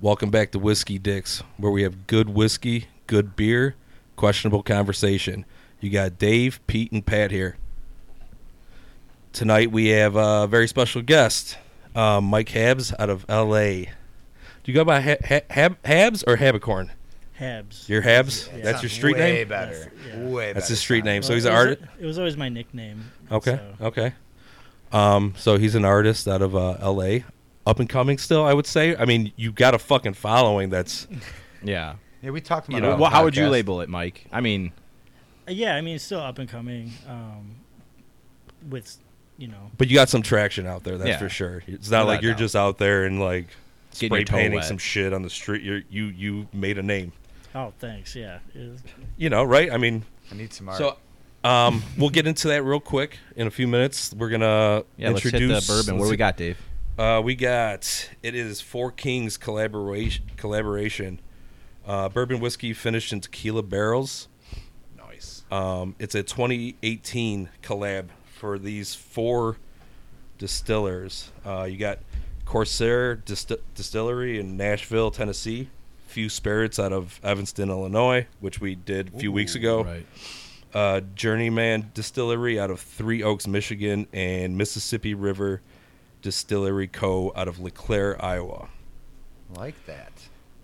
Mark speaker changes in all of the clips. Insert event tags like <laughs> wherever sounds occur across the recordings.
Speaker 1: Welcome back to Whiskey Dicks, where we have good whiskey, good beer, questionable conversation. You got Dave, Pete, and Pat here. Tonight we have a very special guest, um, Mike Habs out of L.A. Do you go by ha- ha- Hab- Habs or Habicorn?
Speaker 2: Habs.
Speaker 1: Your Habs?
Speaker 2: Yeah.
Speaker 1: That's your street
Speaker 3: way
Speaker 1: name?
Speaker 3: better.
Speaker 2: Yes, yeah.
Speaker 3: Way better.
Speaker 1: That's his street
Speaker 3: Simon.
Speaker 1: name. So he's
Speaker 2: it
Speaker 1: an
Speaker 2: was-
Speaker 1: artist?
Speaker 2: It was always my nickname.
Speaker 1: Okay.
Speaker 2: so-
Speaker 1: Okay. Um, so he's an artist out of uh, L.A. Up and coming still, I would say. I mean, you got a fucking following that's
Speaker 4: Yeah.
Speaker 3: Yeah, we talked about
Speaker 4: You
Speaker 3: it
Speaker 4: know,
Speaker 3: on
Speaker 4: wh-
Speaker 3: the
Speaker 4: how would you
Speaker 3: podcast.
Speaker 4: label it, Mike? I mean,
Speaker 2: Uh, Yeah, I mean, it's still up and coming. Um, with, you know,
Speaker 1: But you got some traction out there, that's
Speaker 4: Yeah.
Speaker 1: for sure. It's not
Speaker 4: Without
Speaker 1: like you're
Speaker 4: doubt.
Speaker 1: just out there and like
Speaker 4: Getting
Speaker 1: spray
Speaker 4: your toe
Speaker 1: painting
Speaker 4: wet.
Speaker 1: some shit on the street. You you you made a name,
Speaker 2: oh, thanks. Yeah. It was-
Speaker 1: you know, right? I mean,
Speaker 3: I need some art.
Speaker 1: so um, we'll get into that real quick in a few minutes. We're gonna
Speaker 4: yeah, let's hit
Speaker 1: introduce
Speaker 4: the bourbon. What do we got, Dave?
Speaker 1: Uh, we got it is Four Kings collaboration collaboration, uh, bourbon whiskey finished in tequila barrels.
Speaker 3: nice.
Speaker 1: Um, it's a 2018 collab for these four distillers. Uh, you got Corsair Dist- Distillery in Nashville, Tennessee. Few Spirits out of Evanston, Illinois, which we did a few weeks ago. Uh, Journeyman Distillery out of Three Oaks, Michigan, and Mississippi River Distillery Co. out of LeClaire, Iowa.
Speaker 3: Like that.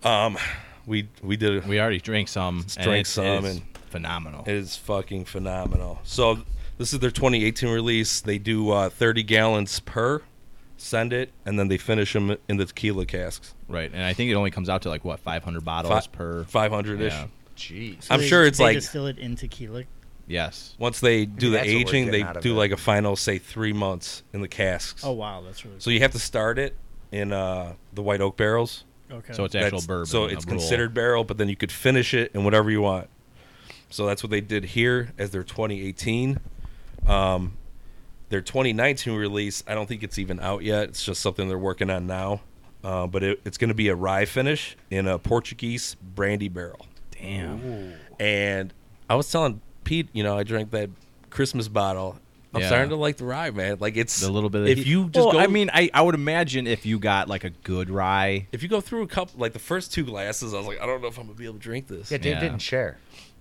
Speaker 1: Um, we we did a
Speaker 4: We already drank some.
Speaker 1: Let's
Speaker 4: and
Speaker 1: drink
Speaker 4: it's-
Speaker 1: some
Speaker 4: It is
Speaker 1: and-
Speaker 4: phenomenal.
Speaker 1: It is fucking phenomenal. So this is their 2018 release. They do uh, 30 gallons per, send it, and then they finish them in the tequila casks,
Speaker 4: right. And I think it only comes out to like, what, 500 bottles
Speaker 1: Fi-
Speaker 4: per?
Speaker 1: 500 ish.
Speaker 4: Yeah.
Speaker 3: Jeez.
Speaker 2: so
Speaker 1: I'm
Speaker 2: they-
Speaker 1: sure it's
Speaker 2: they
Speaker 1: like-
Speaker 2: distill it in tequila.
Speaker 4: Yes.
Speaker 1: Once they do the
Speaker 3: that's what we're
Speaker 1: aging, they
Speaker 3: getting out of
Speaker 1: do
Speaker 3: it.
Speaker 1: like a final, say, three months in the casks.
Speaker 2: Oh wow, that's really
Speaker 1: So you have to start it in uh, the white oak barrels.
Speaker 2: cool. okay.
Speaker 4: So it's actual
Speaker 1: That's-
Speaker 4: bourbon.
Speaker 1: So
Speaker 4: the
Speaker 1: it's
Speaker 4: rule.
Speaker 1: considered barrel, but then you could finish it in whatever you want. So that's what they did here as their 2018. Um, their 2019 release, I don't think it's even out yet. It's just something they're working on now. Uh, but it, it's going to be a rye finish in a Portuguese brandy barrel.
Speaker 4: Damn.
Speaker 1: And I was telling Pete, you know, I drank that Christmas bottle. I'm
Speaker 4: Yeah.
Speaker 1: starting to like the rye, man. Like it's
Speaker 4: The little bit of
Speaker 1: If
Speaker 4: heat-
Speaker 1: you just
Speaker 4: Well,
Speaker 1: go,
Speaker 4: I mean, I, I would imagine if you got like a good rye.
Speaker 1: if you go through a couple, like the first two glasses, I was like, I don't know if I'm gonna be able to drink this.
Speaker 3: Yeah, Dave
Speaker 4: Yeah.
Speaker 3: didn't share.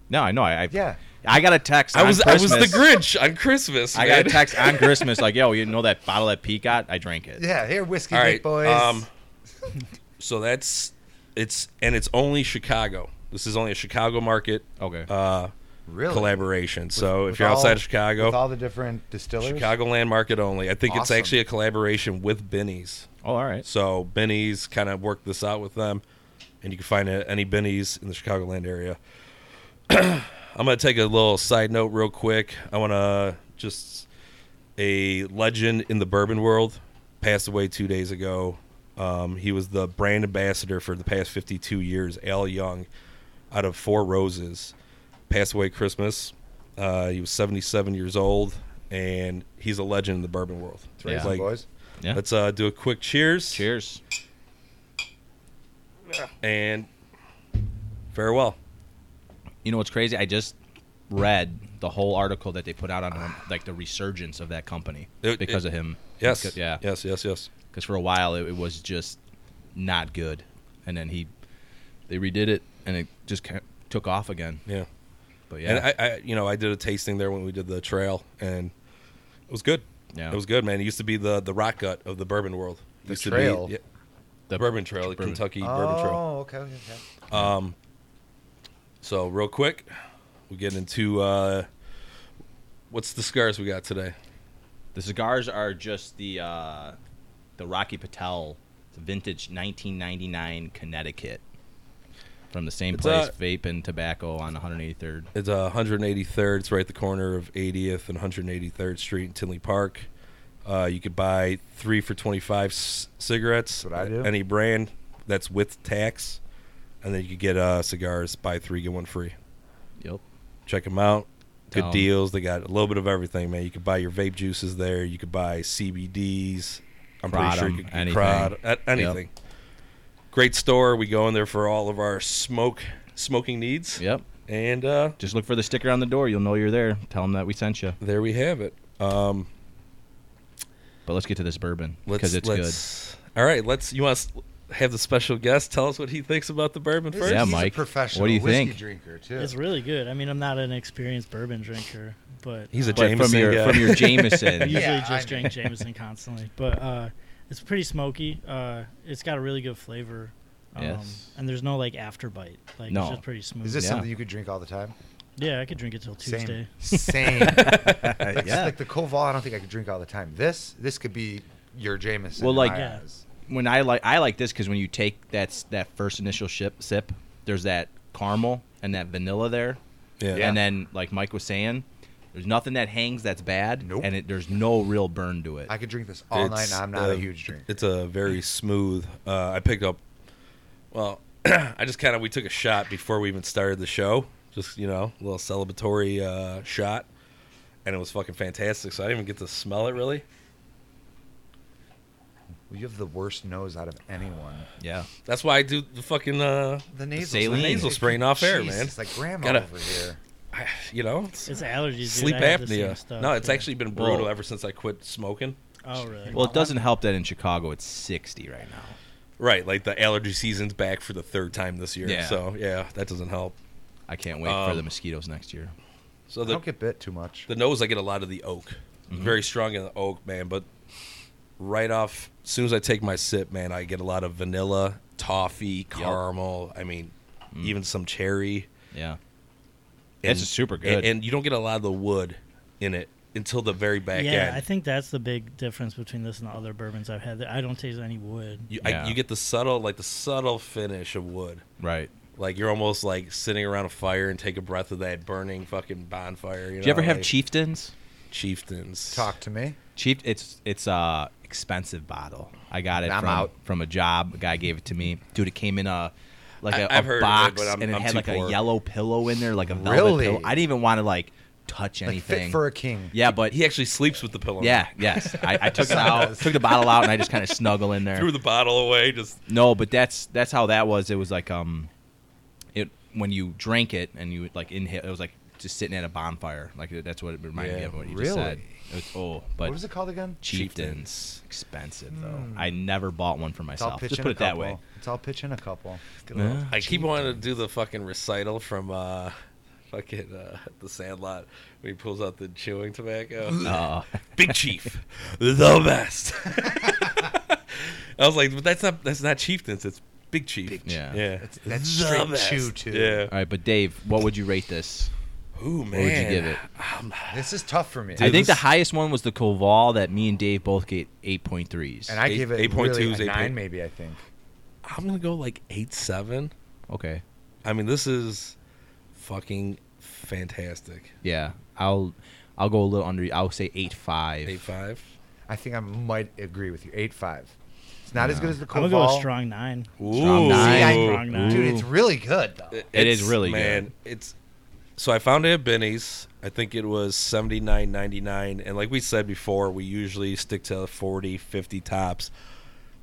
Speaker 4: No, I know. I, I
Speaker 3: Yeah.
Speaker 4: I got a text.
Speaker 1: I
Speaker 4: on
Speaker 1: was I was the
Speaker 4: Christmas.
Speaker 1: Grinch on Christmas.
Speaker 4: I got a
Speaker 1: man.
Speaker 4: text on Christmas like, yo, you know that bottle that Pete got? I drank it.
Speaker 3: Yeah, here, whiskey,
Speaker 1: All right,
Speaker 3: Dick boys.
Speaker 1: um, <laughs> so that's it's and it's only Chicago. This is only a Chicago market
Speaker 4: Okay.
Speaker 1: uh,
Speaker 3: really?
Speaker 1: collaboration. So
Speaker 3: With
Speaker 1: if you're
Speaker 3: all-
Speaker 1: outside of
Speaker 3: with
Speaker 1: Chicago,
Speaker 3: all the different distillers.
Speaker 1: Chicagoland market only. I think it's
Speaker 3: Awesome.
Speaker 1: actually a collaboration with Benny's.
Speaker 4: oh, all right.
Speaker 1: So Benny's kind of worked this out with them, and you can find it, any Benny's in the Chicagoland area. <clears throat> I'm gonna take a little side note real quick. I want to just a legend in the bourbon world passed away two days ago. Um, he was the brand ambassador for the past 52 years. Al Young, out of Four Roses, passed away Christmas. Uh, he was 77 years old, and he's a legend in the bourbon world.
Speaker 4: Yeah.
Speaker 3: Some boys.
Speaker 4: Yeah.
Speaker 1: Let's uh, do a quick cheers.
Speaker 4: Cheers.
Speaker 1: And farewell.
Speaker 4: You know what's crazy? I just read the whole article that they put out
Speaker 1: <sighs>
Speaker 4: on him, like the resurgence of that company
Speaker 1: It-
Speaker 4: because
Speaker 1: it-
Speaker 4: of him.
Speaker 1: Yes.
Speaker 4: Because- yeah.
Speaker 1: Yes. Yes. Yes.
Speaker 4: Because for a while it, it was just not good, and then he they redid it and it just ca took off again.
Speaker 1: Yeah.
Speaker 4: But yeah,
Speaker 1: And I, I, you know, I did a tasting there when we did the trail, and it was good.
Speaker 4: Yeah.
Speaker 1: It was good, man. It used to be the the rock gut of the bourbon world. It
Speaker 3: The
Speaker 1: used to
Speaker 3: trail?
Speaker 1: be, yeah, the bourbon trail, the
Speaker 4: bourbon.
Speaker 1: Kentucky bourbon trail.
Speaker 3: Oh, okay, okay. okay.
Speaker 1: Um, so real quick, we get into uh, what's the cigars we got today?
Speaker 4: the cigars are just the uh, the Rocky Patel vintage 1999 Connecticut from the same
Speaker 1: It's,
Speaker 4: place,
Speaker 1: uh,
Speaker 4: vape and tobacco on 183rd.
Speaker 1: It's uh, 183rd. It's right at the corner of 80th and 183rd Street in Tinley Park. Uh, you could buy three for 25 c- cigarettes. uh,
Speaker 3: That's what I do.
Speaker 1: Any brand that's with tax. And then you could get uh, cigars, buy three, get one free.
Speaker 4: Yep.
Speaker 1: Check them out. Good
Speaker 4: Down.
Speaker 1: deals. They got a little bit of everything, man. You could buy your vape juices there. You could buy CBDs. I'm pretty
Speaker 4: Prod
Speaker 1: sure
Speaker 4: 'em,
Speaker 1: you could get
Speaker 4: anything.
Speaker 1: prod, a- anything. Great store. We go in there for all of our smoke smoking needs.
Speaker 4: Yep.
Speaker 1: And uh,
Speaker 4: Just look for the sticker on the door. You'll know you're there. Tell them that we sent you.
Speaker 1: there we have it. Um,
Speaker 4: But let's get to this bourbon
Speaker 1: Let's-
Speaker 4: because it's good.
Speaker 1: let's- All right, let's. You want? have the special guest tell us what he thinks about the bourbon
Speaker 3: He's-
Speaker 1: first.
Speaker 4: Yeah,
Speaker 3: he's <laughs>
Speaker 4: Mike.
Speaker 3: A professional
Speaker 4: What do you
Speaker 3: whiskey
Speaker 4: think?
Speaker 3: Drinker too.
Speaker 2: It's really good. I mean, I'm not an experienced bourbon drinker, but uh,
Speaker 1: He's a
Speaker 4: But
Speaker 1: Jameson
Speaker 4: from your
Speaker 1: guy.
Speaker 4: from your
Speaker 2: I
Speaker 3: <laughs>
Speaker 4: Jameson.
Speaker 2: usually
Speaker 3: Yeah,
Speaker 2: just
Speaker 3: I
Speaker 2: drink Jameson constantly, but uh, it's pretty smoky. Uh, it's got a really good flavor. Um,
Speaker 4: Yes.
Speaker 2: And there's no like afterbite. Like
Speaker 4: No.
Speaker 2: it's just pretty smooth.
Speaker 3: Is this
Speaker 4: Yeah.
Speaker 3: something you could drink all the time?
Speaker 2: yeah, I could drink it till Tuesday.
Speaker 1: <laughs>
Speaker 3: Same. <laughs>
Speaker 4: <laughs>
Speaker 3: Same. It's
Speaker 4: Yeah.
Speaker 3: Like the Koval, I don't think I could drink all the time. This, this could be your Jameson.
Speaker 4: Well,
Speaker 3: in
Speaker 4: like-
Speaker 3: my
Speaker 2: Yeah.
Speaker 3: eyes.
Speaker 4: When I like I like this because when you take that s- that first initial ship, sip, there's that caramel and that vanilla there,
Speaker 1: yeah.
Speaker 3: Yeah.
Speaker 4: and then like Mike was saying, there's nothing that hangs that's bad,
Speaker 3: Nope.
Speaker 4: and it, there's no real burn to it.
Speaker 3: I could drink this all night.
Speaker 1: It's,
Speaker 3: and I'm not
Speaker 1: uh,
Speaker 3: a huge drinker.
Speaker 1: It's a very smooth. Uh, I picked up. Well, <clears throat> I just kind of we took a shot before we even started the show. Just you know, a little celebratory uh, shot, and it was fucking fantastic. So I didn't even get to smell it really.
Speaker 3: Well, you have the worst nose out of anyone.
Speaker 4: yeah,
Speaker 1: That's why I do the fucking. Uh, <sighs>
Speaker 3: The nasal,
Speaker 4: saline. Nasal
Speaker 1: spraying off air,
Speaker 3: Jesus,
Speaker 1: man.
Speaker 3: It's like grandma
Speaker 1: Gotta-
Speaker 3: over here.
Speaker 1: I- you know, it's
Speaker 2: It's allergies. dude.
Speaker 1: sleep
Speaker 2: I have the same
Speaker 1: apnea.
Speaker 2: stuff,
Speaker 1: No, it's
Speaker 2: yeah.
Speaker 1: actually been brutal
Speaker 4: Well-
Speaker 1: ever since I quit smoking.
Speaker 2: Oh really?
Speaker 4: Well, it doesn't help that in Chicago it's 60 right now.
Speaker 1: Right, like the allergy season's back for the third time this year.
Speaker 4: Yeah.
Speaker 1: So yeah, that doesn't help.
Speaker 4: I can't wait for
Speaker 1: Um,
Speaker 4: the mosquitoes next year.
Speaker 1: So
Speaker 3: I
Speaker 1: the
Speaker 3: don't get bit too much.
Speaker 1: the nose I get a lot of the oak.
Speaker 4: Mm-hmm.
Speaker 1: Very strong in the oak, man, but right off as soon as I take my sip, man, I get a lot of vanilla, toffee, caramel, I mean even some cherry.
Speaker 4: Yeah,
Speaker 1: And,
Speaker 4: Mm. This is super good.
Speaker 1: And, and you don't get a lot of the wood in it until the very back
Speaker 2: yeah,
Speaker 1: end.
Speaker 2: I think that's the big difference between this and the other bourbons I've had. I don't taste any wood.
Speaker 1: you,
Speaker 4: Yeah.
Speaker 1: I, you get the subtle like the subtle finish of wood.
Speaker 4: right.
Speaker 1: Like you're almost like sitting around a fire and take a breath of that burning fucking bonfire. You,
Speaker 4: Do you ever
Speaker 1: know,
Speaker 4: have
Speaker 1: like
Speaker 4: chieftains?
Speaker 1: chieftains?
Speaker 3: Talk to me.
Speaker 4: Chief, it's it's a expensive bottle. I got it
Speaker 3: I'm
Speaker 4: from
Speaker 3: out.
Speaker 4: from a job. A guy gave it to me. Dude, it came in a like
Speaker 1: I-
Speaker 4: a,
Speaker 1: I've
Speaker 4: a
Speaker 1: heard of it,
Speaker 4: box,
Speaker 1: but I'm-
Speaker 4: and it
Speaker 1: I'm
Speaker 4: had
Speaker 1: too
Speaker 4: like
Speaker 1: poor.
Speaker 4: a yellow pillow in there, like a velvet
Speaker 3: Really?
Speaker 4: pillow. I didn't even want to like touch
Speaker 3: Like
Speaker 4: anything.
Speaker 3: fit for a king.
Speaker 4: yeah, but
Speaker 1: He actually sleeps with the pillow.
Speaker 4: yeah, yes. I,
Speaker 1: <laughs>
Speaker 4: I took it out,
Speaker 3: Yes.
Speaker 4: took the bottle out, and I just kind of snuggle in there.
Speaker 1: Threw the bottle away. Just
Speaker 4: No, but that's that's how that was. It was like um, it when you drank it and you would like inhale. It was like just sitting at a bonfire. Like that's what it reminded me
Speaker 1: Yeah,
Speaker 4: of what you just
Speaker 3: really?
Speaker 4: said. It was, oh, but
Speaker 3: what was it called again?
Speaker 4: chieftains expensive though.
Speaker 3: Hmm.
Speaker 4: I never bought one for
Speaker 3: It's all
Speaker 4: myself.
Speaker 3: pitch
Speaker 4: Just
Speaker 3: in
Speaker 4: put
Speaker 3: a
Speaker 4: it that
Speaker 3: couple.
Speaker 4: way.
Speaker 3: It's all pitch in a couple. Good
Speaker 4: Yeah.
Speaker 3: old
Speaker 1: I keep wanting to <laughs>
Speaker 3: chieftain.
Speaker 1: do the fucking recital from uh, fucking uh, the Sandlot when he pulls out the chewing tobacco.
Speaker 3: <laughs>
Speaker 4: Uh,
Speaker 1: Big Chief, <laughs> the best. <laughs> I was like, but that's not that's not chieftains. It's Big Chief.
Speaker 3: Big Chief.
Speaker 4: yeah.
Speaker 1: Yeah.
Speaker 3: That's, that's
Speaker 1: The
Speaker 3: straight
Speaker 1: best.
Speaker 3: chew too.
Speaker 1: Yeah.
Speaker 4: <laughs> All right, but Dave, what would you rate this?
Speaker 1: Ooh man.
Speaker 4: would you give it?
Speaker 1: Um,
Speaker 3: This is tough for me.
Speaker 1: Dude,
Speaker 4: I think the
Speaker 1: this-
Speaker 4: highest one was the Koval that me and Dave both get 8.3s.
Speaker 3: and I
Speaker 1: eight-
Speaker 3: give it
Speaker 1: 8.2
Speaker 3: really
Speaker 1: is
Speaker 3: a
Speaker 1: 8.
Speaker 3: nine, maybe. I think.
Speaker 1: I'm gonna go like eight seven.
Speaker 4: okay.
Speaker 1: I mean, this is fucking fantastic.
Speaker 4: Yeah. I'll I'll go a little under I'll say 8.5.
Speaker 1: Eight five.
Speaker 3: I think I might agree with you. Eight five. It's not as good as the
Speaker 2: I'm
Speaker 3: Koval.
Speaker 2: gonna go with strong nine.
Speaker 4: Strong
Speaker 3: See, I-
Speaker 2: Ooh. Strong nine.
Speaker 3: dude, it's really good though.
Speaker 4: It is really
Speaker 1: man,
Speaker 4: good.
Speaker 1: It's so I found it at Benny's. I think it was seventy nine ninety nine, and like we said before, we usually stick to 40, 50 tops.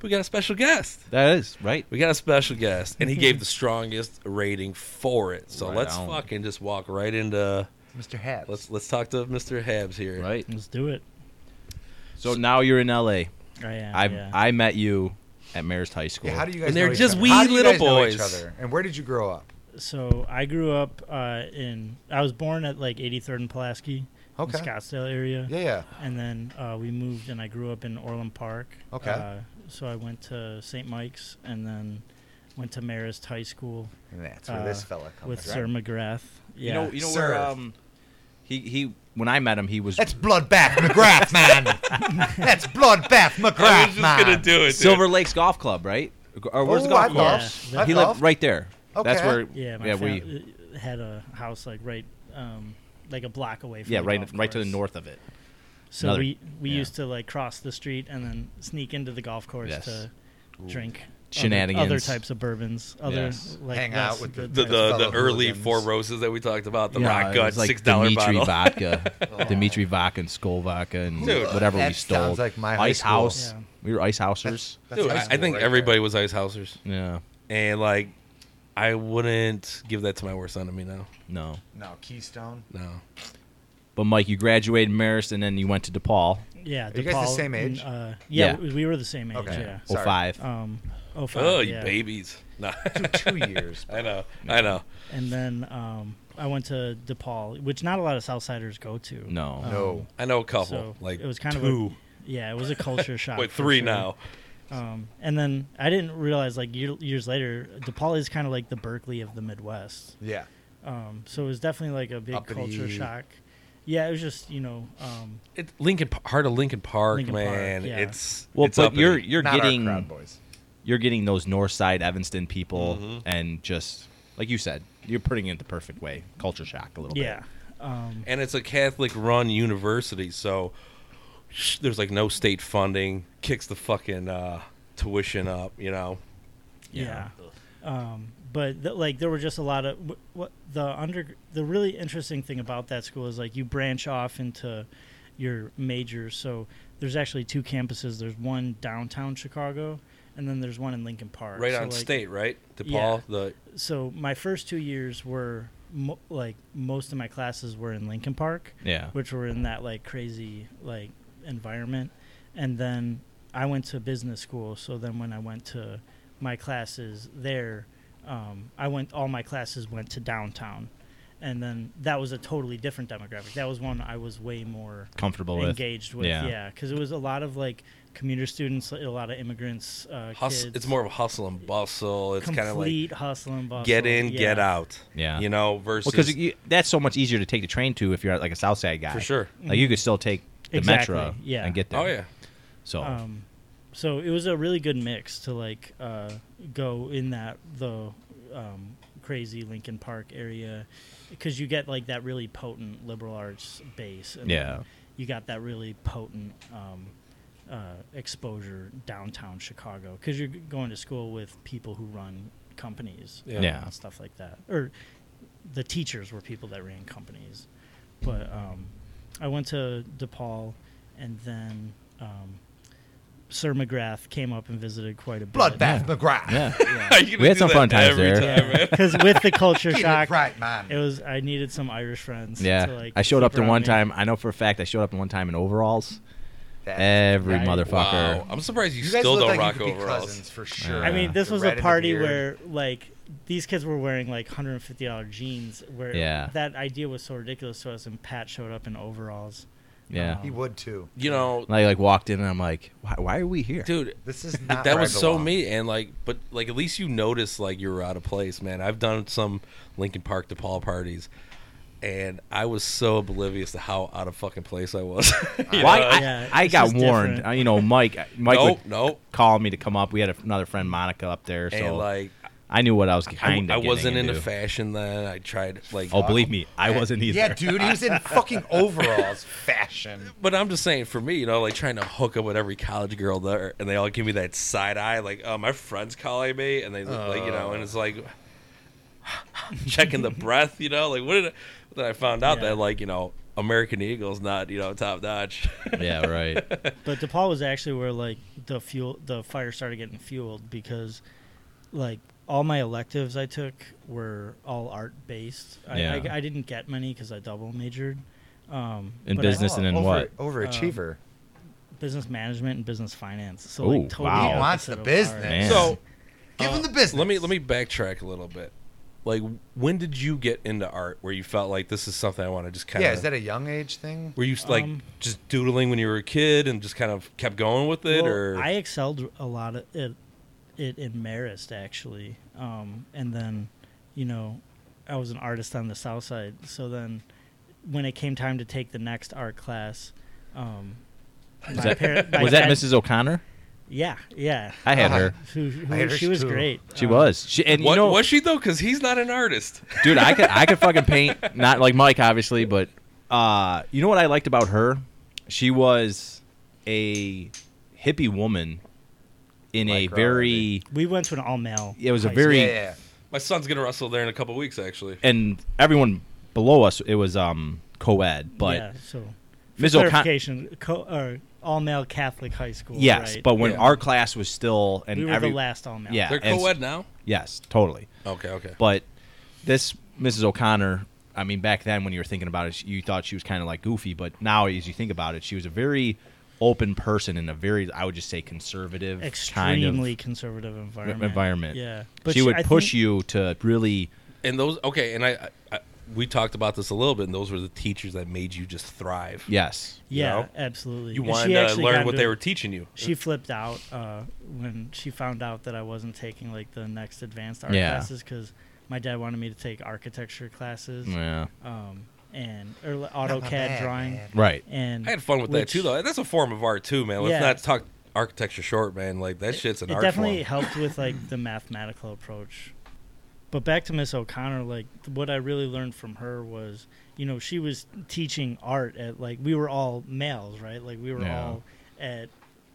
Speaker 1: We got a special guest.
Speaker 4: That is, right?
Speaker 1: We got a special guest, and he gave
Speaker 3: <laughs>
Speaker 1: the strongest rating for it. So
Speaker 4: Right
Speaker 1: let's
Speaker 4: on.
Speaker 1: fucking just walk right into
Speaker 3: Mr. Habs.
Speaker 1: let's let's talk to Mr. Habs here.
Speaker 4: Right.
Speaker 2: Let's do it.
Speaker 4: So now you're in LA.
Speaker 2: I am.
Speaker 4: I
Speaker 2: yeah.
Speaker 4: I met you at Marist High School.
Speaker 3: yeah, how do you guys?
Speaker 1: And they're
Speaker 3: know each
Speaker 1: just
Speaker 3: other?
Speaker 1: wee
Speaker 3: How do you
Speaker 1: little
Speaker 3: guys know each
Speaker 1: boys.
Speaker 3: other? And where did you grow up?
Speaker 2: So I grew up uh, in. I was born at like 83rd and Pulaski,
Speaker 3: Okay.
Speaker 2: in Scottsdale area,
Speaker 3: Yeah, yeah.
Speaker 2: and then uh, we moved, and I grew up in Orland Park.
Speaker 3: Okay.
Speaker 2: Uh, so I went to St. Mike's, and then went to Marist High School
Speaker 3: And that's where this
Speaker 2: Uh,
Speaker 3: fella comes
Speaker 2: with
Speaker 3: from.
Speaker 2: Sir McGrath. Yeah.
Speaker 4: You know, you know where
Speaker 3: Sir.
Speaker 4: um he he when I met him he was
Speaker 3: That's bloodbath
Speaker 2: <laughs>
Speaker 3: McGrath, man. That's bloodbath
Speaker 1: I was
Speaker 3: McGrath,
Speaker 1: just
Speaker 3: man.
Speaker 1: gonna do it. dude.
Speaker 4: Silver Lakes Golf Club, right? Or where's the
Speaker 3: Oh, I
Speaker 4: golf club?
Speaker 3: golf.
Speaker 2: Yeah.
Speaker 3: I
Speaker 4: He
Speaker 3: golf.
Speaker 4: lived right there. That's
Speaker 3: Okay.
Speaker 4: where
Speaker 2: yeah, my
Speaker 4: yeah,
Speaker 2: fam-
Speaker 4: we
Speaker 2: uh, had a house like right, um, like a block away from.
Speaker 4: yeah,
Speaker 2: the
Speaker 4: right
Speaker 2: golf
Speaker 4: right to the
Speaker 2: course.
Speaker 4: north of it.
Speaker 2: So
Speaker 4: Another-
Speaker 2: we we
Speaker 4: yeah.
Speaker 2: used to like cross the street and then sneak into the golf course
Speaker 4: Yes.
Speaker 2: to drink other-
Speaker 4: Shenanigans.
Speaker 2: other, types of bourbons, other
Speaker 4: Yes.
Speaker 2: like
Speaker 3: Hang
Speaker 2: less
Speaker 3: out with
Speaker 2: good
Speaker 1: the
Speaker 2: types.
Speaker 1: the, the
Speaker 3: Fellow
Speaker 1: early
Speaker 3: hooligans.
Speaker 1: four roses that we talked about, the
Speaker 4: Yeah,
Speaker 1: rock
Speaker 4: it
Speaker 1: gut
Speaker 4: was like
Speaker 1: six dollar
Speaker 4: Dimitri
Speaker 1: bottle.
Speaker 3: <laughs>
Speaker 4: vodka, Dimitri vodka and Skull vodka and
Speaker 1: Dude,
Speaker 4: whatever we
Speaker 3: Oh. that
Speaker 4: stole.
Speaker 3: sounds like my high
Speaker 4: ice
Speaker 3: school.
Speaker 4: house.
Speaker 2: Yeah.
Speaker 4: We were
Speaker 3: <laughs>
Speaker 4: ice housers.
Speaker 3: That's
Speaker 1: Dude,
Speaker 3: high
Speaker 1: I, I
Speaker 3: school
Speaker 1: think
Speaker 3: right
Speaker 1: everybody was ice housers,
Speaker 4: yeah.
Speaker 1: and like, I wouldn't give that to my worst enemy now.
Speaker 4: No.
Speaker 3: there. No, Keystone.
Speaker 1: No,
Speaker 4: But Mike, you graduated Marist and then you went to DePaul.
Speaker 2: yeah,
Speaker 3: you guys the
Speaker 2: DePaul
Speaker 3: same
Speaker 2: and,
Speaker 3: age?
Speaker 2: uh, yeah,
Speaker 4: Yeah.
Speaker 2: we, we were the same age.
Speaker 3: Okay.
Speaker 2: Yeah.
Speaker 4: Oh
Speaker 3: Sorry.
Speaker 4: five.
Speaker 2: Um, Oh, five,
Speaker 1: Oh,
Speaker 2: yeah.
Speaker 1: you babies. <laughs> Nah.
Speaker 3: Two,
Speaker 2: <laughs>
Speaker 3: two years.
Speaker 1: I know. I know.
Speaker 2: And then um, I went to DePaul, which not a lot of Southsiders go to.
Speaker 4: No.
Speaker 2: Um,
Speaker 3: No.
Speaker 1: I know a couple.
Speaker 2: So
Speaker 1: like
Speaker 2: it was kind
Speaker 1: two.
Speaker 2: of a, yeah, it was a
Speaker 1: <laughs>
Speaker 2: culture shock.
Speaker 1: Wait,
Speaker 2: for
Speaker 1: three
Speaker 2: sure.
Speaker 1: now.
Speaker 2: Um, and then I didn't realize like year, years later, DePaul is kind of like the Berkeley of the Midwest.
Speaker 3: Yeah.
Speaker 2: Um, so it was definitely like a big culture
Speaker 3: Uppity.
Speaker 2: shock. Yeah, it was just you know um,
Speaker 1: It, Lincoln Pa- heart of Lincoln Park,
Speaker 2: Lincoln Park,
Speaker 1: man.
Speaker 2: yeah.
Speaker 1: It's
Speaker 4: Well,
Speaker 1: it's
Speaker 4: but
Speaker 1: uppity.
Speaker 4: you're you're
Speaker 3: Not
Speaker 4: getting
Speaker 3: our crowd boys.
Speaker 4: you're getting those north side Evanston people
Speaker 3: Mm-hmm.
Speaker 4: and just like you said, you're putting it the perfect way. Culture shock a little
Speaker 2: yeah.
Speaker 4: bit.
Speaker 2: Um,
Speaker 1: and it's a Catholic run university, so sh- there's like no state funding. Kicks the fucking uh, tuition up, you know.
Speaker 2: yeah. Um, but th- like there were just a lot of wh- what the under the really interesting thing about that school is like you branch off into your majors. So there's actually two campuses. There's one downtown Chicago, and then there's one in Lincoln Park.
Speaker 1: Right
Speaker 2: So,
Speaker 1: on
Speaker 2: like,
Speaker 1: state, right? DePaul,
Speaker 2: Yeah.
Speaker 1: the
Speaker 2: So my first two years were mo- like most of my classes were in Lincoln Park
Speaker 4: Yeah.
Speaker 2: which were in that like crazy like environment and then i went to business school so then when i went to my classes there um, i went all my classes went to downtown and then that was a totally different demographic that was one i was way more
Speaker 4: Comfortable with
Speaker 2: engaged with
Speaker 4: yeah.
Speaker 2: yeah because it was a lot of like commuter students a lot of immigrants uh,
Speaker 1: hus-
Speaker 2: kids,
Speaker 1: it's more of a hustle and bustle. It's kind of like
Speaker 2: complete hustle and bustle
Speaker 1: get in, get
Speaker 2: yeah.
Speaker 1: out.
Speaker 4: Yeah.
Speaker 1: You know, versus
Speaker 4: because that's so much easier to take the train to if you're like a South Side guy.
Speaker 1: For sure.
Speaker 4: Like you could still take the
Speaker 2: Exactly,
Speaker 4: metro
Speaker 2: yeah.
Speaker 4: and get there.
Speaker 1: Oh <laughs> yeah.
Speaker 4: So
Speaker 2: um, so it was a really good mix to like uh, go in that the um, crazy Lincoln Park area because you get like that really potent liberal arts base. And
Speaker 4: Yeah.
Speaker 2: then you got that really potent um, uh, exposure downtown Chicago because you're g- going to school with people who run companies
Speaker 1: Yeah.
Speaker 4: Yeah.
Speaker 2: and stuff like that. Or the teachers were people that ran companies. But um, I went to DePaul, and then um, Sir McGrath came up and visited quite a bit.
Speaker 3: Bloodbath
Speaker 2: <laughs>
Speaker 3: McGrath.
Speaker 4: yeah.
Speaker 1: You're gonna
Speaker 4: We had
Speaker 1: do
Speaker 4: some
Speaker 1: that
Speaker 4: fun times
Speaker 1: every
Speaker 4: there.
Speaker 1: time, man.
Speaker 2: because with the
Speaker 3: <laughs>
Speaker 2: culture
Speaker 3: Get it
Speaker 2: shock,
Speaker 3: right, man.
Speaker 2: it was I needed some Irish friends.
Speaker 4: Yeah.
Speaker 2: to, like,
Speaker 4: I showed up
Speaker 2: keep
Speaker 4: to one
Speaker 2: around
Speaker 4: time I know for a fact I showed up to one time in overalls.
Speaker 3: That-
Speaker 4: Every
Speaker 2: Right.
Speaker 4: <laughs> motherfucker.
Speaker 1: Wow. I'm surprised you,
Speaker 3: You guys
Speaker 1: still
Speaker 3: look
Speaker 1: don't
Speaker 3: like
Speaker 1: rock
Speaker 3: you could be
Speaker 1: overalls.
Speaker 3: cousins for sure.
Speaker 2: me. I mean, this
Speaker 3: The
Speaker 2: was
Speaker 3: red in
Speaker 2: a
Speaker 3: the
Speaker 2: party
Speaker 3: beard.
Speaker 2: where like these kids were wearing like 150 dollar jeans. Where
Speaker 4: Yeah.
Speaker 2: that idea was so ridiculous to us, and Pat showed up in overalls.
Speaker 4: Yeah.
Speaker 2: Wow.
Speaker 3: he would too.
Speaker 1: You know,
Speaker 4: And I like walked in and I'm like, why, why are we here?
Speaker 1: dude, <laughs>
Speaker 3: This is not
Speaker 1: that
Speaker 3: where I
Speaker 1: was so
Speaker 3: belong.
Speaker 1: me and like but like at least you noticed like you were out of place man i've done some lincoln park depaul parties and i was so oblivious to how out of fucking place i was <laughs> You
Speaker 4: Why?
Speaker 1: know?
Speaker 4: I,
Speaker 2: Yeah,
Speaker 4: I
Speaker 2: it's
Speaker 4: got
Speaker 2: just
Speaker 4: warned.
Speaker 2: different.
Speaker 4: Uh, You know, Mike. Mike
Speaker 1: nope
Speaker 4: would
Speaker 1: nope
Speaker 4: call me to come up. We had a, another friend, Monica, up there, so
Speaker 1: and like
Speaker 4: I knew what I was
Speaker 1: I,
Speaker 4: kind
Speaker 1: I
Speaker 4: of.
Speaker 1: wasn't
Speaker 4: into.
Speaker 1: into fashion then i tried like
Speaker 4: Oh, believe me, I
Speaker 3: Yeah.
Speaker 4: wasn't either.
Speaker 3: Yeah, dude, he was in fucking overalls fashion.
Speaker 1: but i'm just saying for me you know like trying to hook up with every college girl there and they all give me that side eye like oh my friend's calling me and they look like you know and it's like <laughs> checking the breath you know like what did I, then i found out
Speaker 2: Yeah.
Speaker 1: that like you know american eagle's not you know top
Speaker 2: <laughs>
Speaker 1: notch
Speaker 4: yeah, right.
Speaker 2: But DePaul was actually where like the fuel, the fire started getting fueled because, like, all my electives I took were all art based. I,
Speaker 4: Yeah.
Speaker 2: I, I didn't get many because I double majored. Um,
Speaker 4: In
Speaker 2: but I-
Speaker 4: business and in
Speaker 3: over,
Speaker 4: what?
Speaker 3: Overachiever.
Speaker 2: business management, and business finance. So
Speaker 4: Ooh,
Speaker 2: like totally
Speaker 4: wow.
Speaker 3: he wants
Speaker 2: opposite
Speaker 3: the
Speaker 2: of
Speaker 3: business.
Speaker 2: art.
Speaker 4: Man.
Speaker 1: so
Speaker 3: Give him
Speaker 1: Uh,
Speaker 3: the business.
Speaker 1: Let me let me backtrack a little bit. Like, when did you get into art where you felt like this is something I want to just kind of?
Speaker 3: Yeah, is that a young age thing?
Speaker 1: were you like
Speaker 2: Um,
Speaker 1: just doodling when you were a kid and just kind of kept going with it,
Speaker 2: Well,
Speaker 1: or
Speaker 2: I excelled a lot at it, it in Marist actually, um, and then, you know, I was an artist on the South Side. So then, when it came time to take the next art class, um, my
Speaker 4: that-
Speaker 2: par- my
Speaker 4: Was that
Speaker 2: dad-
Speaker 4: Mrs. O'Connor?
Speaker 2: Yeah, yeah.
Speaker 4: I had
Speaker 3: Uh,
Speaker 4: her.
Speaker 2: Who, who-
Speaker 3: I had her
Speaker 2: she was
Speaker 3: too.
Speaker 2: great.
Speaker 4: She
Speaker 2: Um,
Speaker 4: was. She and
Speaker 1: what
Speaker 4: you know,
Speaker 1: was she though? Because he's not an artist. <laughs>
Speaker 4: dude, I could I
Speaker 2: <laughs>
Speaker 4: could fucking paint. Not like Mike, obviously, but uh, you know what I liked about her? She was a hippie woman in a
Speaker 3: Like her
Speaker 4: very.
Speaker 2: We went to an all male.
Speaker 4: It was a very-
Speaker 3: Yeah, yeah.
Speaker 1: My son's gonna wrestle there in a couple weeks, actually.
Speaker 4: and everyone below us it was um co-ed but
Speaker 2: yeah, so
Speaker 4: Ms. O'Connor
Speaker 2: clarification, co- or all male Catholic high school.
Speaker 4: yes
Speaker 2: right?
Speaker 4: but when
Speaker 1: Yeah.
Speaker 4: our class was still and
Speaker 2: we were
Speaker 4: every
Speaker 2: the last all male.
Speaker 4: yeah
Speaker 1: They're
Speaker 4: and-
Speaker 1: co-ed now.
Speaker 4: yes totally
Speaker 1: Okay, okay.
Speaker 4: but this Mrs. O'Connor I mean back then when you were thinking about it you thought she was kind of like goofy but now as you think about it she was a very open person in a very, I would just say, conservative, kind of
Speaker 2: extremely conservative environment.
Speaker 4: environment.
Speaker 2: Yeah,
Speaker 4: she would
Speaker 2: I
Speaker 4: push
Speaker 2: think-
Speaker 4: you to really.
Speaker 1: And those okay, and I, I, I we talked about this a little bit, and those were the teachers that made you just thrive.
Speaker 4: Yes.
Speaker 1: you
Speaker 2: Yeah,
Speaker 1: know?
Speaker 2: absolutely.
Speaker 1: You
Speaker 2: And she
Speaker 1: wanted to
Speaker 2: actually got
Speaker 1: learn what they
Speaker 2: into-
Speaker 1: were teaching you.
Speaker 2: She flipped out uh, when she found out that I wasn't taking like the next advanced art
Speaker 4: Yeah.
Speaker 2: classes because my dad wanted me to take architecture classes
Speaker 4: Yeah.
Speaker 2: um, and or li-
Speaker 3: Not
Speaker 2: AutoCAD
Speaker 3: my bad,
Speaker 2: drawing.
Speaker 3: man.
Speaker 4: Right.
Speaker 2: And
Speaker 1: I had fun with that
Speaker 2: which-
Speaker 1: too, though. That's a form of art too, man. Let's
Speaker 2: Yeah.
Speaker 1: not talk architecture short, man. Like that shit's an
Speaker 2: it
Speaker 1: art
Speaker 2: definitely
Speaker 1: form.
Speaker 2: helped with
Speaker 1: <clears throat>
Speaker 2: like the mathematical approach but back to miss o'connor like th- what i really learned from her was you know she was teaching art at like we were all males right like we were
Speaker 4: Yeah.
Speaker 2: all at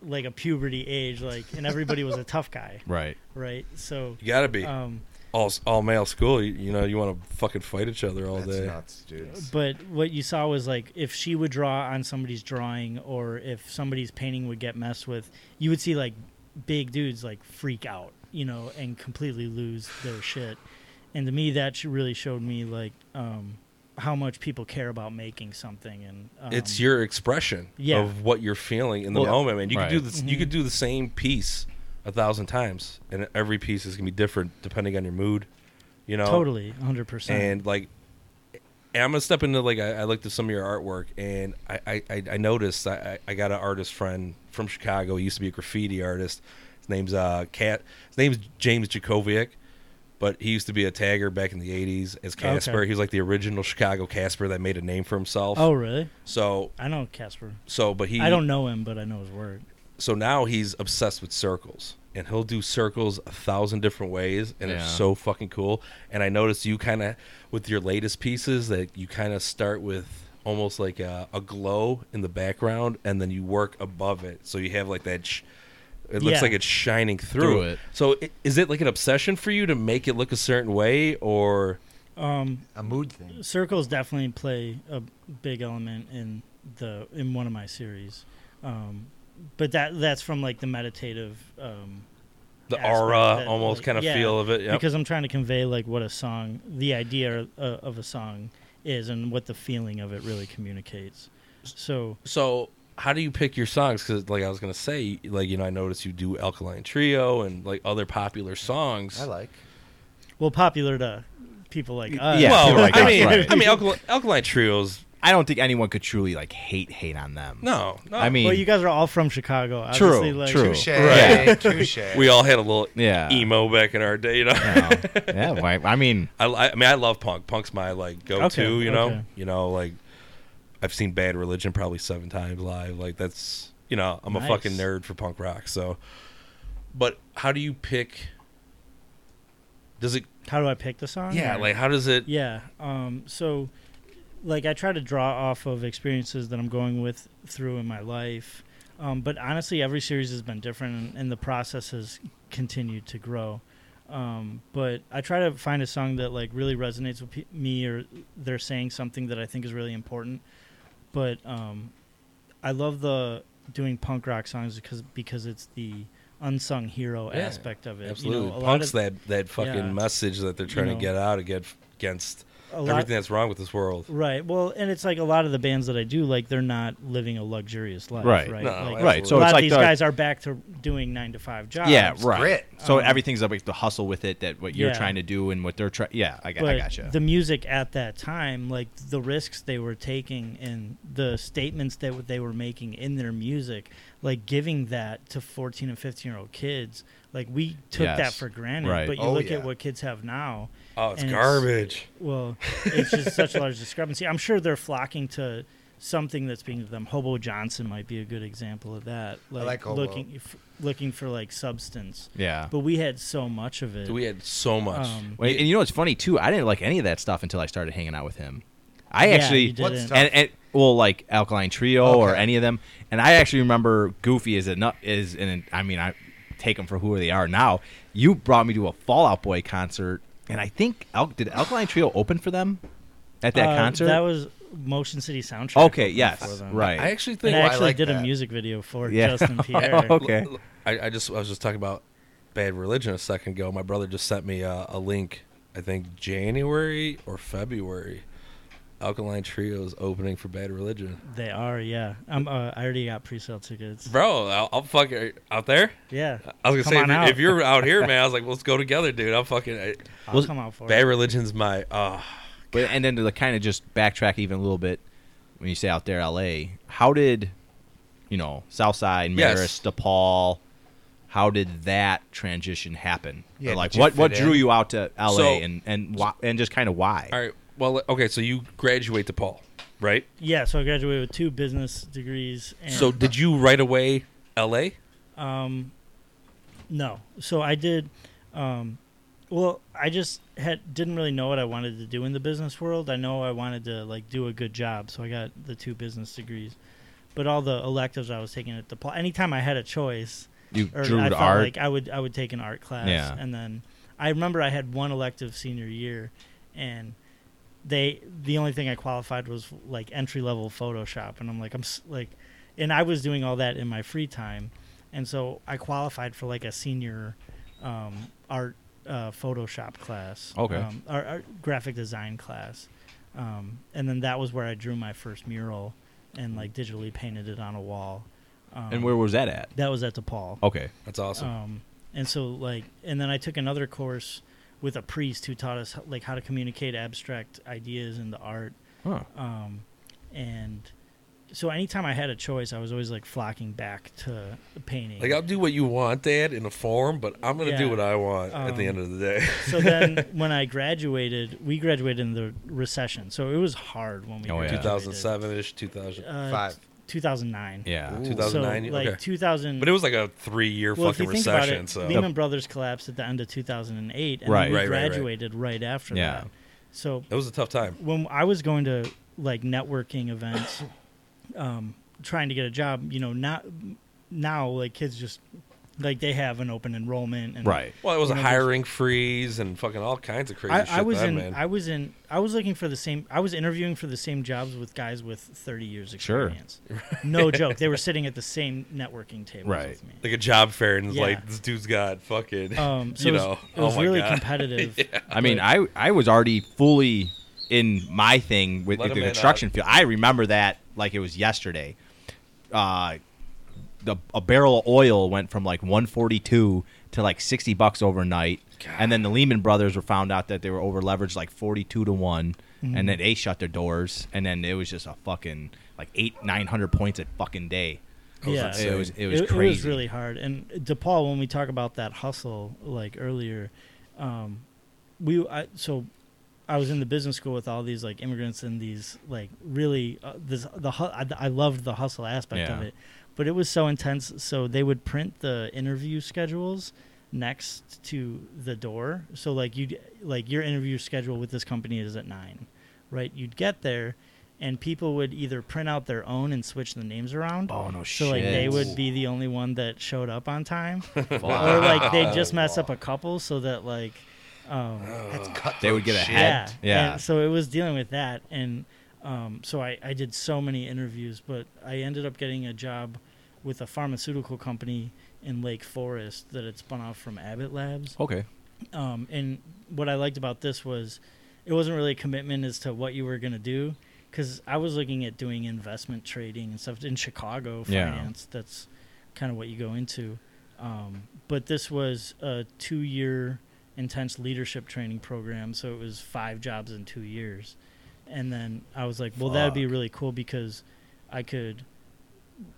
Speaker 2: like a puberty age like and everybody was a
Speaker 1: <laughs>
Speaker 2: tough guy
Speaker 4: Right.
Speaker 2: right so
Speaker 1: You gotta be
Speaker 2: um
Speaker 1: all all male school. You, you know, you want to fucking fight each other all
Speaker 3: That's
Speaker 1: day.
Speaker 3: nuts, dude.
Speaker 2: but what you saw was like if she would draw on somebody's drawing or if somebody's painting would get messed with you would see like big dudes like freak out you know and completely lose their shit and to me that sh- really showed me like um how much people care about making something and um,
Speaker 1: it's your expression
Speaker 2: yeah. Mm-hmm.
Speaker 1: of what you're feeling in the
Speaker 4: Well,
Speaker 1: moment, man. You
Speaker 4: right.
Speaker 1: could do this. You could do the same piece a thousand times, and every piece is gonna be different depending on your mood. You know,
Speaker 2: totally 100%
Speaker 1: and like and i'm gonna step into like i, I looked at some of your artwork and i i, I I noticed I, I I got an artist friend from chicago he used to be a graffiti artist his name's uh cat his name's james jakovic but he used to be a tagger back in the 80s as casper
Speaker 2: Okay.
Speaker 1: he was like the original chicago casper that made a name for himself
Speaker 2: oh really
Speaker 1: so
Speaker 2: i know casper
Speaker 1: so but he
Speaker 2: i don't know him but i know his work
Speaker 1: so now he's obsessed with circles and he'll do circles a thousand different ways and
Speaker 4: Yeah.
Speaker 1: it's so fucking cool and i noticed you kind of with your latest pieces that you kind of start with almost like a, a glow in the background and then you work above it so you have like that sh- it looks
Speaker 2: Yeah.
Speaker 1: like it's shining through,
Speaker 4: Through it.
Speaker 1: so i- is it like an obsession for you to make it look a certain way or
Speaker 2: um
Speaker 3: A mood thing.
Speaker 2: circles definitely play a big element in the in one of my series um but that that's from like the meditative um
Speaker 1: the
Speaker 2: Aspect
Speaker 1: aura
Speaker 2: that,
Speaker 1: almost
Speaker 2: like,
Speaker 1: kind of
Speaker 2: yeah,
Speaker 1: feel of it yep.
Speaker 2: because i'm trying to convey like what a song the idea uh, of a song is and what the feeling of it really communicates so
Speaker 1: so how do you pick your songs because like i was gonna say like you know i noticed you do alkaline trio and like other popular songs
Speaker 3: I like.
Speaker 2: well popular to people like us
Speaker 4: Yeah,
Speaker 1: well
Speaker 4: people like
Speaker 1: i
Speaker 4: us,
Speaker 1: mean
Speaker 4: right.
Speaker 1: i mean alkaline, alkaline trios
Speaker 4: I don't think anyone could truly like hate hate on them.
Speaker 1: no, no
Speaker 4: I mean,
Speaker 2: well you guys are all from chicago
Speaker 4: True,
Speaker 2: obviously, like,
Speaker 4: true.
Speaker 3: Touche.
Speaker 4: Right.
Speaker 3: Touche.
Speaker 1: <laughs> we all had a little
Speaker 4: Yeah.
Speaker 1: emo back in our day you know
Speaker 4: No. yeah. Why,
Speaker 2: <laughs>
Speaker 4: I mean,
Speaker 1: <laughs> I, li- I mean i love punk punk's my like go-to
Speaker 2: Okay,
Speaker 1: you know
Speaker 2: okay.
Speaker 1: you know like i've seen bad religion probably seven times live like that's you know i'm a
Speaker 2: Nice.
Speaker 1: fucking nerd for punk rock so but how do you pick does it
Speaker 2: how do i pick the song
Speaker 1: yeah
Speaker 2: Or-
Speaker 1: like how does it
Speaker 2: Yeah. Um, so, like, I try to draw off of experiences that I'm going with through in my life. Um, but honestly, every series has been different, and, and the process has continued to grow. Um, but I try to find a song that like really resonates with pe- me, or they're saying something that I think is really important. But um, I love the doing punk rock songs because because it's the unsung hero
Speaker 1: Yeah,
Speaker 2: aspect of it. You know,
Speaker 1: Absolutely,
Speaker 2: a lot
Speaker 1: punks
Speaker 2: of-
Speaker 1: that that fucking
Speaker 2: yeah.
Speaker 1: message that they're trying
Speaker 2: know.
Speaker 1: to get out again- against
Speaker 2: a lot-
Speaker 1: everything that's wrong with this world.
Speaker 2: Right. Well, and it's like a lot of the bands that I do, like they're not living a luxurious life.
Speaker 4: Right.
Speaker 2: Right.
Speaker 1: No,
Speaker 2: Like,
Speaker 1: absolutely.
Speaker 4: Right,
Speaker 2: a
Speaker 4: so
Speaker 2: lot
Speaker 4: it's
Speaker 2: of
Speaker 4: like
Speaker 2: these
Speaker 4: the-
Speaker 2: guys are back to doing nine to five jobs.
Speaker 4: yeah, right.
Speaker 3: grit.
Speaker 4: So
Speaker 2: Um,
Speaker 4: everything's about the hustle with it that what you're
Speaker 2: Yeah.
Speaker 4: trying to do and what they're trying. Yeah, I, got
Speaker 2: But
Speaker 4: I gotcha.
Speaker 2: the music at that time, like the risks they were taking and the statements that w- they were making in their music, like giving that to 14 and 15 year old kids, like we took that
Speaker 4: Yes.
Speaker 2: for granted.
Speaker 4: Right.
Speaker 2: But you
Speaker 3: Oh,
Speaker 2: look
Speaker 3: yeah.
Speaker 2: at what kids have now.
Speaker 1: Oh, it's
Speaker 2: and
Speaker 1: garbage.
Speaker 2: Well, it's just such a large discrepancy. I'm sure they're flocking to something that's being to them. Hobo Johnson might be a good example of that. Like,
Speaker 3: like Hobo.
Speaker 2: looking f- looking for like substance.
Speaker 4: yeah.
Speaker 2: But we had so much of it.
Speaker 1: Dude, we had so much.
Speaker 2: Um,
Speaker 4: Wait, and you know what's funny too? I didn't like any of that stuff until I started hanging out with him. I
Speaker 2: Yeah,
Speaker 4: actually
Speaker 2: you didn't.
Speaker 3: What's tough?
Speaker 4: and, and well like Alkaline Trio or
Speaker 3: Okay.
Speaker 4: any of them, and I actually remember Goofy is a nut is and I mean I take them for who they are now. You brought me to a Fallout Boy concert, and I think Al- did Alkaline Trio open for them at that
Speaker 2: Uh,
Speaker 4: concert?
Speaker 2: That was Motion City soundtrack.
Speaker 4: okay,
Speaker 2: opened
Speaker 4: yes,
Speaker 2: for them.
Speaker 4: right.
Speaker 1: I actually
Speaker 2: And
Speaker 1: think
Speaker 2: I
Speaker 3: Oh, I
Speaker 2: actually
Speaker 3: like
Speaker 2: did a
Speaker 3: that.
Speaker 2: music video for
Speaker 4: Yeah.
Speaker 2: Justin Pierre.
Speaker 4: <laughs> Oh, okay.
Speaker 1: I, I just I was just talking about bad religion a second ago. My brother just sent me a, a link. I think January or February Alkaline Trio is opening for Bad Religion.
Speaker 2: They are, yeah. I'm. Uh, I already got pre-sale tickets.
Speaker 1: Bro, I'll, I'll fuck out there.
Speaker 2: Yeah,
Speaker 1: I was gonna
Speaker 2: Come
Speaker 1: say
Speaker 2: on
Speaker 1: if you're, if you're
Speaker 2: out.
Speaker 1: out here, man, I was
Speaker 2: <laughs>
Speaker 1: like, let's go together, dude. I'm fucking I,
Speaker 2: I'll
Speaker 4: Was-
Speaker 2: come out for
Speaker 1: Bad
Speaker 2: it.
Speaker 1: Religion's my uh
Speaker 4: But and then to like kind of just backtrack even a little bit, when you say out there, L.A., how did, you know, Southside,
Speaker 1: Yes.
Speaker 4: Marist, DePaul, how did that transition happen?
Speaker 3: Yeah,
Speaker 4: Or, like
Speaker 3: did you
Speaker 4: what what
Speaker 3: fit
Speaker 4: drew
Speaker 3: in?
Speaker 4: you out to L.A.
Speaker 1: So-
Speaker 4: and and why, and just kind of why?
Speaker 1: all right. Well, okay, so you graduate to Paul, right?
Speaker 2: Yeah, so I graduated with two business degrees. And,
Speaker 1: So did you right away LA?
Speaker 2: Um, no. So I did. Um, well, I just had didn't really know what I wanted to do in the business world. I know I wanted to like do a good job, so I got the two business degrees. But all the electives I was taking at the pl- anytime I had a choice,
Speaker 4: You
Speaker 2: or
Speaker 4: drew
Speaker 2: I
Speaker 4: to
Speaker 2: felt
Speaker 4: art.
Speaker 2: like I would I would take an art class,
Speaker 4: Yeah.
Speaker 2: and then I remember I had one elective senior year, and they the only thing I qualified was like entry level Photoshop, and I'm like I'm s- like, and I was doing all that in my free time, and so I qualified for like a senior um, art uh, Photoshop class,
Speaker 4: Okay.
Speaker 2: um, or, or graphic design class, um, and then that was where I drew my first mural and like digitally painted it on a wall. Um,
Speaker 4: and where was that at?
Speaker 2: that was at DePaul.
Speaker 4: Okay.
Speaker 1: That's awesome.
Speaker 2: Um, and so like, and then I took another course with a priest who taught us like how to communicate abstract ideas into art.
Speaker 4: Huh.
Speaker 2: Um, and so anytime I had a choice, I was always like flocking back to painting.
Speaker 1: Like I'll do what you want, Dad, in a form, but I'm gonna do
Speaker 2: Yeah.
Speaker 1: what I want at the end
Speaker 2: Um,
Speaker 1: of
Speaker 2: <laughs>
Speaker 1: the day.
Speaker 2: so then when I graduated, we graduated in the recession. So it was hard when we
Speaker 4: Oh, yeah.
Speaker 2: graduated.
Speaker 1: 2007 ish, 2000,
Speaker 2: Uh,
Speaker 3: Five.
Speaker 2: 2009.
Speaker 4: Yeah.
Speaker 1: Ooh.
Speaker 2: So
Speaker 1: 2009,
Speaker 2: like
Speaker 1: okay.
Speaker 2: 2000.
Speaker 1: but it was like a three year
Speaker 2: Well, if
Speaker 1: fucking
Speaker 2: you think about
Speaker 1: recession.
Speaker 2: it,
Speaker 1: so
Speaker 2: Lehman Brothers collapsed at the end of 2008, and
Speaker 4: Right.
Speaker 2: then we
Speaker 1: Right, right, right.
Speaker 2: graduated right, after
Speaker 4: Yeah.
Speaker 2: that. So
Speaker 1: it was a tough time.
Speaker 2: when I was going to like
Speaker 1: <coughs>
Speaker 2: networking events, um, trying to get a job, you know, not now like kids just like they have an open enrollment and
Speaker 4: Right.
Speaker 1: Well, it was a
Speaker 2: You know, there's-
Speaker 1: hiring freeze and fucking all kinds of crazy shit.
Speaker 2: I, I was
Speaker 1: then,
Speaker 2: in.
Speaker 1: man.
Speaker 2: I was in. I was looking for the same. I was interviewing for the same jobs with guys with 30 years
Speaker 1: <laughs>
Speaker 4: Sure.
Speaker 2: experience. No joke. They were sitting at the same networking table
Speaker 4: Right.
Speaker 2: with me.
Speaker 1: like a job fair and it's
Speaker 2: Yeah.
Speaker 1: like this dude's got fucking
Speaker 2: Um,
Speaker 1: <laughs>
Speaker 2: so
Speaker 1: you
Speaker 2: it was,
Speaker 1: know
Speaker 2: it was
Speaker 1: oh my
Speaker 2: really
Speaker 1: god <laughs>
Speaker 2: competitive.
Speaker 4: I mean, I I was already fully in my thing with,
Speaker 1: Let
Speaker 4: with the
Speaker 1: him in,
Speaker 2: uh,
Speaker 4: construction field. I remember that like it was yesterday. Uh, the a barrel of oil went from like 142 to like 60 bucks overnight, and then the Lehman Brothers were found out that they were over leveraged like 42 to one,
Speaker 2: Mm-hmm.
Speaker 4: and then they shut their doors, and then it was just a fucking like eight nine hundred points a fucking day.
Speaker 2: yeah,
Speaker 1: insane.
Speaker 4: It was it was
Speaker 2: it
Speaker 4: crazy.
Speaker 2: was really hard. And DePaul, when we talk about that hustle, like earlier, um, we I, so I was in the business school with all these like immigrants and these like really uh, this the hu- I, I loved the hustle aspect of
Speaker 4: Yeah.
Speaker 2: it, but it was so intense. So they would print the interview schedules next to the door. So like you like your interview schedule with this company is at nine, right? You'd get there. And people would either print out their own and switch the names around.
Speaker 4: Oh, no
Speaker 2: So like they
Speaker 4: shit.
Speaker 2: would be the only one that showed up on time,
Speaker 4: Wow.
Speaker 2: or like they just mess up a couple so that like, um,
Speaker 3: That's cut.
Speaker 4: They would get
Speaker 3: shit.
Speaker 4: ahead. Yeah.
Speaker 2: and so it was dealing with that, and um, so I, I did so many interviews, but I ended up getting a job with a pharmaceutical company in Lake Forest that had spun off from Abbott Labs.
Speaker 4: okay.
Speaker 2: Um, and what I liked about this was it wasn't really a commitment as to what you were going to do because I was looking at doing investment trading and stuff in Chicago
Speaker 4: Yeah.
Speaker 2: finance. That's kind of what you go into. Um, but this was a two year intense leadership training program. So it was five jobs in two years. And then I was like, well, that'd be
Speaker 4: Fuck.
Speaker 2: really cool because I could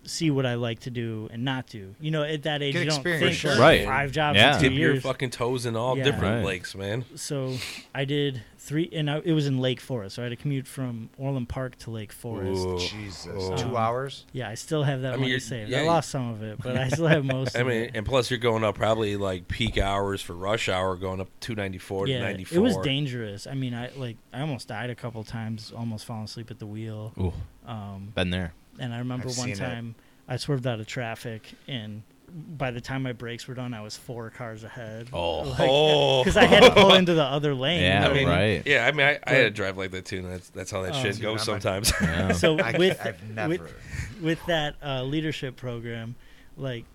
Speaker 2: see what I like to do and not do. You know, at that age,
Speaker 3: Get
Speaker 2: you don't
Speaker 3: experience,
Speaker 2: think
Speaker 3: sure.
Speaker 4: Right.
Speaker 2: five jobs
Speaker 4: Yeah.
Speaker 2: in two
Speaker 1: dip
Speaker 2: years
Speaker 1: your fucking toes in all
Speaker 2: Yeah.
Speaker 1: different
Speaker 4: Right.
Speaker 1: lakes, man.
Speaker 2: so I did three, and I, it was in Lake Forest. So I had to commute from Orland Park to Lake Forest.
Speaker 1: Ooh.
Speaker 3: Jesus.
Speaker 1: Oh.
Speaker 3: Two hours.
Speaker 2: Yeah, I still have that
Speaker 1: I mean,
Speaker 2: money
Speaker 1: you're-
Speaker 2: saved.
Speaker 1: yeah,
Speaker 2: I
Speaker 1: you-
Speaker 2: lost some of it, but I still have
Speaker 1: <laughs>
Speaker 2: most.
Speaker 1: I
Speaker 2: of
Speaker 1: mean,
Speaker 2: it.
Speaker 1: and plus you're going up probably like peak hours for rush hour, going up 294 to
Speaker 2: yeah,
Speaker 1: 94.
Speaker 2: it was dangerous. I mean, I like I almost died a couple times, almost falling asleep at the wheel.
Speaker 4: Ooh,
Speaker 2: Um,
Speaker 4: been
Speaker 2: <laughs>
Speaker 4: there.
Speaker 2: and I remember
Speaker 3: I've seen
Speaker 2: one
Speaker 3: it.
Speaker 2: time I swerved out of traffic, and by the time my brakes were done, I was four cars ahead.
Speaker 4: Oh.
Speaker 2: <laughs>
Speaker 1: Oh,
Speaker 2: because I had to
Speaker 1: <laughs>
Speaker 2: pull into the other lane. you
Speaker 4: Yeah,
Speaker 2: know
Speaker 1: I
Speaker 2: what
Speaker 1: mean,
Speaker 2: mean?
Speaker 4: right.
Speaker 1: Yeah, I mean, I, I had to drive like that too, and that's that's how that
Speaker 2: Um,
Speaker 1: shit goes
Speaker 3: Dude, I'm
Speaker 1: sometimes.
Speaker 4: Yeah.
Speaker 2: So
Speaker 3: I,
Speaker 2: with
Speaker 3: I've never.
Speaker 2: with, with that uh, leadership program, like,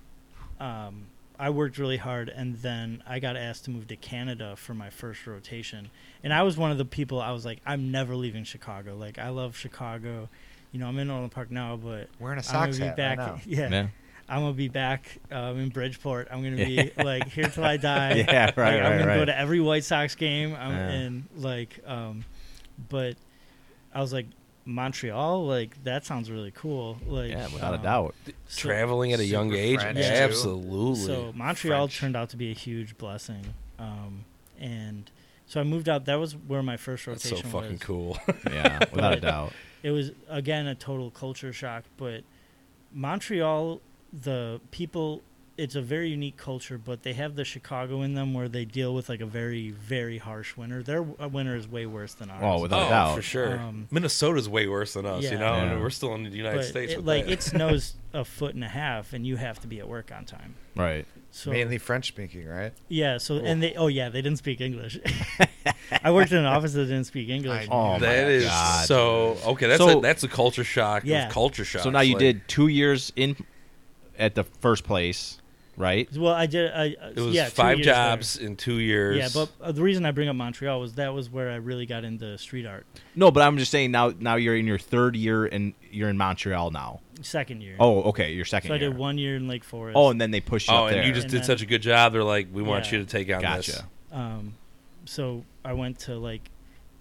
Speaker 2: um, I worked really hard, and then I got asked to move to Canada for my first rotation. And I was one of the people. I was like, I'm never leaving Chicago. Like I love Chicago. You know, I'm in Orland Park now, but
Speaker 3: Wearing
Speaker 2: I'm
Speaker 3: a socks
Speaker 2: gonna be
Speaker 3: hat
Speaker 2: back.
Speaker 3: right now.
Speaker 2: <laughs> yeah,
Speaker 4: Yeah.
Speaker 2: I'm gonna be back um, in Bridgeport. I'm gonna be like here till
Speaker 4: <laughs>
Speaker 2: I die.
Speaker 4: Yeah,
Speaker 2: Like,
Speaker 4: right,
Speaker 2: I'm
Speaker 4: right,
Speaker 2: gonna go
Speaker 4: right.
Speaker 2: to every White Sox game. I'm
Speaker 4: Yeah.
Speaker 2: and like, um, but I was like Montreal. Like that sounds really cool. Like
Speaker 4: yeah, without a
Speaker 2: um, <laughs>
Speaker 4: doubt.
Speaker 2: so-
Speaker 1: <laughs> Traveling at a young
Speaker 3: Super
Speaker 1: age,
Speaker 3: French,
Speaker 2: Yeah.
Speaker 3: too.
Speaker 1: absolutely.
Speaker 2: So Montreal
Speaker 3: French.
Speaker 2: turned out to be a huge blessing, um, and so I moved out. That was where my first
Speaker 1: That's so
Speaker 2: rotation
Speaker 1: fucking
Speaker 2: was.
Speaker 1: cool.
Speaker 4: Yeah, without a doubt.
Speaker 2: It was again a total culture shock, but Montreal, the people, it's a very unique culture, but they have the Chicago in them where they deal with like a very very harsh winter. Their w- uh, winter is way worse than ours.
Speaker 4: Oh, without
Speaker 1: oh,
Speaker 4: a doubt.
Speaker 1: for sure.
Speaker 2: Um,
Speaker 1: Minnesota's way worse than us, you
Speaker 2: Yeah.
Speaker 1: know.
Speaker 4: Yeah.
Speaker 1: And we're still in the United
Speaker 2: but
Speaker 1: States.
Speaker 2: it-
Speaker 1: with
Speaker 2: like
Speaker 1: that.
Speaker 2: it snows a foot and a half, and you have to be at work on time.
Speaker 4: Right.
Speaker 2: So
Speaker 3: Mainly French speaking, right?
Speaker 2: Yeah. So
Speaker 1: Cool.
Speaker 2: and they oh yeah they didn't
Speaker 1: <laughs>
Speaker 2: speak English. I worked in an office that didn't speak English.
Speaker 3: I-
Speaker 4: Oh,
Speaker 1: that
Speaker 4: my
Speaker 1: is
Speaker 4: God.
Speaker 1: so okay. That's
Speaker 4: So-
Speaker 1: a, that's a culture shock.
Speaker 2: Yeah.
Speaker 1: Of culture shock.
Speaker 4: So now you did two years in at the first place, right?
Speaker 2: well, I did. I, uh,
Speaker 1: It was
Speaker 2: yeah, two
Speaker 1: five
Speaker 2: years there.
Speaker 1: jobs in two years.
Speaker 2: Yeah, but uh, the reason I bring up Montreal was that was where I really got into street art.
Speaker 4: No, but I'm just saying now. Now you're in your third year and you're in Montreal now.
Speaker 2: Second year.
Speaker 4: Oh, okay, your second
Speaker 2: so I
Speaker 4: year.
Speaker 2: did one year in Lake Forest.
Speaker 4: Oh, and then they pushed you
Speaker 1: oh,
Speaker 4: up
Speaker 1: and
Speaker 4: there.
Speaker 1: you just
Speaker 2: And
Speaker 1: did
Speaker 2: then-
Speaker 1: such a good job. They're like, we want
Speaker 2: Yeah.
Speaker 1: you to take on
Speaker 4: gotcha.
Speaker 1: this.
Speaker 2: um, so I went to like,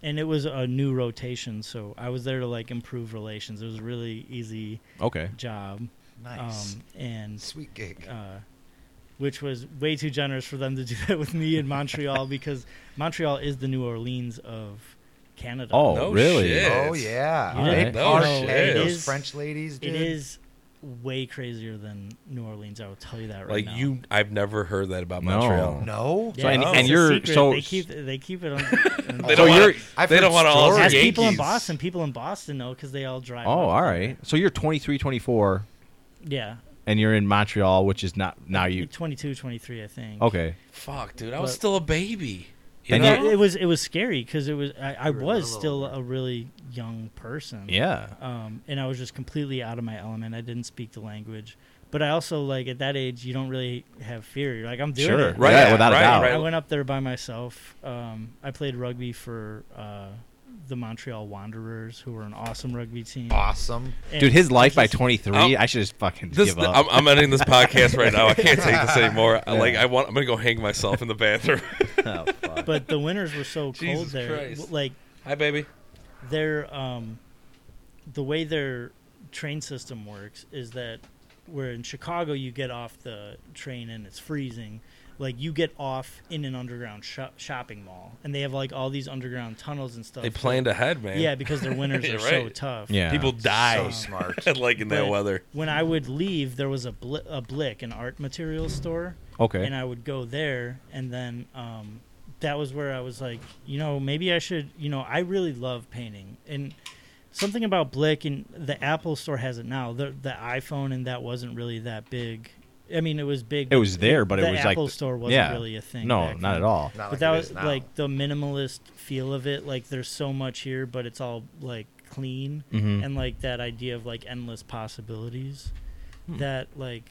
Speaker 2: and it was a new rotation, so I was there to like improve relations. It was a really easy
Speaker 4: Okay.
Speaker 2: job.
Speaker 3: Nice.
Speaker 2: Um, and
Speaker 3: Sweet gig.
Speaker 2: uh, which was way too generous for them to do <laughs> that with me in
Speaker 4: <laughs>
Speaker 2: Montreal because Montreal is the New Orleans of Canada.
Speaker 4: Oh,
Speaker 1: No
Speaker 4: really?
Speaker 1: shit.
Speaker 3: oh,
Speaker 1: is.
Speaker 3: yeah.
Speaker 2: You
Speaker 3: They
Speaker 4: didn't
Speaker 1: know
Speaker 3: party-
Speaker 1: shit.
Speaker 3: hey,
Speaker 1: It
Speaker 3: those
Speaker 2: is-
Speaker 3: French ladies, dude.
Speaker 2: it is way crazier than New Orleans. I will tell you that right
Speaker 1: Like
Speaker 2: now.
Speaker 1: you, I've never heard that about
Speaker 4: No.
Speaker 1: Montreal.
Speaker 3: No?
Speaker 2: Yeah,
Speaker 4: So, and-
Speaker 2: it's
Speaker 1: and
Speaker 2: a
Speaker 4: you're-
Speaker 2: secret.
Speaker 4: so-
Speaker 2: they keep they keep
Speaker 4: <laughs>
Speaker 2: it on.
Speaker 1: They
Speaker 4: So
Speaker 1: don't wanna-
Speaker 4: you're-
Speaker 3: I've
Speaker 1: they
Speaker 3: heard
Speaker 1: don't want all the
Speaker 2: ask
Speaker 3: stories.
Speaker 1: Yankees.
Speaker 2: people in Boston. People in Boston know because they all drive.
Speaker 4: Oh,
Speaker 2: up.
Speaker 4: all right. So you're 23, 24,
Speaker 2: Yeah,
Speaker 4: and you're in Montreal, which is not
Speaker 2: <laughs>
Speaker 4: now you.
Speaker 2: 22, 23, I think.
Speaker 4: Okay.
Speaker 1: Fuck, dude, I was
Speaker 2: But-
Speaker 1: still a baby. You
Speaker 4: And
Speaker 2: No,
Speaker 1: know?
Speaker 4: you-
Speaker 2: it was it was scary because it was I, I
Speaker 3: You were a
Speaker 2: was
Speaker 3: little
Speaker 2: still
Speaker 3: older.
Speaker 2: a really young person.
Speaker 4: Yeah.
Speaker 2: um, and I was just completely out of my element. I didn't speak the language, but I also like at that age you don't really have fear. You're like I'm doing
Speaker 4: Sure.
Speaker 2: it.
Speaker 4: Right, yeah, without a
Speaker 1: right,
Speaker 4: doubt.
Speaker 2: I
Speaker 1: right.
Speaker 2: went up there by myself. Um, I played rugby for uh, the Montreal Wanderers, who were an awesome rugby team.
Speaker 3: Awesome.
Speaker 2: And
Speaker 4: Dude, his life by
Speaker 2: just-
Speaker 4: 23,
Speaker 1: I'll-
Speaker 4: I should just fucking
Speaker 1: This,
Speaker 4: give up.
Speaker 1: I'm, I'm ending this podcast right now. I can't take
Speaker 3: <laughs>
Speaker 1: this anymore. I Like,
Speaker 4: Yeah.
Speaker 1: I want. I'm gonna go hang myself in the bathroom.
Speaker 4: <laughs>
Speaker 1: <laughs>
Speaker 4: Oh,
Speaker 2: <laughs>
Speaker 4: fuck.
Speaker 2: But the winters were so cold
Speaker 1: Jesus
Speaker 2: there.
Speaker 1: Christ.
Speaker 2: W- Like
Speaker 1: Hi, baby.
Speaker 2: their um, the way their train system works is that where in Chicago you get off the train and it's freezing, like you get off in an underground shop shopping mall, and they have like all these underground tunnels and stuff.
Speaker 1: They planned ahead, man.
Speaker 2: yeah, because their
Speaker 1: <laughs>
Speaker 2: winters are
Speaker 1: You're
Speaker 2: so
Speaker 1: right.
Speaker 2: tough.
Speaker 4: yeah.
Speaker 1: people
Speaker 3: So
Speaker 1: die
Speaker 3: <laughs>
Speaker 1: <laughs>
Speaker 3: smart.
Speaker 1: like in that
Speaker 2: But
Speaker 1: weather.
Speaker 2: When I would leave, there was a, bl- a Blick, an art materials store,
Speaker 4: Okay.
Speaker 2: and I would go there, and then um, that was where I was like, you know, maybe I should, you know, I really love painting, and something about Blick and the Apple store has it now. The the iPhone and that wasn't really that big. I mean, it was big.
Speaker 4: It was there, but it
Speaker 2: the
Speaker 4: was like
Speaker 2: Apple
Speaker 4: the-
Speaker 2: store wasn't
Speaker 4: yeah.
Speaker 2: really a thing.
Speaker 4: no,
Speaker 2: back
Speaker 4: not
Speaker 2: then.
Speaker 4: at all.
Speaker 3: Not
Speaker 2: But
Speaker 3: like
Speaker 2: that
Speaker 3: it
Speaker 2: was
Speaker 3: is now.
Speaker 2: like the minimalist feel of it. Like there's so much here, but it's all like clean
Speaker 1: Mm-hmm.
Speaker 4: Mhm.
Speaker 2: and like that idea of like endless possibilities.
Speaker 1: Hmm.
Speaker 2: That like,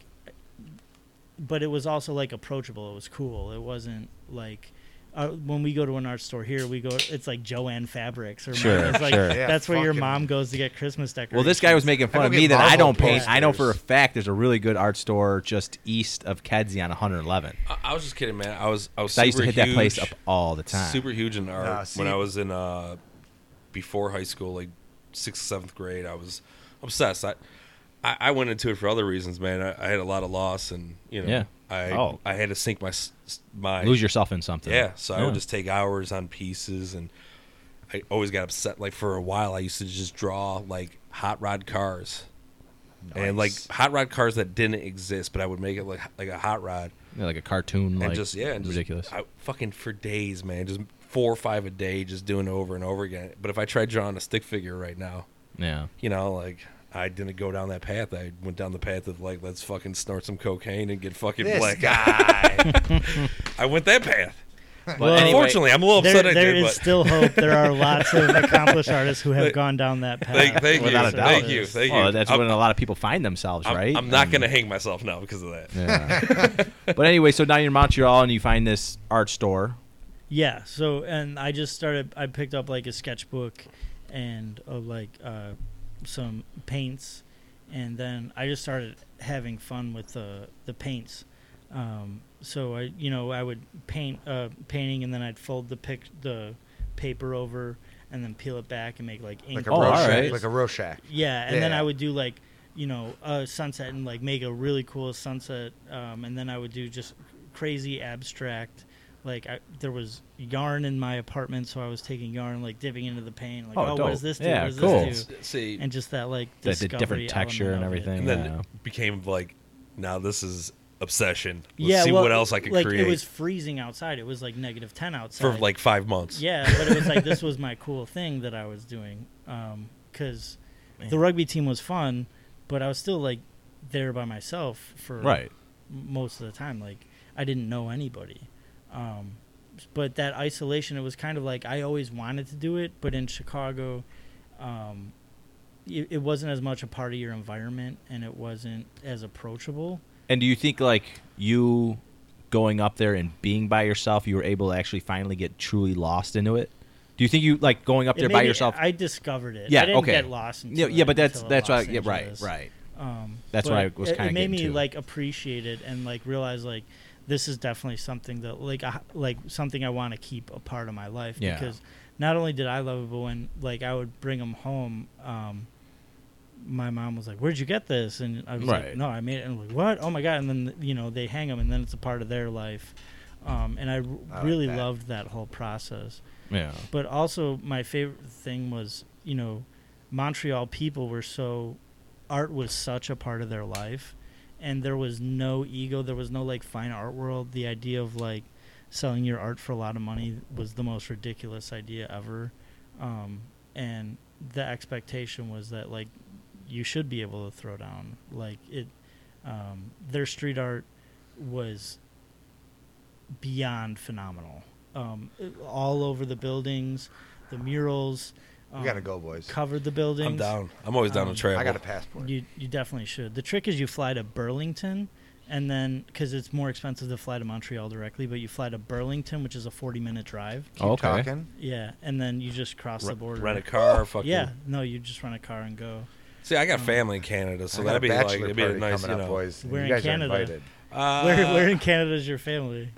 Speaker 2: but it was also like approachable. It was cool. It wasn't like. Uh, when we go to an art store here, we go. It's like Joanne Fabrics or
Speaker 4: Sure,
Speaker 2: it's like
Speaker 4: sure.
Speaker 3: Yeah,
Speaker 2: that's where your
Speaker 3: fucking-
Speaker 2: mom goes to get Christmas decorations.
Speaker 4: Well, this guy was making fun
Speaker 3: I
Speaker 4: of
Speaker 3: go
Speaker 4: me
Speaker 3: get
Speaker 4: that I
Speaker 3: Marvel
Speaker 4: don't paint. I know for a
Speaker 3: posters.
Speaker 4: fact there's a really good art store just east of Kedzie on 111.
Speaker 1: I, I was just kidding, man. I was. I was.
Speaker 4: So I used to
Speaker 1: super
Speaker 4: hit that place up
Speaker 1: huge-
Speaker 4: all the time.
Speaker 1: Super huge in art.
Speaker 3: Nah, see-
Speaker 1: when I was in uh, before high school, like sixth, seventh grade, I was obsessed. I, I, I went into it for other reasons, man. I, I had a lot of loss, and you know,
Speaker 4: Yeah.
Speaker 1: I
Speaker 4: Oh.
Speaker 1: I had to sink my s- s- my
Speaker 4: Lose yourself in something.
Speaker 1: yeah. So I would just take hours on pieces, and I always got upset. Like for a while, I used to just draw like hot rod cars. And like
Speaker 3: Nice.
Speaker 1: hot rod cars that didn't exist, but I would make it like like a hot rod,
Speaker 4: Yeah, like a cartoon,
Speaker 1: and
Speaker 4: like
Speaker 1: just yeah, and just,
Speaker 4: ridiculous.
Speaker 1: I, fucking for days, man. Just four or five a day, just doing it over and over again. But if I tried drawing a stick figure right now,
Speaker 4: yeah,
Speaker 1: you know, like I didn't go down that path. I went down the path of like let's fucking snort some cocaine and get fucking
Speaker 3: This
Speaker 1: black.
Speaker 3: guy.
Speaker 1: I went that path.
Speaker 4: But
Speaker 2: Well,
Speaker 4: anyway,
Speaker 1: Unfortunately, I'm a little
Speaker 2: There,
Speaker 1: upset. I
Speaker 2: there
Speaker 1: did,
Speaker 2: is
Speaker 1: but
Speaker 2: still hope. There are
Speaker 1: <laughs>
Speaker 2: lots of accomplished artists who have gone down that path.
Speaker 1: thank, thank you,
Speaker 4: Without a doubt.
Speaker 1: thank you, thank you.
Speaker 4: well, that's
Speaker 1: I'm,
Speaker 4: when a lot of people find themselves,
Speaker 1: I'm-
Speaker 4: right?
Speaker 1: I'm not
Speaker 4: Um,
Speaker 1: gonna hang myself now because of that.
Speaker 4: yeah. but anyway, so now you're in Montreal and you find this art store.
Speaker 2: Yeah. So, and I just started. I picked up like a sketchbook and uh, like uh, some paints, and then I just started having fun with the the paints. Um, so I, you know, I would paint uh, painting, and then I'd fold the pic the paper over, and then peel it back and make like ink.
Speaker 3: <laughs> Like a
Speaker 4: Oh, all
Speaker 3: Rorschach.
Speaker 4: right.
Speaker 3: Like a Rorschach.
Speaker 2: Yeah, and then
Speaker 3: Yeah.
Speaker 2: I would do like you know a sunset and like make a really cool sunset, um, and then I would do just crazy abstract. Like I, there was yarn in my apartment, so I was taking yarn, like dipping into the paint. Like,
Speaker 4: Oh,
Speaker 2: oh,
Speaker 4: dope.
Speaker 2: what does this do?
Speaker 4: Yeah,
Speaker 2: what does
Speaker 4: cool.
Speaker 2: this do?
Speaker 1: See,
Speaker 2: And just that like
Speaker 4: The- the different
Speaker 2: discovery
Speaker 4: texture
Speaker 2: element
Speaker 4: and
Speaker 2: of it.
Speaker 4: everything.
Speaker 1: and then
Speaker 4: Yeah.
Speaker 1: it became like, now this is obsession. Let's
Speaker 2: yeah,
Speaker 1: see
Speaker 2: well,
Speaker 1: what else I could
Speaker 2: like,
Speaker 1: create
Speaker 2: It was freezing outside. It was like negative ten outside
Speaker 1: for like five months.
Speaker 2: <laughs> Yeah, but it was like
Speaker 1: <laughs>
Speaker 2: this was my cool thing that I was doing because the rugby team was fun, but I was still like there by myself for
Speaker 4: Right.
Speaker 2: m- most of the time. Like I didn't know anybody, um, but that isolation it was kind of like I always wanted to do it, but in Chicago, um, it, it wasn't as much a part of your environment, and it wasn't as approachable.
Speaker 4: And do you think like you going up there and being by yourself, you were able to actually finally get truly lost into it? Do you think you like going up
Speaker 2: It
Speaker 4: there
Speaker 2: made
Speaker 4: by
Speaker 2: me-
Speaker 4: yourself?
Speaker 2: I discovered it.
Speaker 4: yeah.
Speaker 2: I didn't
Speaker 4: okay.
Speaker 2: Get lost.
Speaker 4: yeah,
Speaker 2: Until
Speaker 4: yeah, but that's
Speaker 2: until
Speaker 4: that's
Speaker 2: Los
Speaker 4: why. Yeah, right,
Speaker 2: Angeles.
Speaker 4: right.
Speaker 2: Um,
Speaker 4: That's what
Speaker 2: but
Speaker 4: I was
Speaker 2: it-
Speaker 4: kinda
Speaker 2: It made
Speaker 4: getting
Speaker 2: me
Speaker 4: to.
Speaker 2: like appreciate it and like realize like this is definitely something that like I, like something I want to keep a part of my life
Speaker 4: Yeah.
Speaker 2: because not only did I love it, but when like I would bring them home, um, my mom was like, "Where'd you get this?" And I was
Speaker 4: Right.
Speaker 2: like, "No, I made it." And I'm like, "What? Oh my god!" And then you know they hang them, and then it's a part of their life. Um, and I r-
Speaker 3: I like
Speaker 2: really
Speaker 3: that.
Speaker 2: loved that whole process
Speaker 4: Yeah.
Speaker 2: but also my favorite thing was you know montreal people were so art was such a part of their life and there was no ego there was no like fine art world the idea of like selling your art for a lot of money was the most ridiculous idea ever um, and the expectation was that like you should be able to throw down like it um, their street art was beyond phenomenal um, all over the buildings the murals um,
Speaker 3: We gotta go, boys.
Speaker 2: covered the buildings
Speaker 1: I'm down. I'm always down
Speaker 2: Um,
Speaker 1: to travel.
Speaker 3: I got a passport.
Speaker 2: you you definitely should. The trick is you fly to Burlington, and then because it's more expensive to fly to Montreal directly, but you fly to Burlington, which is a forty minute drive.
Speaker 3: Keep
Speaker 1: Oh,
Speaker 4: okay.
Speaker 3: talking.
Speaker 2: Yeah, and then you just cross the border.
Speaker 1: Rent a
Speaker 2: <laughs>
Speaker 1: car. fucking
Speaker 2: Yeah, Um, no, you just rent a car and go.
Speaker 1: See, I got family in Canada, so
Speaker 3: I got a
Speaker 1: that'd be like
Speaker 3: bachelor
Speaker 1: it'd be a
Speaker 3: party
Speaker 1: nice,
Speaker 3: coming
Speaker 1: you
Speaker 3: up,
Speaker 1: know,
Speaker 3: boys. and
Speaker 2: We're
Speaker 3: you
Speaker 2: in
Speaker 3: guys
Speaker 2: Canada.
Speaker 3: Are invited.
Speaker 1: Uh,
Speaker 2: where where in Canada is your family?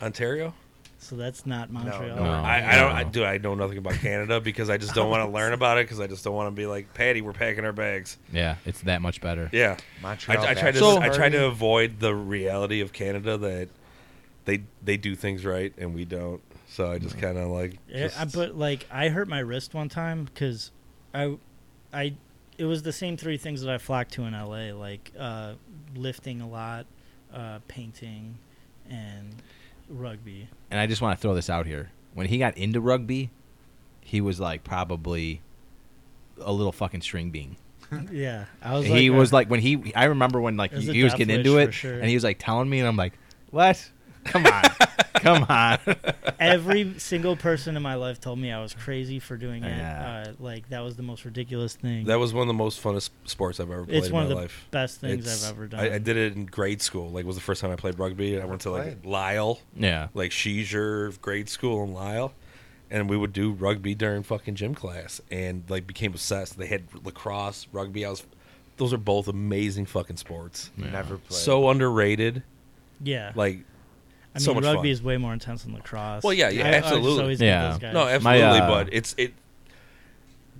Speaker 1: Ontario.
Speaker 2: So that's not Montreal.
Speaker 3: no.
Speaker 4: No.
Speaker 1: I, I don't. I do. I know nothing about Canada because I just don't want to learn about it because I just don't want to be like Patty. We're packing our bags.
Speaker 4: Yeah, it's that much better.
Speaker 1: Yeah,
Speaker 3: Montreal.
Speaker 1: I, I try to.
Speaker 3: bachelor
Speaker 1: I try
Speaker 3: party.
Speaker 1: to avoid the reality of Canada that they they do things right and we don't. So I just kind of like.
Speaker 2: Yeah,
Speaker 1: just-
Speaker 2: Eh, I, but like I hurt my wrist one time because I, I, it was the same three things that I flocked to in L.A. Like uh, lifting a lot, uh, painting, and
Speaker 1: <laughs>
Speaker 2: rugby.
Speaker 4: and I just want to throw this out here. When he got into rugby, he was like probably a little fucking string bean.
Speaker 2: Yeah, I was.
Speaker 4: he
Speaker 2: like,
Speaker 4: was
Speaker 2: uh,
Speaker 4: like when he I remember when like
Speaker 2: It was
Speaker 4: he,
Speaker 2: a
Speaker 4: he was
Speaker 2: death
Speaker 4: getting
Speaker 2: wish
Speaker 4: into
Speaker 2: for
Speaker 4: it
Speaker 2: sure.
Speaker 4: and he was like telling me and I'm like, "What? Come <laughs> on. Come on."
Speaker 2: <laughs> every single person in my life told me I was crazy for doing it.
Speaker 4: Yeah.
Speaker 2: Uh, like that was the most ridiculous thing.
Speaker 1: that was one of the most funnest sports I've ever played
Speaker 2: it's
Speaker 1: in my
Speaker 2: one of the
Speaker 1: life.
Speaker 2: best things
Speaker 1: It's-
Speaker 2: I've ever done.
Speaker 1: I, I did it in grade school. Like, was the first time I played rugby. I went to like
Speaker 3: played.
Speaker 1: Lyle,
Speaker 4: <laughs> yeah.
Speaker 1: like Sheisure grade school in Lyle, and we would do rugby during fucking gym class, and like became obsessed. They had lacrosse, rugby. I was, those are both amazing fucking sports.
Speaker 3: Never played.
Speaker 1: Mm. So underrated.
Speaker 2: Yeah,
Speaker 1: Like,
Speaker 2: I mean,
Speaker 1: so much
Speaker 2: rugby
Speaker 1: fun.
Speaker 2: is way more intense than lacrosse.
Speaker 1: Well, yeah, yeah,
Speaker 2: I- I just
Speaker 1: absolutely.
Speaker 2: always hate
Speaker 4: Yeah.
Speaker 2: those guys.
Speaker 1: no, absolutely,
Speaker 4: uh,
Speaker 1: but it's it.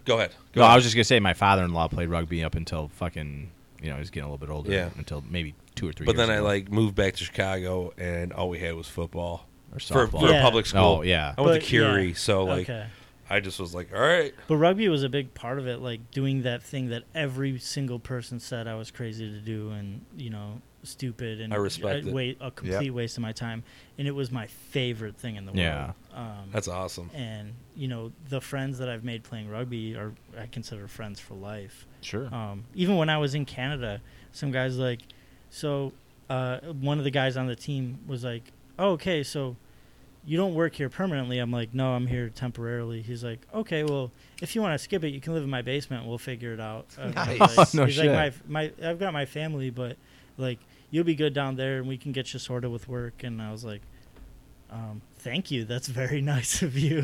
Speaker 1: Go ahead. Go
Speaker 4: No,
Speaker 1: ahead.
Speaker 4: I was just going to say my father-in-law played rugby up until fucking, you know, he's getting a little bit older
Speaker 1: Yeah.
Speaker 4: until maybe 2 or 3
Speaker 1: But
Speaker 4: years
Speaker 1: then I
Speaker 4: ago.
Speaker 1: like moved back to Chicago, and all we had was football
Speaker 4: Or
Speaker 1: for,
Speaker 4: softball.
Speaker 1: for
Speaker 2: Yeah.
Speaker 1: a public school.
Speaker 4: Oh, yeah.
Speaker 1: I went
Speaker 2: But,
Speaker 1: to Curie,
Speaker 2: yeah.
Speaker 1: so like
Speaker 2: okay.
Speaker 1: I just was like, all right,
Speaker 2: But rugby was a big part of it, like doing that thing that every single person said I was crazy to do and, you know, stupid and
Speaker 1: I respect
Speaker 2: a,
Speaker 1: it.
Speaker 2: wa- a complete waste of my time. And it was my favorite thing in the
Speaker 4: Yeah.
Speaker 2: world. Um,
Speaker 1: that's awesome.
Speaker 2: and, you know, the friends that I've made playing rugby are, I consider friends for life. <laughs>
Speaker 4: Sure.
Speaker 2: Um, even when I was in Canada, some guys like, so uh, one of the guys on the team was like, oh, okay, so you don't work here permanently. I'm like, no, I'm here temporarily. He's like, okay, well, if you want to skip it, you can live in my basement. We'll figure it out. Uh,
Speaker 3: Nice.
Speaker 2: like-
Speaker 4: <laughs> No
Speaker 2: he's like,
Speaker 4: shit.
Speaker 2: my, my, I've got my family, but like, you'll be good down there and we can get you sorted with work. And I was like, um, thank you. That's very <laughs> nice of
Speaker 4: <laughs>
Speaker 2: you.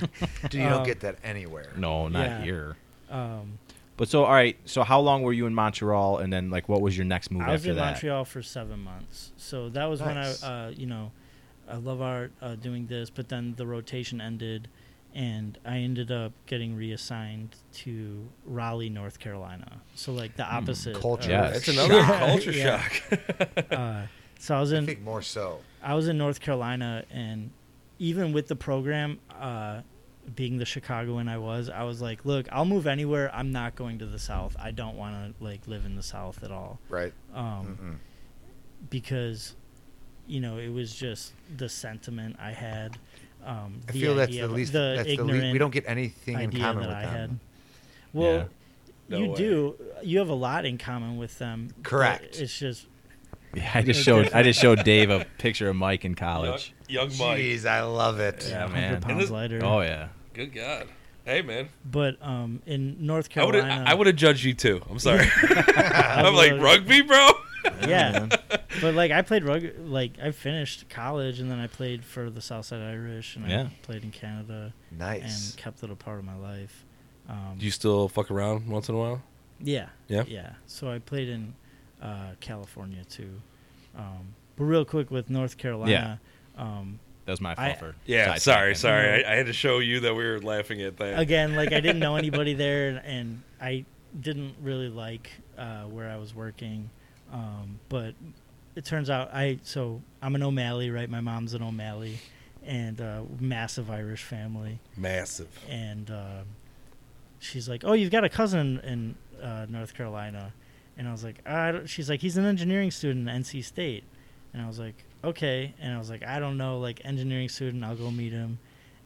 Speaker 3: Dude, you don't
Speaker 2: Um,
Speaker 3: get that anywhere.
Speaker 4: No, not
Speaker 2: Yeah.
Speaker 4: here.
Speaker 2: um,
Speaker 4: But so, all right. So, how long were you in Montreal, and then like, what was your next move
Speaker 2: I was
Speaker 4: after
Speaker 2: in
Speaker 4: that?
Speaker 2: Montreal for seven months. So that was
Speaker 3: Nice.
Speaker 2: when I, uh, you know, I love art uh, doing this, but then the rotation ended, and I ended up getting reassigned to Raleigh, North Carolina. So like the opposite
Speaker 3: culture.
Speaker 2: of-
Speaker 4: Yes.
Speaker 1: That's another
Speaker 2: Shock.
Speaker 1: culture
Speaker 2: Yeah.
Speaker 1: shock.
Speaker 2: Uh, <laughs> so I was
Speaker 3: I
Speaker 2: in
Speaker 3: think more so.
Speaker 2: I was in North Carolina, and even with the program, uh, being the Chicagoan I was, I was like, look, I'll move anywhere. I'm not going to the South. I don't want to like live in the South at all.
Speaker 3: Right.
Speaker 2: Um,
Speaker 1: Mm.
Speaker 3: Mm-mm.
Speaker 2: because you know it was just the sentiment I had. Um,
Speaker 3: I
Speaker 2: the
Speaker 3: feel that's
Speaker 2: idea
Speaker 3: the
Speaker 2: of-
Speaker 3: least. that's the least. We
Speaker 2: ignorant
Speaker 3: don't get anything in
Speaker 2: idea
Speaker 3: common
Speaker 2: that
Speaker 3: with
Speaker 2: I
Speaker 3: them.
Speaker 2: had. Well,
Speaker 4: Yeah.
Speaker 1: No
Speaker 2: you
Speaker 1: way.
Speaker 2: do. You have a lot in common with them. but
Speaker 3: Correct.
Speaker 2: It's just
Speaker 4: <laughs> Yeah, I just showed I just showed Dave <laughs> a picture of Mike in college.
Speaker 1: Young, young Mike.
Speaker 3: Jeez, I love it.
Speaker 4: Yeah, man.
Speaker 2: hundred
Speaker 4: And
Speaker 2: pounds
Speaker 1: this-
Speaker 2: lighter.
Speaker 4: Oh yeah.
Speaker 1: Good God. Hey man,
Speaker 2: But um, in North
Speaker 1: I would
Speaker 2: Carolina,
Speaker 1: I would have judged you too. I'm
Speaker 2: <laughs>
Speaker 1: sorry. <laughs> I'm like
Speaker 2: would've-
Speaker 1: rugby, bro.
Speaker 2: <laughs> Yeah, but like I played rug. Like I finished college, and then I played for the Southside Irish, and
Speaker 4: Yeah.
Speaker 2: I played in Canada,
Speaker 3: Nice.
Speaker 2: and kept it a part of my life. Um,
Speaker 1: Do you still fuck around once in a while?
Speaker 2: Yeah.
Speaker 1: Yeah?
Speaker 2: Yeah. So I played in uh, California too. Um, but real quick with North Carolina, um,
Speaker 4: That was my
Speaker 2: I-
Speaker 4: fault for
Speaker 1: Yeah.
Speaker 4: sidetracking.
Speaker 1: Sorry, sorry. I, I had to show you that we were laughing at that.
Speaker 2: again, like I didn't know anybody there, and, and I didn't really like uh, where I was working. Um, but it turns out I so I'm an O'Malley, right? My mom's an O'Malley, and uh, massive Irish family.
Speaker 1: <laughs> Massive.
Speaker 2: and um she's like, "Oh, you've got a cousin in uh, North Carolina," and I was like, I don't-" "She's like, he's an engineering student at NC State," and I was like, "Okay," and I was like, "I don't know, like engineering student, I'll go meet him,"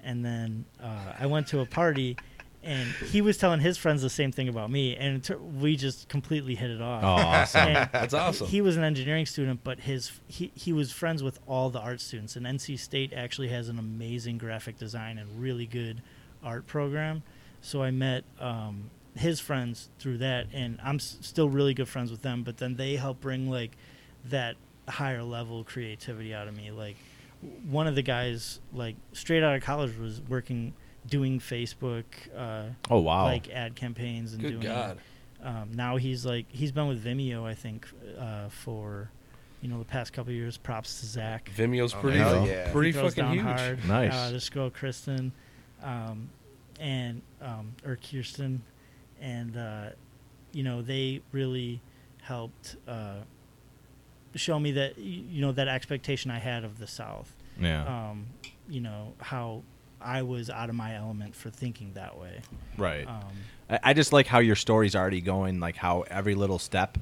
Speaker 2: and then uh, I went to a party. And he was telling his friends the same thing about me, and it tur- we just completely hit it off. <laughs>
Speaker 4: Oh, awesome.
Speaker 2: And
Speaker 1: That's
Speaker 2: he-
Speaker 1: awesome.
Speaker 2: He, was an engineering student, but his he, he was friends with all the art students. And NC State actually has an amazing graphic design and really good art program. So I met um, his friends through that, and I'm s- still really good friends with them. But then they help bring like that higher level creativity out of me. Like w- one of the guys, like straight out of college, was working doing Facebook. Uh,
Speaker 4: Oh wow.
Speaker 2: like ad campaigns and
Speaker 1: Good
Speaker 2: doing
Speaker 1: God.
Speaker 2: um, now he's like he's been with Vimeo I think uh, for you know the past couple of years props to Zach
Speaker 1: Vimeo's
Speaker 3: Oh,
Speaker 1: pretty
Speaker 3: hell
Speaker 1: fu-
Speaker 3: yeah.
Speaker 1: pretty
Speaker 2: He throws
Speaker 1: fucking
Speaker 2: down
Speaker 1: huge.
Speaker 2: hard.
Speaker 4: Nice.
Speaker 2: uh, this girl Kristen um, and um, or Kirsten and uh, you know they really helped uh, show me that y- you know that expectation I had of the South
Speaker 4: yeah.
Speaker 2: um, you know how I was out of my element for thinking that way
Speaker 4: right.
Speaker 2: um,
Speaker 4: I, I just like how your story's already going. Like how every little step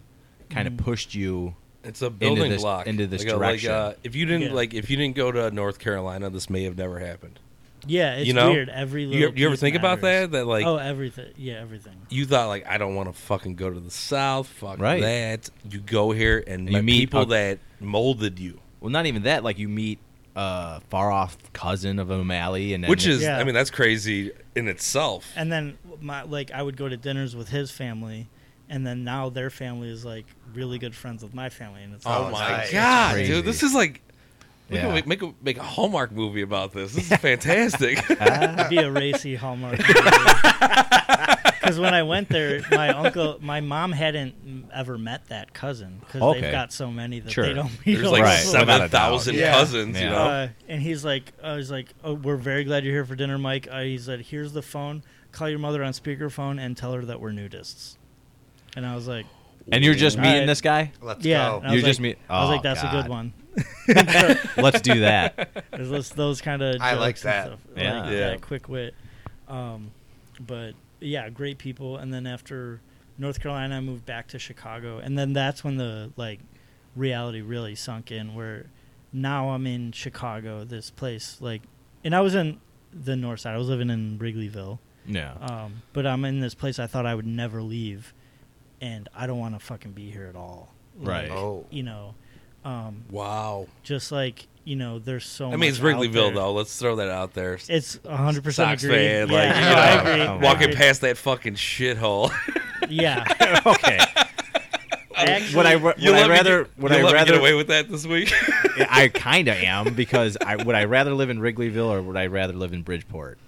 Speaker 4: kind
Speaker 2: Mm-hmm.
Speaker 4: of pushed you.
Speaker 1: It's a building
Speaker 4: this-
Speaker 1: block
Speaker 4: into this
Speaker 1: like, a- like,
Speaker 4: direction.
Speaker 1: uh, if you didn't
Speaker 2: Yeah.
Speaker 1: like, if you didn't go to North Carolina, this may have never happened.
Speaker 2: Yeah, it's
Speaker 1: You know?
Speaker 2: weird. Every
Speaker 1: You,
Speaker 2: little
Speaker 1: you ever
Speaker 2: piece
Speaker 1: think about
Speaker 2: matters.
Speaker 1: that? That like
Speaker 2: oh, everything. Yeah, everything.
Speaker 1: you thought like I don't want to fucking go to the South. Fuck
Speaker 4: Right.
Speaker 1: that. You go here and
Speaker 4: You
Speaker 1: you meet
Speaker 4: meet
Speaker 1: people
Speaker 4: a-
Speaker 1: that molded you,
Speaker 4: Well, not even that. Like you meet a far off cousin of O'Malley, and then
Speaker 1: which is
Speaker 2: Yeah.
Speaker 1: I mean that's crazy in itself.
Speaker 2: And then my like I would go to dinners with his family, and then now their family is like really good friends with my family, and it's
Speaker 1: oh
Speaker 2: like,
Speaker 1: my
Speaker 3: nice.
Speaker 1: god,
Speaker 4: Crazy.
Speaker 1: dude, this is like. We
Speaker 4: Yeah.
Speaker 1: can make, make a make a Hallmark movie about this. This is
Speaker 2: <laughs>
Speaker 1: fantastic.
Speaker 2: it'd be a racy Hallmark. Because when I went there, my uncle, my mom hadn't ever met that cousin because
Speaker 4: Okay.
Speaker 2: they've got so many that
Speaker 4: Sure.
Speaker 2: they don't
Speaker 1: <laughs>
Speaker 2: meet.
Speaker 1: There's like
Speaker 2: all
Speaker 4: Right.
Speaker 2: the time.
Speaker 1: seven thousand
Speaker 3: Yeah.
Speaker 1: cousins, you
Speaker 4: Yeah.
Speaker 1: know.
Speaker 2: Uh, and he's like, uh, he's like, oh, we're very glad you're here for dinner, Mike. Uh, he said, here's the phone. Call your mother on speakerphone and tell her that we're nudists. And I was like,
Speaker 4: and you're just
Speaker 2: All
Speaker 4: meeting
Speaker 2: right. <laughs>
Speaker 4: this guy.
Speaker 3: Let's
Speaker 2: yeah.
Speaker 3: go.
Speaker 2: And I was
Speaker 4: You're just
Speaker 2: like-
Speaker 4: me-
Speaker 2: I was
Speaker 4: Oh,
Speaker 2: like, that's a
Speaker 4: God.
Speaker 2: good one. <laughs>
Speaker 4: <laughs> Let's do that.
Speaker 2: There's those, those kind of.
Speaker 3: I like that.
Speaker 2: Stuff,
Speaker 4: Yeah.
Speaker 2: Like,
Speaker 1: Yeah.
Speaker 2: that quick wit. Um, but yeah, great people. And then after North Carolina, I moved back to Chicago, and then that's when the like reality really sunk in. Where now I'm in Chicago, this place like, and I was in the north side. I was living in Wrigleyville,
Speaker 4: <laughs> Yeah.
Speaker 2: um, but I'm in this place I thought I would never leave, and I don't want to fucking be here at all.
Speaker 4: Right.
Speaker 2: Like,
Speaker 3: Oh.
Speaker 2: You know, um,
Speaker 1: Wow.
Speaker 2: just like you know, there's so.
Speaker 1: I mean, it's
Speaker 2: much out there.
Speaker 1: Wrigleyville, though. Let's throw that out there.
Speaker 2: It's 100 percent
Speaker 1: Sox
Speaker 2: agree.
Speaker 1: fan,
Speaker 2: yeah,
Speaker 1: like,
Speaker 2: no,
Speaker 1: you
Speaker 2: I
Speaker 4: know,
Speaker 2: agree.
Speaker 4: come on.
Speaker 1: <laughs> Walking
Speaker 2: I
Speaker 1: past that fucking shithole. <laughs>
Speaker 2: agree. Yeah,
Speaker 4: okay.
Speaker 2: actually,
Speaker 4: would I would
Speaker 1: You
Speaker 4: I
Speaker 1: let me
Speaker 4: rather
Speaker 1: get-
Speaker 4: would
Speaker 1: you
Speaker 4: I
Speaker 1: let me
Speaker 4: rather
Speaker 1: get away with that this week? <laughs>
Speaker 4: I kind of am because I would I rather live in Wrigleyville or would I rather live in Bridgeport?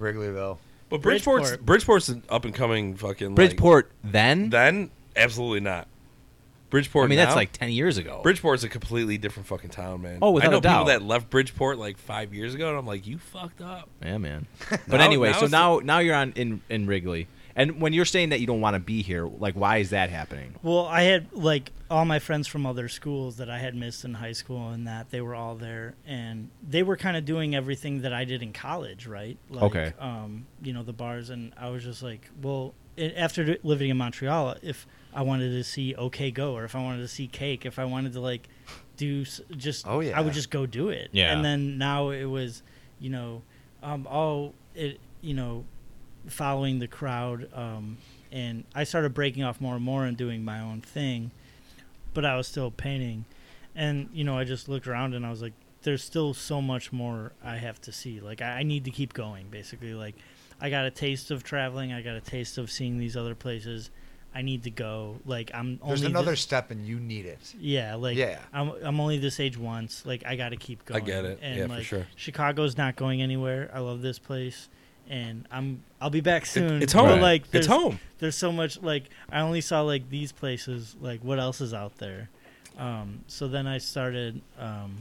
Speaker 3: Wrigleyville.
Speaker 1: but Bridgeport's
Speaker 2: Bridgeport.
Speaker 1: Bridgeport's an up and coming fucking
Speaker 4: Bridgeport then?
Speaker 1: Like, then absolutely not. Bridgeport.
Speaker 4: I mean, that's
Speaker 1: now?
Speaker 4: like 10 years ago.
Speaker 1: Bridgeport's a completely different fucking town, man.
Speaker 4: Oh,
Speaker 1: I
Speaker 4: without
Speaker 1: know
Speaker 4: a doubt.
Speaker 1: people that left Bridgeport like five years ago, and I'm like, you fucked up. <laughs>
Speaker 4: yeah, man. But
Speaker 1: Now-
Speaker 4: anyway,
Speaker 1: now
Speaker 4: so
Speaker 1: it's-
Speaker 4: now now you're on in in Wrigley. And when you're saying that you don't want to be here, like why is that happening?
Speaker 2: Well, I had like all my friends from other schools that I had missed in high school and that they were all there and they were kind of doing everything that I did in college, right? Like,
Speaker 4: Okay.
Speaker 2: Um, you know, the bars. And I was just like, well, it, after d- living in Montreal, if I wanted to see OK Go or if I wanted to see Cake, if I wanted to like do s- just,
Speaker 3: Oh, yeah.
Speaker 2: I would just go do it.
Speaker 4: Yeah.
Speaker 2: And then now it was, you know, um, all it, you know, following the crowd um, and i started breaking off more and more and doing my own thing but i was still painting and you know i just looked around and i was like there's still so much more i have to see like i, I need to keep going basically like i got a taste of traveling i got a taste of seeing these other places i need to go like i'm only
Speaker 3: There's another
Speaker 2: this-
Speaker 3: step, and you need it.
Speaker 2: yeah, like
Speaker 3: Yeah.
Speaker 2: I'm I'm only this age once. Like I got to keep
Speaker 1: I
Speaker 2: going.
Speaker 1: get it.
Speaker 2: And
Speaker 1: Yeah, for
Speaker 2: like,
Speaker 1: sure.
Speaker 2: Chicago's not going anywhere. I love this place, and I'm I'll be back soon.
Speaker 1: it's home.
Speaker 2: But,
Speaker 4: Right.
Speaker 2: like
Speaker 1: It's
Speaker 2: there's,
Speaker 1: home.
Speaker 2: There's so much. Like I only saw like these places. Like what else is out there? Um, so then I started um,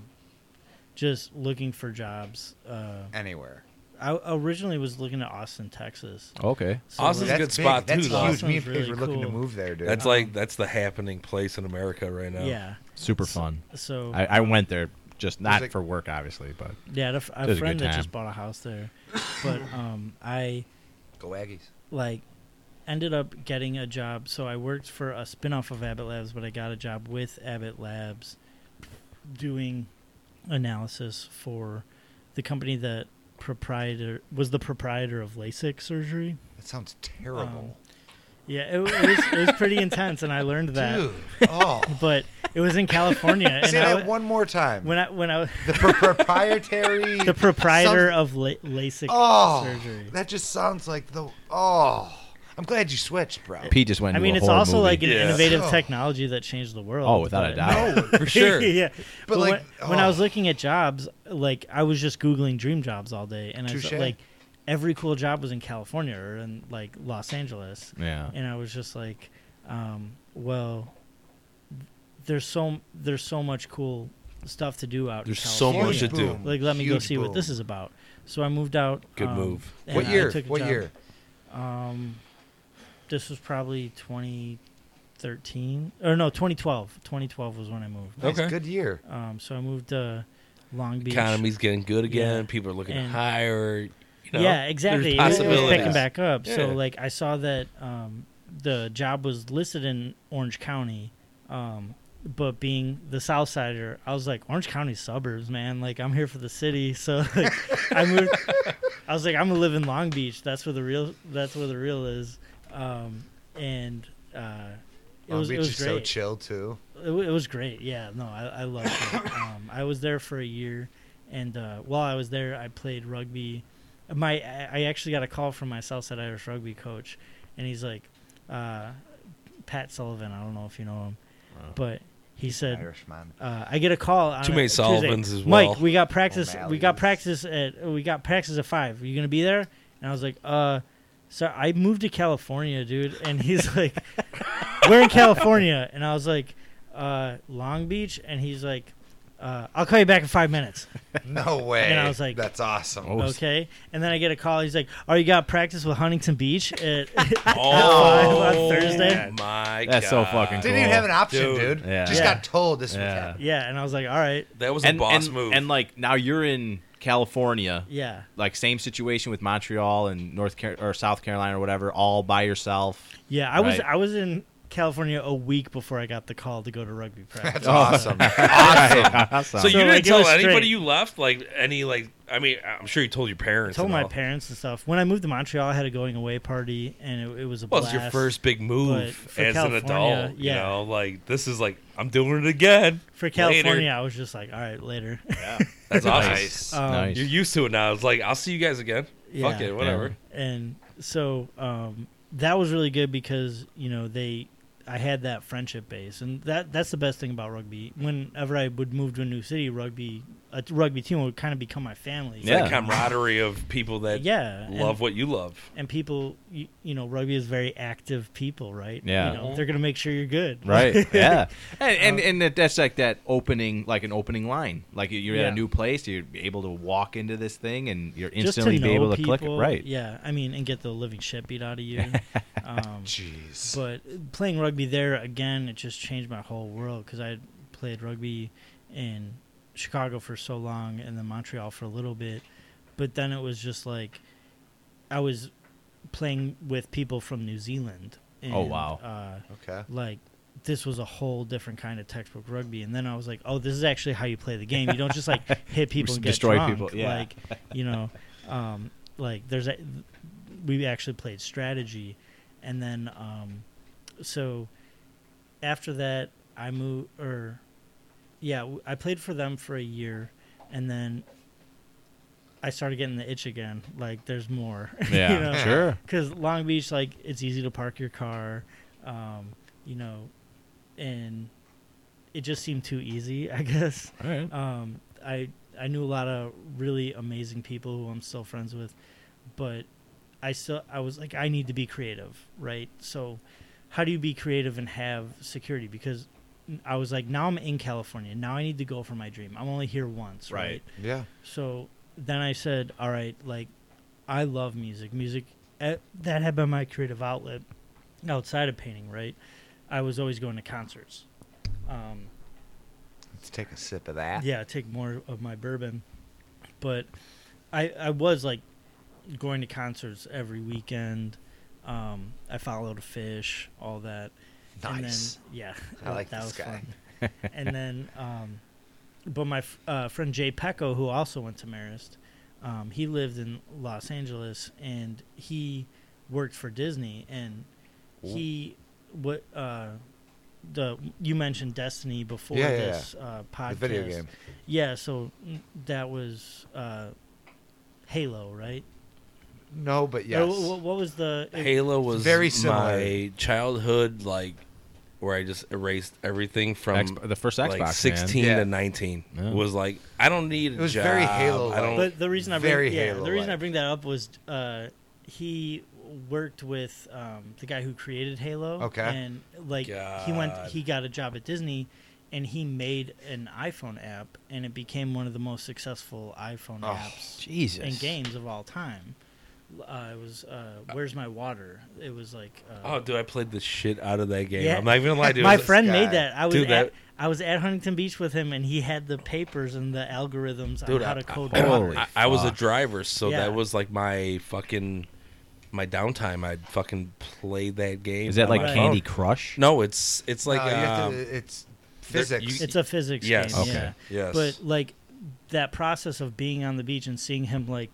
Speaker 2: just looking for jobs. Uh,
Speaker 3: Anywhere.
Speaker 2: I originally was looking at Austin, Texas.
Speaker 4: Okay.
Speaker 2: So,
Speaker 1: Austin's
Speaker 2: like,
Speaker 1: good spot,
Speaker 3: That's
Speaker 1: too, though.
Speaker 3: huge. Me and
Speaker 2: Austin's
Speaker 3: Paige
Speaker 2: really
Speaker 3: were looking to
Speaker 2: cool.
Speaker 3: move there, dude.
Speaker 1: That's
Speaker 2: Um,
Speaker 1: like that's the happening place in America right now.
Speaker 2: yeah.
Speaker 4: Super fun.
Speaker 2: So
Speaker 4: I, I went there just not
Speaker 3: like-
Speaker 4: for work obviously, but
Speaker 2: yeah, I had a, f-
Speaker 4: It
Speaker 2: a
Speaker 4: was a good
Speaker 2: friend that
Speaker 4: time.
Speaker 2: just bought a house there, but um, I.
Speaker 3: go Aggies.
Speaker 2: like ended up getting a job so i worked for a spin-off of abbott labs but i got a job with abbott labs doing analysis for the company that proprietor was the proprietor of lasik surgery
Speaker 3: That sounds terrible,
Speaker 2: yeah it, wa- it was it was pretty intense and i learned Um, that
Speaker 3: dude. <laughs> Oh,
Speaker 2: but it was in california
Speaker 3: <laughs>
Speaker 2: and
Speaker 3: say
Speaker 2: I,
Speaker 3: that
Speaker 2: wa-
Speaker 3: one more time.
Speaker 2: when i when i
Speaker 3: the pro- proprietary.
Speaker 2: <laughs> the proprietor of La- lasik
Speaker 3: Oh,
Speaker 2: surgery
Speaker 3: that just sounds like the. Oh, I'm glad you switched, bro.
Speaker 4: Pete just went
Speaker 2: I
Speaker 4: into
Speaker 2: mean,
Speaker 4: a
Speaker 2: it's
Speaker 4: horror
Speaker 2: also
Speaker 4: movie.
Speaker 2: like an
Speaker 1: Yeah.
Speaker 2: innovative
Speaker 3: Oh.
Speaker 2: technology that changed the world.
Speaker 4: Oh, without a
Speaker 2: but-
Speaker 4: doubt.
Speaker 3: No,
Speaker 4: <laughs>
Speaker 1: for sure.
Speaker 2: <laughs> yeah.
Speaker 3: But,
Speaker 2: But,
Speaker 3: like,
Speaker 2: when, when I
Speaker 3: oh.
Speaker 2: was looking at jobs, like I was just googling dream jobs all day, and I
Speaker 3: Touche.
Speaker 2: saw, like every cool job was in California or in like Los Angeles,
Speaker 1: Uh-huh.
Speaker 4: Yeah.
Speaker 2: and I was just like, um, well, there's so there's so much cool stuff to do out.
Speaker 1: There's
Speaker 2: in
Speaker 1: so
Speaker 2: California.
Speaker 1: much to do.
Speaker 3: Boom.
Speaker 2: Like, let me go
Speaker 3: Huge
Speaker 2: see what
Speaker 3: boom.
Speaker 2: this is about. So I moved out.
Speaker 1: Good
Speaker 2: um,
Speaker 1: move.
Speaker 2: and
Speaker 3: What
Speaker 2: I
Speaker 3: year?
Speaker 2: took a
Speaker 3: What
Speaker 2: job.
Speaker 3: year?
Speaker 2: Um, this was probably 2013 or no 2012. 2012 was when I moved.
Speaker 3: Nice,
Speaker 1: Okay.
Speaker 3: Good year.
Speaker 2: Um, so I moved to Long Beach.
Speaker 1: Economy's getting good again.
Speaker 2: Yeah.
Speaker 1: People are looking
Speaker 2: And-
Speaker 1: to hire. You know,
Speaker 2: yeah, exactly.
Speaker 1: There's
Speaker 2: It was- It was
Speaker 1: possibilities.
Speaker 2: picking back up. So
Speaker 1: Yeah.
Speaker 2: like I saw that um, the job was listed in Orange County, um, but being the South Sider, I was like Orange County suburbs, man. Like I'm here for the city, <laughs> so like, I moved. I was like I'm gonna live in Long Beach. That's where the real. That's where the real is. Um, and uh, it
Speaker 3: Long
Speaker 2: was
Speaker 3: Beach
Speaker 2: it was
Speaker 3: is
Speaker 2: great
Speaker 3: so chill too.
Speaker 2: it, wa- it was great. Yeah, no, I, I loved it. Um, I was there for a year, and uh, while I was there, I played rugby. My I I actually got a call from my Southside Irish rugby coach, and he's like, uh, Pat Sullivan. I don't know if you know him, but he said.
Speaker 3: Irishman.
Speaker 2: Uh, I get a call. On
Speaker 1: Too
Speaker 2: a
Speaker 1: many
Speaker 2: Tuesday,
Speaker 1: Sullivans as well.
Speaker 2: Mike, we got practice. We got
Speaker 3: O'Malley's.
Speaker 2: practice at. We got practice at five. Are you gonna be there? And I was like, uh, so I moved to California, dude. And he's like, we're in California. And I was like, uh, Long Beach. And he's like, uh, I'll call you back in five minutes.
Speaker 3: No way.
Speaker 2: And I was like,
Speaker 3: that's awesome.
Speaker 4: Oh, s-
Speaker 2: Okay. And then I get a call. He's like, Oh, you got practice with Huntington Beach? <laughs> At,
Speaker 1: Oh,
Speaker 2: on Thursday.
Speaker 1: My
Speaker 4: That's so
Speaker 1: God.
Speaker 4: fucking
Speaker 3: Didn't even
Speaker 4: Cool.
Speaker 3: have an option,
Speaker 1: Dude.
Speaker 3: dude.
Speaker 4: Yeah.
Speaker 3: Just
Speaker 2: Yeah.
Speaker 3: got told this
Speaker 4: Yeah.
Speaker 3: would happen.
Speaker 2: yeah. And I was like, All right.
Speaker 1: That was a
Speaker 4: and,
Speaker 1: boss
Speaker 4: and,
Speaker 1: move.
Speaker 4: and like now you're in California.
Speaker 2: Yeah.
Speaker 4: Like same situation
Speaker 1: <laughs>
Speaker 4: with Montreal and North Car- or South Carolina or whatever, all by yourself.
Speaker 2: Yeah. I was,
Speaker 4: Right.
Speaker 2: I was in California a week before I got the call to go to rugby practice. <laughs>
Speaker 3: That's awesome.
Speaker 4: <laughs> Awesome.
Speaker 1: So, you
Speaker 2: So,
Speaker 1: didn't
Speaker 2: like, it
Speaker 1: tell
Speaker 2: was
Speaker 1: anybody
Speaker 2: straight.
Speaker 1: you left? Like any like I mean, I'm sure you told your parents.
Speaker 2: told
Speaker 1: and
Speaker 2: my
Speaker 1: all.
Speaker 2: parents and stuff. When I moved to Montreal, I had a going away party, and it, it was a
Speaker 1: Well, it's
Speaker 2: blast.
Speaker 1: your first big
Speaker 2: but
Speaker 1: move
Speaker 2: for
Speaker 1: as an
Speaker 2: California,
Speaker 1: adult. You
Speaker 2: yeah.
Speaker 1: know, like this is like I'm doing it again.
Speaker 2: for
Speaker 1: Later.
Speaker 2: California. I was just like, all right, later. <laughs>
Speaker 1: That's awesome.
Speaker 5: Nice.
Speaker 2: Um,
Speaker 4: Nice.
Speaker 1: You're used to it now. It's like I'll see you guys again.
Speaker 2: Yeah.
Speaker 1: Fuck it, whatever.
Speaker 2: and so um, that was really good because you know they i had that friendship base and that that's the best thing about rugby whenever i would move to a new city rugby a rugby team would kind of become my family
Speaker 1: It's yeah.
Speaker 4: Yeah.
Speaker 1: that camaraderie of people that
Speaker 2: yeah and-
Speaker 1: love what you love.
Speaker 2: and people you, you know rugby is very active people right
Speaker 4: Yeah.
Speaker 2: you know, they're gonna make sure you're good <laughs>
Speaker 4: <laughs> Right. Yeah. And and,
Speaker 2: Um,
Speaker 4: and that- that's like that opening, like an opening line. Like you- you're at
Speaker 2: Yeah.
Speaker 4: a new place, you're able to walk into this thing, and you're
Speaker 2: just
Speaker 4: instantly
Speaker 2: to
Speaker 4: be
Speaker 2: know
Speaker 4: able to
Speaker 2: people,
Speaker 4: click it. Right.
Speaker 2: yeah i mean and get the living shit beat out of
Speaker 4: <laughs>
Speaker 2: you um,
Speaker 5: Jeez.
Speaker 2: But playing rugby there again, it just changed my whole world because I had played rugby in Chicago for so long and then Montreal for a little bit, but then it was just like I was playing with people from New Zealand. And,
Speaker 4: Oh, wow.
Speaker 2: Uh,
Speaker 3: okay.
Speaker 2: like this was a whole different kind of textbook rugby and then i was like oh this is actually how you play the game you don't just
Speaker 4: <laughs>
Speaker 2: like hit people and get
Speaker 4: Destroy
Speaker 2: drunk.
Speaker 4: people, yeah.
Speaker 2: like you know um, like there's a, we actually played strategy and then um, so after that i moved or yeah w- i played for them for a year and then i started getting the itch again like there's more <laughs>
Speaker 4: Yeah,
Speaker 2: you know?
Speaker 4: sure.
Speaker 2: because Long Beach, like, it's easy to park your car, um, you know, and it just seemed too easy, <laughs> I guess.
Speaker 4: All right.
Speaker 2: Um, I I knew a lot of really amazing people who I'm still friends with, but I still I was like, I need to be creative, right? So, how do you be creative and have security? Because I was like, now I'm in California. Now I need to go for my dream. I'm only here once,
Speaker 4: Right.
Speaker 2: right?
Speaker 3: Yeah.
Speaker 2: So then I said, all right, like, I love music. Music, eh, that had been my creative outlet outside of painting, right? I was always going to concerts. Um,
Speaker 3: Let's take a sip of that.
Speaker 2: yeah, take more of my bourbon. But I, I was like going to concerts every weekend. Um, I followed a fish, all that. And then,
Speaker 3: Nice.
Speaker 2: yeah,
Speaker 3: I like this guy. <laughs>
Speaker 2: fun. and then, um, but my f- uh, friend Jay Pecco, who also went to Marist, um, he lived in Los Angeles and he worked for Disney. And he, what, uh, the you mentioned Destiny before
Speaker 3: Yeah, yeah,
Speaker 2: this Uh, podcast.
Speaker 3: the video game.
Speaker 2: Yeah, so mm, that was uh, Halo, right?
Speaker 3: No, but
Speaker 2: Or
Speaker 3: yes.
Speaker 2: wh- wh- what, was the? it-
Speaker 1: Halo was
Speaker 3: very similar.
Speaker 1: my childhood, like where I just erased everything from
Speaker 4: Ex- the first Xbox,
Speaker 1: like
Speaker 4: man.
Speaker 1: 16
Speaker 3: Yeah.
Speaker 1: to 19
Speaker 4: Yeah.
Speaker 1: was like I don't need a
Speaker 3: It was
Speaker 1: job.
Speaker 3: very Halo-like.
Speaker 1: I don't
Speaker 2: but the reason I bring,
Speaker 3: very
Speaker 2: yeah, the
Speaker 3: Halo-like.
Speaker 2: reason I bring that up was uh, he worked with um, the guy who created Halo.
Speaker 3: Okay.
Speaker 2: And like he went,
Speaker 1: God.
Speaker 2: he got a job at Disney, and he made an iPhone app, and it became one of the most successful iPhone
Speaker 3: Oh,
Speaker 2: apps
Speaker 4: Jesus.
Speaker 2: and games of all time. Uh, it was uh, "Where's My Water." It was like uh,
Speaker 1: Oh, dude, I played the shit out of that game.
Speaker 2: Yeah.
Speaker 1: I'm not even
Speaker 2: <laughs>
Speaker 1: gonna lie, dude.
Speaker 2: my
Speaker 1: It was-
Speaker 2: friend
Speaker 3: guy.
Speaker 2: made that. I was
Speaker 1: Dude, that-
Speaker 2: at I was at Huntington Beach with him, and he had the papers and the algorithms
Speaker 1: Dude,
Speaker 2: on how
Speaker 1: I-
Speaker 2: to code.
Speaker 4: I-
Speaker 2: water.
Speaker 4: Holy
Speaker 1: I, I was a
Speaker 4: fuck.
Speaker 1: driver, so
Speaker 2: Yeah.
Speaker 1: that was like my fucking my downtime. I'd fucking play that game.
Speaker 4: Is that
Speaker 1: on
Speaker 4: like
Speaker 1: my
Speaker 2: Right.
Speaker 4: Candy
Speaker 1: phone.
Speaker 4: Crush?
Speaker 1: No, it's it's like
Speaker 3: Uh, you have
Speaker 1: um,
Speaker 3: to- it's
Speaker 1: there-
Speaker 3: physics.
Speaker 1: you-
Speaker 2: it's a physics
Speaker 1: Yes.
Speaker 2: game.
Speaker 4: Okay.
Speaker 2: Yeah.
Speaker 1: yes,
Speaker 2: But like that process of being on the beach and seeing him like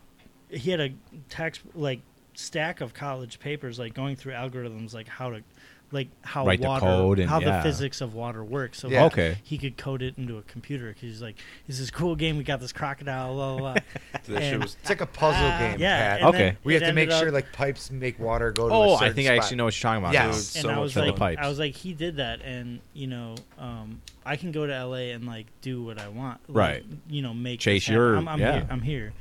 Speaker 2: he had a text like stack of college papers like going through algorithms like how to like how
Speaker 4: Write the
Speaker 2: water
Speaker 4: code and-
Speaker 2: how the
Speaker 4: yeah.
Speaker 2: physics of water works so
Speaker 3: Yeah.
Speaker 2: like,
Speaker 4: Okay.
Speaker 2: he could code it into a computer because he's like this is a cool game we got this crocodile blah blah, blah.
Speaker 1: that shit
Speaker 2: and-
Speaker 1: was
Speaker 3: it's like a <laughs> puzzle
Speaker 2: Ah,
Speaker 3: game,
Speaker 2: yeah
Speaker 3: Pat.
Speaker 2: and
Speaker 4: Okay.
Speaker 2: then
Speaker 3: We
Speaker 2: it
Speaker 3: have to make
Speaker 2: ended up-
Speaker 3: sure like pipes make water go to a
Speaker 4: Oh,
Speaker 3: certain
Speaker 4: I think I
Speaker 3: spot.
Speaker 4: actually know what you're talking about.
Speaker 3: Yes.
Speaker 4: dude.
Speaker 1: Dude,
Speaker 2: and
Speaker 1: so
Speaker 2: I
Speaker 1: much
Speaker 2: was
Speaker 4: fun.
Speaker 2: like,
Speaker 4: The pipes.
Speaker 2: I was like, he did that, and you know, um, I can go to LA and like do what I want, like,
Speaker 4: Right.
Speaker 2: You know, make
Speaker 4: Chase
Speaker 2: this happen.
Speaker 4: your-
Speaker 2: I'm, I'm
Speaker 4: yeah.
Speaker 2: here. I'm here.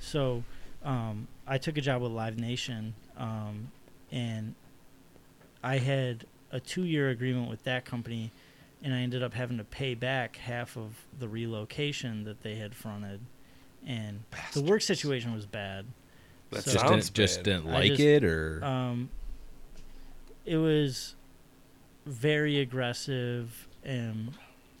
Speaker 2: So, um, I took a job with Live Nation, um, and I had a two-year agreement with that company, and I ended up having to pay back half of the relocation that they had fronted, and the work situation was bad.
Speaker 1: That
Speaker 4: just
Speaker 1: sounds
Speaker 4: didn't, just
Speaker 1: bad.
Speaker 4: didn't
Speaker 2: I
Speaker 4: like
Speaker 2: just-
Speaker 4: it, or
Speaker 2: Um, it was very aggressive, and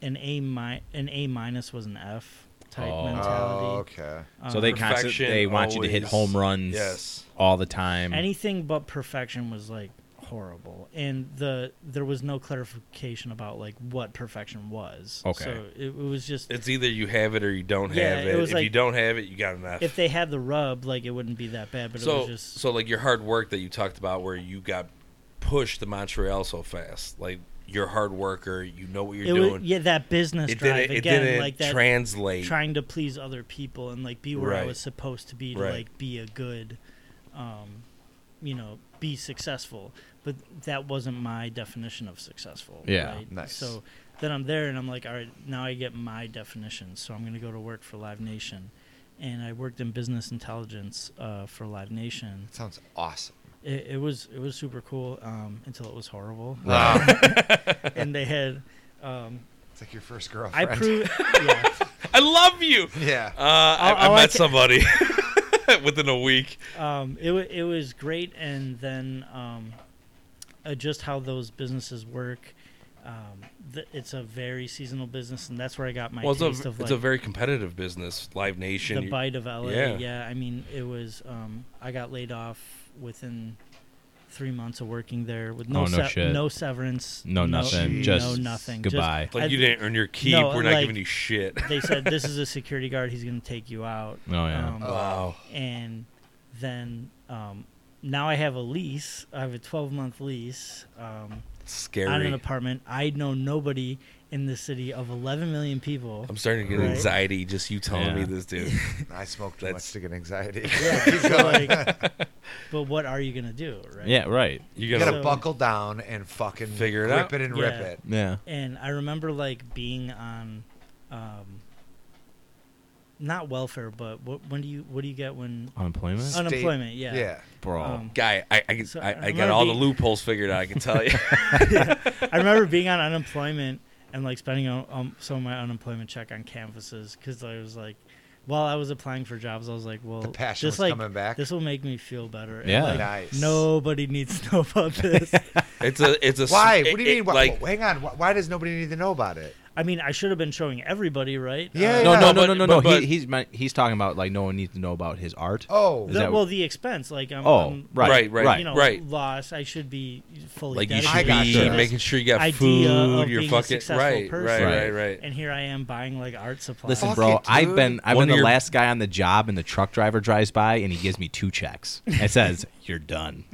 Speaker 2: an A mi- an A minus was an F type
Speaker 4: Oh.
Speaker 2: mentality.
Speaker 3: Oh, okay.
Speaker 2: Um,
Speaker 4: so they
Speaker 1: perfection
Speaker 4: constantly they want you to hit
Speaker 1: always-
Speaker 4: home runs
Speaker 1: yes.
Speaker 4: all the time.
Speaker 2: anything but perfection was like horrible, and the there was no clarification about like what perfection was.
Speaker 4: Okay.
Speaker 2: so it, it was just
Speaker 1: It's either you have it or you don't
Speaker 2: Yeah,
Speaker 1: have
Speaker 2: it
Speaker 1: it.
Speaker 2: was
Speaker 1: if you
Speaker 2: like-
Speaker 1: don't have it, you got an F.
Speaker 2: if they had the rub, like it wouldn't be that bad. But it
Speaker 1: so
Speaker 2: was just
Speaker 1: so like your hard work that you talked about, where you got pushed to Montreal so fast, like you're a hard worker, you know what you're
Speaker 2: it
Speaker 1: doing.
Speaker 2: was, yeah that business
Speaker 1: it
Speaker 2: drive
Speaker 1: didn't. It
Speaker 2: again,
Speaker 1: didn't
Speaker 2: like that
Speaker 1: translate.
Speaker 2: trying to please other people and like be where I
Speaker 1: Right.
Speaker 2: was supposed to be to
Speaker 1: Right.
Speaker 2: like be a good, um, you know, be successful. But that wasn't my definition of successful.
Speaker 4: Yeah.
Speaker 2: right?
Speaker 3: Nice.
Speaker 2: So then I'm there and I'm like, all right, now I get my definition. So I'm gonna go to work for Live Nation, and I worked in business intelligence uh, for Live Nation.
Speaker 3: That sounds awesome.
Speaker 2: It, it was it was super cool um, until it was horrible,
Speaker 3: <laughs> Wow.
Speaker 2: and they had. Um,
Speaker 3: Um, it's like your first girlfriend.
Speaker 2: I proved, yeah.
Speaker 1: I love you.
Speaker 3: <laughs> yeah.
Speaker 1: Uh, I, I
Speaker 2: all Oh, I
Speaker 1: met
Speaker 2: ca-
Speaker 1: somebody <laughs> within a week.
Speaker 2: um, it, wa it was great and then um, uh, just how those businesses work um, th- it's a very seasonal business and that's where i got my
Speaker 1: well, it's a,
Speaker 2: taste of
Speaker 1: it's
Speaker 2: like
Speaker 1: a very competitive business. Live Nation.
Speaker 2: the
Speaker 1: you-
Speaker 2: bite of la
Speaker 1: yeah.
Speaker 2: yeah. i mean it was um, i got laid off within three months of working there with no
Speaker 4: Oh, no
Speaker 2: se-
Speaker 4: shit.
Speaker 2: no severance
Speaker 4: No nothing,
Speaker 2: no
Speaker 4: just
Speaker 2: nothing just-
Speaker 4: Goodbye.
Speaker 1: like
Speaker 2: I-
Speaker 1: you didn't earn your keep.
Speaker 2: No,
Speaker 1: We're not
Speaker 2: like-
Speaker 1: giving you shit.
Speaker 2: they said this is a security guard he's going to take you out Um,
Speaker 4: Oh,
Speaker 1: <laughs>
Speaker 4: yeah.
Speaker 1: Wow.
Speaker 2: and then um, now I have a lease. I have a 12 month lease um, on an
Speaker 1: Scary.
Speaker 2: apartment. I know nobody in the city of 11 million people.
Speaker 1: I'm starting to get
Speaker 2: Right.
Speaker 1: anxiety just you telling
Speaker 4: Yeah.
Speaker 1: me this,
Speaker 2: <laughs>
Speaker 1: dude.
Speaker 3: I smoke too
Speaker 1: That's-
Speaker 3: much to get anxiety. <laughs>
Speaker 2: Yeah,
Speaker 3: Keep
Speaker 2: so, <laughs>
Speaker 3: going.
Speaker 2: like, but what are you gonna do, right?
Speaker 4: Yeah, right.
Speaker 1: You
Speaker 3: you
Speaker 1: gotta.
Speaker 3: gotta
Speaker 2: So-
Speaker 3: buckle down and fucking
Speaker 1: Figure it
Speaker 3: grip
Speaker 1: out.
Speaker 3: it and
Speaker 2: Yeah.
Speaker 3: rip it.
Speaker 4: Yeah.
Speaker 2: And I remember like being on, um, not welfare, but what when do you what do you get when
Speaker 4: Unemployment?
Speaker 3: State-
Speaker 2: unemployment? Yeah.
Speaker 3: Yeah.
Speaker 4: Bro.
Speaker 2: Um,
Speaker 1: Guy, I I,
Speaker 2: So,
Speaker 1: I,
Speaker 2: I
Speaker 1: I got
Speaker 2: remember
Speaker 1: all the
Speaker 2: being-
Speaker 1: loopholes figured out. I can
Speaker 2: <laughs>
Speaker 1: tell you. <laughs>
Speaker 2: I remember being on unemployment and like spending um, some of my unemployment check on canvases because I was like, while I was applying for jobs, I was like, well,
Speaker 3: The passion
Speaker 2: this
Speaker 3: was
Speaker 2: like
Speaker 3: coming back.
Speaker 2: this will make me feel better. And,
Speaker 4: Yeah.
Speaker 2: like,
Speaker 3: nice.
Speaker 2: nobody needs to know
Speaker 3: <laughs>
Speaker 2: about this.
Speaker 1: It's a it's a s-
Speaker 3: Why?
Speaker 1: it-
Speaker 3: What do you
Speaker 1: it-
Speaker 3: mean? Why,
Speaker 1: like
Speaker 3: hang on. Why, why does nobody need to know about it?
Speaker 2: I mean, I should have been showing everybody, right? Uh,
Speaker 3: Yeah,
Speaker 4: no,
Speaker 3: yeah.
Speaker 4: no, no,
Speaker 1: But-
Speaker 4: no, no, no.
Speaker 1: but- but-
Speaker 4: he, he's meant- he's talking about like no one needs to know about his art.
Speaker 3: Oh,
Speaker 4: Is
Speaker 2: The-
Speaker 4: that-
Speaker 2: well, the expense, like I'm,
Speaker 4: Oh,
Speaker 2: I'm,
Speaker 4: right,
Speaker 1: Right, right,
Speaker 2: um, you know,
Speaker 1: right.
Speaker 2: loss. I should be fully
Speaker 1: like you
Speaker 2: dedicated
Speaker 1: should
Speaker 3: I
Speaker 1: be
Speaker 2: to
Speaker 3: gotcha.
Speaker 2: this.
Speaker 1: making sure you got
Speaker 2: idea
Speaker 1: food.
Speaker 2: of
Speaker 1: You're
Speaker 2: being a
Speaker 1: fucking
Speaker 2: successful
Speaker 1: right, right,
Speaker 2: person.
Speaker 1: right, right.
Speaker 2: And here I am buying like art supplies.
Speaker 4: Listen,
Speaker 3: Fuck
Speaker 4: bro,
Speaker 3: it,
Speaker 4: I've
Speaker 3: dude.
Speaker 4: been I've
Speaker 1: One
Speaker 4: been
Speaker 1: of
Speaker 4: the
Speaker 1: your-
Speaker 4: last guy on the job, and the truck driver drives by and he gives me two checks. <laughs> It says you're <laughs> done.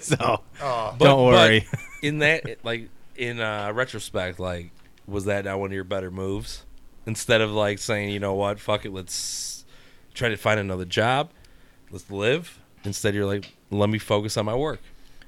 Speaker 4: so
Speaker 3: oh,
Speaker 1: But-
Speaker 4: don't <laughs> worry.
Speaker 1: But in that, it- like in uh, retrospect, like was that not one of your better moves? Instead of like saying, you know what, fuck it, let's try to find another job, let's live. Instead, you're like, let me focus on my work.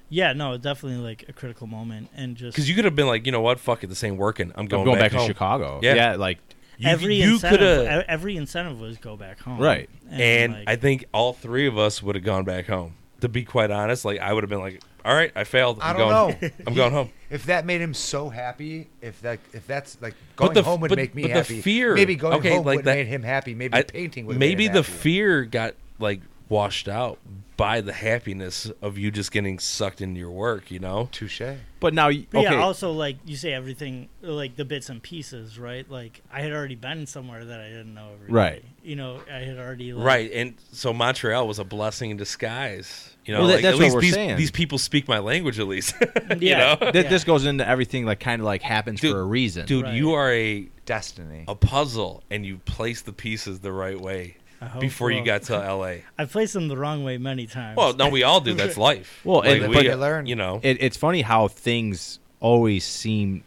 Speaker 2: yeah, no, definitely like a critical moment, and just
Speaker 1: Because you could have been like, you know what, fuck it, this ain't working. I'm going,
Speaker 4: I'm going back, to
Speaker 1: home.
Speaker 4: Chicago.
Speaker 1: Yeah.
Speaker 4: Yeah, like
Speaker 1: You,
Speaker 2: every
Speaker 1: you could
Speaker 2: incentive,
Speaker 1: have,
Speaker 2: e- every incentive was go back home,
Speaker 4: Right.
Speaker 1: and
Speaker 2: like,
Speaker 1: I think all three of us would have gone back home. To be quite honest, like I would have been like, all right, I failed.
Speaker 3: I
Speaker 1: I'm
Speaker 3: don't
Speaker 1: going,
Speaker 3: know.
Speaker 1: I'm going
Speaker 3: <laughs>
Speaker 1: home.
Speaker 3: if that made him so happy, if that, if that's like going
Speaker 1: the f-
Speaker 3: home would
Speaker 1: but-
Speaker 3: make me
Speaker 1: but the
Speaker 3: happy.
Speaker 1: fear-
Speaker 3: Maybe going
Speaker 1: okay,
Speaker 3: home
Speaker 1: like
Speaker 3: would
Speaker 1: that-
Speaker 3: made him happy. Maybe
Speaker 1: I-
Speaker 3: painting would.
Speaker 1: maybe
Speaker 3: made him
Speaker 1: the
Speaker 3: happy.
Speaker 1: fear got like washed out by the happiness of you just getting sucked into your work you know
Speaker 3: Touche.
Speaker 4: but now y-
Speaker 2: But
Speaker 4: okay.
Speaker 2: yeah, also like you say everything, like the bits and pieces, right? Like I had already been somewhere that I didn't know everybody.
Speaker 4: Right.
Speaker 2: You know, I had already like,
Speaker 1: right and so montreal was a blessing in disguise you know
Speaker 4: Well, that-
Speaker 1: like,
Speaker 4: that's
Speaker 1: at
Speaker 4: what
Speaker 1: least
Speaker 4: we're
Speaker 1: these,
Speaker 4: saying.
Speaker 1: these people speak my language at least <laughs>
Speaker 2: Yeah.
Speaker 1: know?
Speaker 4: Th-
Speaker 2: yeah.
Speaker 4: This goes into everything like kind of like happens
Speaker 1: Dude-
Speaker 4: for a reason.
Speaker 1: dude
Speaker 2: Right.
Speaker 1: you are a,
Speaker 3: Destiny.
Speaker 1: a puzzle and you place the pieces the right way
Speaker 2: I hope-
Speaker 1: before you
Speaker 2: well,
Speaker 1: got to la
Speaker 2: <laughs> I've placed them the wrong way many times.
Speaker 1: well no we all do that's life
Speaker 4: Well, and-
Speaker 1: Like,
Speaker 4: but-
Speaker 1: we,
Speaker 3: You learn.
Speaker 1: you know
Speaker 4: it, it's funny how things always seem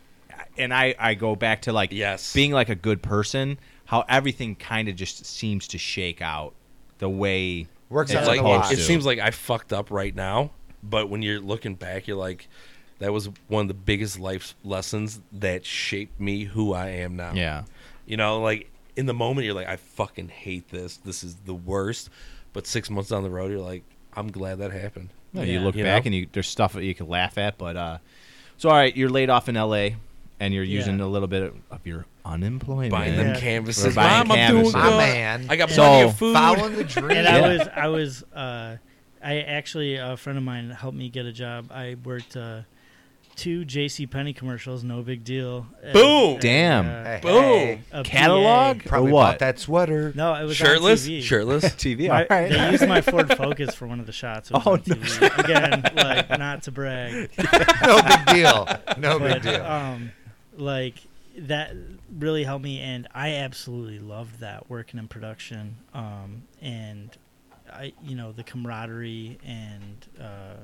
Speaker 4: and I, I go back to like
Speaker 1: Yes.
Speaker 4: being like a good person how everything kind of just seems to shake out the way
Speaker 3: Works
Speaker 4: it's
Speaker 3: out
Speaker 1: it's
Speaker 3: on
Speaker 1: like
Speaker 3: the lot.
Speaker 1: it
Speaker 4: supposed to.
Speaker 1: seems like I fucked up right now, but when you're looking back, you're like, that was one of the biggest life lessons that shaped me who I am now.
Speaker 4: yeah
Speaker 1: You know, like in the moment, you're like, I fucking hate this. This is the worst. But six months down the road, you're like, I'm glad that happened.
Speaker 4: No, you
Speaker 2: Yeah.
Speaker 4: look
Speaker 1: You
Speaker 4: back
Speaker 1: know?
Speaker 4: and you there's stuff that you can laugh at, but uh, so all right, you're laid off in L.A. and you're using
Speaker 2: Yeah.
Speaker 4: a little bit of your unemployment.
Speaker 1: Buying them
Speaker 2: Yeah.
Speaker 1: canvases.
Speaker 4: We're buying
Speaker 1: Mom, I'm doing
Speaker 4: canvases.
Speaker 1: good.
Speaker 4: My
Speaker 3: man.
Speaker 1: I got
Speaker 2: So-
Speaker 1: plenty of food.
Speaker 3: Following
Speaker 1: <laughs>
Speaker 3: the
Speaker 2: <laughs>
Speaker 3: dream.
Speaker 2: and
Speaker 4: Yeah.
Speaker 2: I was I was uh, I actually a friend of mine helped me get a job. I worked uh, two J.C. Penney commercials, no big deal. And-
Speaker 1: Boom!
Speaker 2: and, uh,
Speaker 4: Damn.
Speaker 3: Hey,
Speaker 1: Boom.
Speaker 3: hey,
Speaker 2: a
Speaker 4: Catalog?
Speaker 2: PA.
Speaker 3: Probably
Speaker 4: what?
Speaker 3: bought that sweater.
Speaker 2: No, it was
Speaker 1: Shirtless,
Speaker 2: On TV.
Speaker 1: shirtless.
Speaker 4: TV.
Speaker 2: My,
Speaker 4: all right. <laughs>
Speaker 2: They used my Ford Focus for one of the shots. It was
Speaker 4: Oh,
Speaker 2: on TV. Again, like not to
Speaker 4: <laughs>
Speaker 2: brag.
Speaker 3: <laughs> no big deal.
Speaker 1: <laughs>
Speaker 3: No
Speaker 2: but
Speaker 3: big deal.
Speaker 2: um, like that really helped me, and I absolutely loved that working in production. Um, and I, you know, the camaraderie and uh,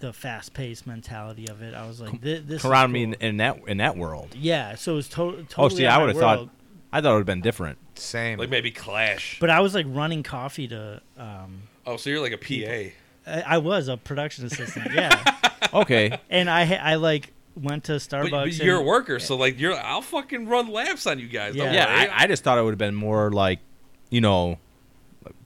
Speaker 2: the fast-paced mentality of it. I was like, this, this is
Speaker 4: Around me in,
Speaker 2: cool.
Speaker 4: in that in that world.
Speaker 2: Yeah, so it was to- totally.
Speaker 4: Oh, see,
Speaker 2: out
Speaker 4: I
Speaker 2: of my
Speaker 4: would have thought.
Speaker 2: world.
Speaker 4: I thought it would have been different.
Speaker 3: Same.
Speaker 1: like <laughs> maybe Clash.
Speaker 2: But I was like running coffee to. Um,
Speaker 1: oh, so you're like a PA.
Speaker 2: I, I was a production assistant.
Speaker 4: <laughs>
Speaker 2: Yeah, <laughs>
Speaker 4: Okay.
Speaker 2: and I ha- I like went to Starbucks.
Speaker 1: But, but
Speaker 2: and-
Speaker 1: you're a worker, so like you're. I'll fucking run laps on you guys.
Speaker 2: Yeah.
Speaker 1: don't
Speaker 4: yeah,
Speaker 1: worry.
Speaker 4: I, I just thought it would have been more like, you know,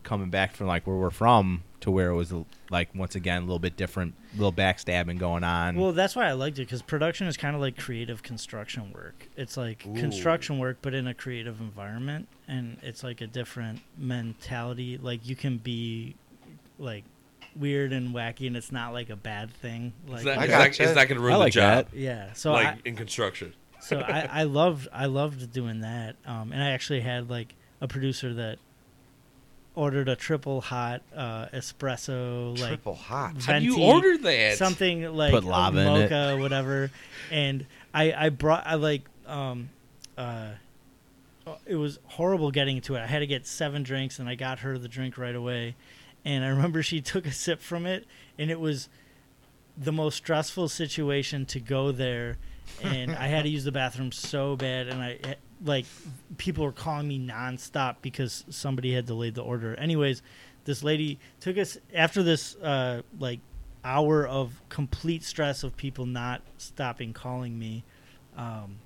Speaker 4: coming back from like where we're from to where it was like once again a little bit different, little backstabbing going on.
Speaker 2: Well, that's why I liked it because production is kind of like creative construction work. It's like construction work, but in a creative environment, and it's like a different mentality. Like you can be, like, weird and wacky, and it's not like a bad thing. Like,
Speaker 1: it's not,
Speaker 3: I
Speaker 1: it's
Speaker 3: got
Speaker 1: not- it's
Speaker 3: you.
Speaker 1: not gonna ruin
Speaker 4: I like
Speaker 1: the job.
Speaker 4: that.
Speaker 2: yeah. So
Speaker 1: like
Speaker 2: I,
Speaker 1: in construction.
Speaker 2: so I, I loved I loved doing that, um, and I actually had like a producer that ordered a triple hot uh, espresso, like
Speaker 3: Triple hot.
Speaker 1: <laughs> How do you
Speaker 2: venti-
Speaker 1: order that?
Speaker 2: something like
Speaker 4: Put lava
Speaker 2: a
Speaker 4: in it.
Speaker 2: mocha, whatever. And I, I brought, I like, um, uh, oh, it was horrible getting to it. I had to get seven drinks, and I got her the drink right away. And I remember she <laughs> took a sip from it, and it was the most stressful situation to go there. And I had to use the bathroom so bad, and I eh, like people were calling me nonstop because somebody had delayed the order. Anyways, this lady took us after this uh, like hour of complete stress of people not stopping calling me. Um,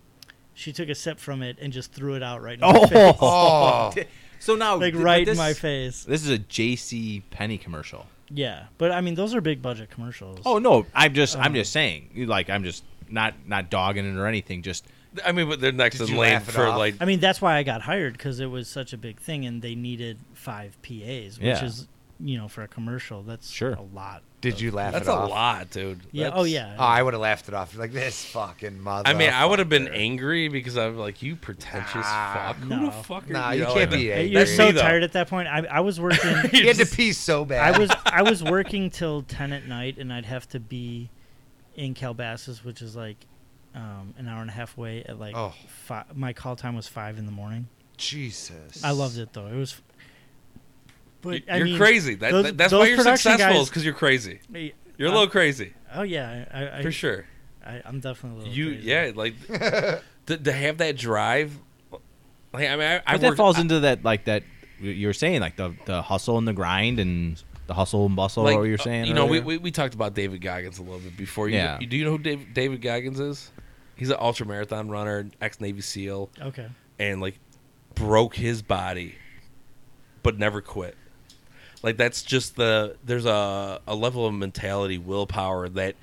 Speaker 2: she took a sip from it and just threw it out right in my face,
Speaker 4: <laughs>
Speaker 3: Oh.
Speaker 4: so now
Speaker 2: like
Speaker 4: th-
Speaker 2: right
Speaker 4: this,
Speaker 2: in my face.
Speaker 4: This is a J.C. Penny commercial.
Speaker 2: Yeah, but I mean those are big budget commercials.
Speaker 4: Oh no, I'm just I'm
Speaker 2: Um,
Speaker 4: just saying. You- Like I'm just not not dogging it or anything. Just
Speaker 1: I mean, but they're next
Speaker 3: Did
Speaker 1: in
Speaker 3: you
Speaker 1: line
Speaker 3: laugh it
Speaker 1: for
Speaker 3: off?
Speaker 1: like.
Speaker 2: I mean that's why I got hired because it was such a big thing and they needed five PAs, which
Speaker 4: Yeah.
Speaker 2: is you know for a commercial that's
Speaker 4: Sure.
Speaker 2: a lot.
Speaker 3: Did you laugh
Speaker 1: That's
Speaker 3: it
Speaker 1: a
Speaker 3: off?
Speaker 1: lot, dude.
Speaker 2: Yeah.
Speaker 1: That's-
Speaker 2: oh yeah.
Speaker 3: Oh, I would have laughed it off. Like this fucking mother.
Speaker 1: I mean, I would have been angry because I'm like, you pretentious
Speaker 3: Nah.
Speaker 1: fuck. Who
Speaker 2: No.
Speaker 1: the fuck are
Speaker 3: Nah,
Speaker 1: you?
Speaker 3: you
Speaker 1: know,
Speaker 3: can't
Speaker 1: like,
Speaker 3: be
Speaker 2: Hey,
Speaker 3: angry.
Speaker 2: You're
Speaker 1: That's
Speaker 2: so
Speaker 1: me, though.
Speaker 2: tired at that point. I, I
Speaker 1: <laughs>
Speaker 2: was working.
Speaker 3: He had to pee so bad.
Speaker 2: I was I was working till ten at night, and I'd have to be in Calabasas, which is like um, an hour and a half away. At like
Speaker 3: Oh.
Speaker 2: fi- my call time was five in the morning.
Speaker 3: Jesus.
Speaker 2: I loved it though. It was. But
Speaker 1: You're
Speaker 2: I mean,
Speaker 1: crazy. That,
Speaker 2: those-
Speaker 1: that- that's
Speaker 2: those
Speaker 1: why you're
Speaker 2: production
Speaker 1: successful
Speaker 2: guys-
Speaker 1: is because you're crazy.
Speaker 2: I-
Speaker 1: You're a
Speaker 2: I'm-
Speaker 1: little crazy
Speaker 2: Oh yeah, I, I,
Speaker 1: for sure.
Speaker 2: I, I'm definitely a little.
Speaker 1: You
Speaker 2: crazy.
Speaker 1: yeah, like
Speaker 3: <laughs>
Speaker 1: to, to have that drive. Like I mean, I, I
Speaker 4: but that
Speaker 1: worked-
Speaker 4: falls
Speaker 1: I-
Speaker 4: into that like that you were saying like the the hustle and the grind and the hustle and bustle.
Speaker 1: like,
Speaker 4: what you were
Speaker 1: uh,
Speaker 4: saying?
Speaker 1: You know, we,
Speaker 4: earlier.
Speaker 1: we we talked about David Goggins a little bit before. You,
Speaker 4: Yeah.
Speaker 1: you- do you know who Dave, David Goggins is? He's an ultra marathon runner, ex Navy SEAL,
Speaker 2: Okay.
Speaker 1: and like broke his body, but never quit. Like that's just the there's a a level of mentality, willpower that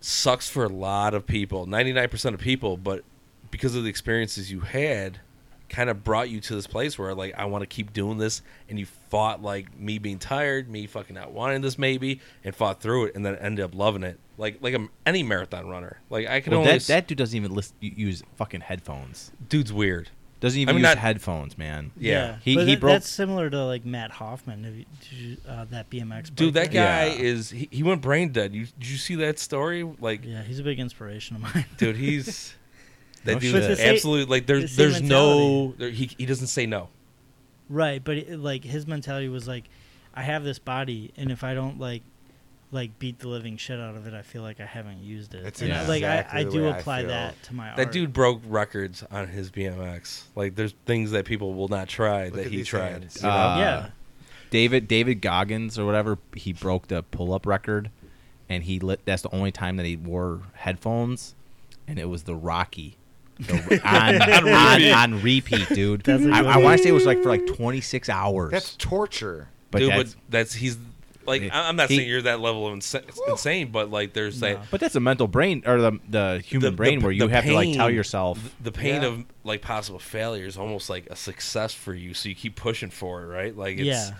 Speaker 1: sucks for a lot of people. Ninety nine percent of people, but because of the experiences you had, kind of brought you to this place where like I want to keep doing this, and you fought like me being tired, me fucking not wanting this maybe, and fought through it, and then ended up loving it. Like like a, any marathon runner, like I can
Speaker 4: Well,
Speaker 1: only
Speaker 4: that,
Speaker 1: s-
Speaker 4: that dude doesn't even list, use fucking headphones.
Speaker 1: dude's weird.
Speaker 4: Doesn't even
Speaker 1: I mean,
Speaker 4: use
Speaker 1: not-
Speaker 4: headphones, man.
Speaker 1: Yeah.
Speaker 4: He-
Speaker 2: But
Speaker 4: he
Speaker 2: that-
Speaker 4: broke-
Speaker 2: That's similar to like Matt Hoffman. Have you, did you, uh, that BMX.
Speaker 1: Dude,
Speaker 2: biker?
Speaker 1: that guy
Speaker 4: Yeah.
Speaker 1: is he, he went brain dead. You did you see that story? Like
Speaker 2: Yeah, he's a big inspiration of mine.
Speaker 1: dude,
Speaker 4: <laughs>
Speaker 1: he's that
Speaker 4: No
Speaker 1: dude
Speaker 4: Oh, shit.
Speaker 1: is
Speaker 4: But
Speaker 2: the same-
Speaker 1: absolutely like
Speaker 2: the
Speaker 1: there's
Speaker 2: same
Speaker 1: there's no there, he he doesn't say no.
Speaker 2: <laughs> Right, but it, like his mentality was like, I have this body, and if I don't like, like beat the living shit out of it, I feel like I haven't used it.
Speaker 3: That's
Speaker 2: and I, like
Speaker 3: exactly
Speaker 2: I, I
Speaker 3: the
Speaker 2: do
Speaker 3: way I
Speaker 2: apply
Speaker 3: feel.
Speaker 2: that to my
Speaker 1: That
Speaker 2: art.
Speaker 1: dude broke records on his BMX. Like there's things that people will not try
Speaker 3: Look
Speaker 1: that
Speaker 3: at
Speaker 1: he
Speaker 3: these
Speaker 1: tried.
Speaker 3: hands.
Speaker 1: you know?
Speaker 4: Uh,
Speaker 2: yeah,
Speaker 4: David David Goggins or whatever, he broke the pull up record, and he lit. That's the only time that he wore headphones, and it was the Rocky. The- on, on, on, repeat, dude.
Speaker 2: That's a
Speaker 4: I,
Speaker 2: good
Speaker 4: I want to say it was like for like 26 hours.
Speaker 3: That's torture.
Speaker 4: but
Speaker 1: dude,
Speaker 4: that's,
Speaker 1: but that's he's like
Speaker 4: It-
Speaker 1: I- I'm not
Speaker 4: he-
Speaker 1: saying you're that level of insane, insane but like there's that
Speaker 2: No.
Speaker 4: but that's a mental brain or the the human
Speaker 1: the-
Speaker 4: brain
Speaker 1: the-
Speaker 4: where you
Speaker 1: the
Speaker 4: have to like tell
Speaker 1: pain-
Speaker 4: yourself.
Speaker 1: the pain
Speaker 3: Yeah.
Speaker 1: of like possible failure is almost like a success for you, so you keep pushing for it, right? Like it's
Speaker 2: yeah.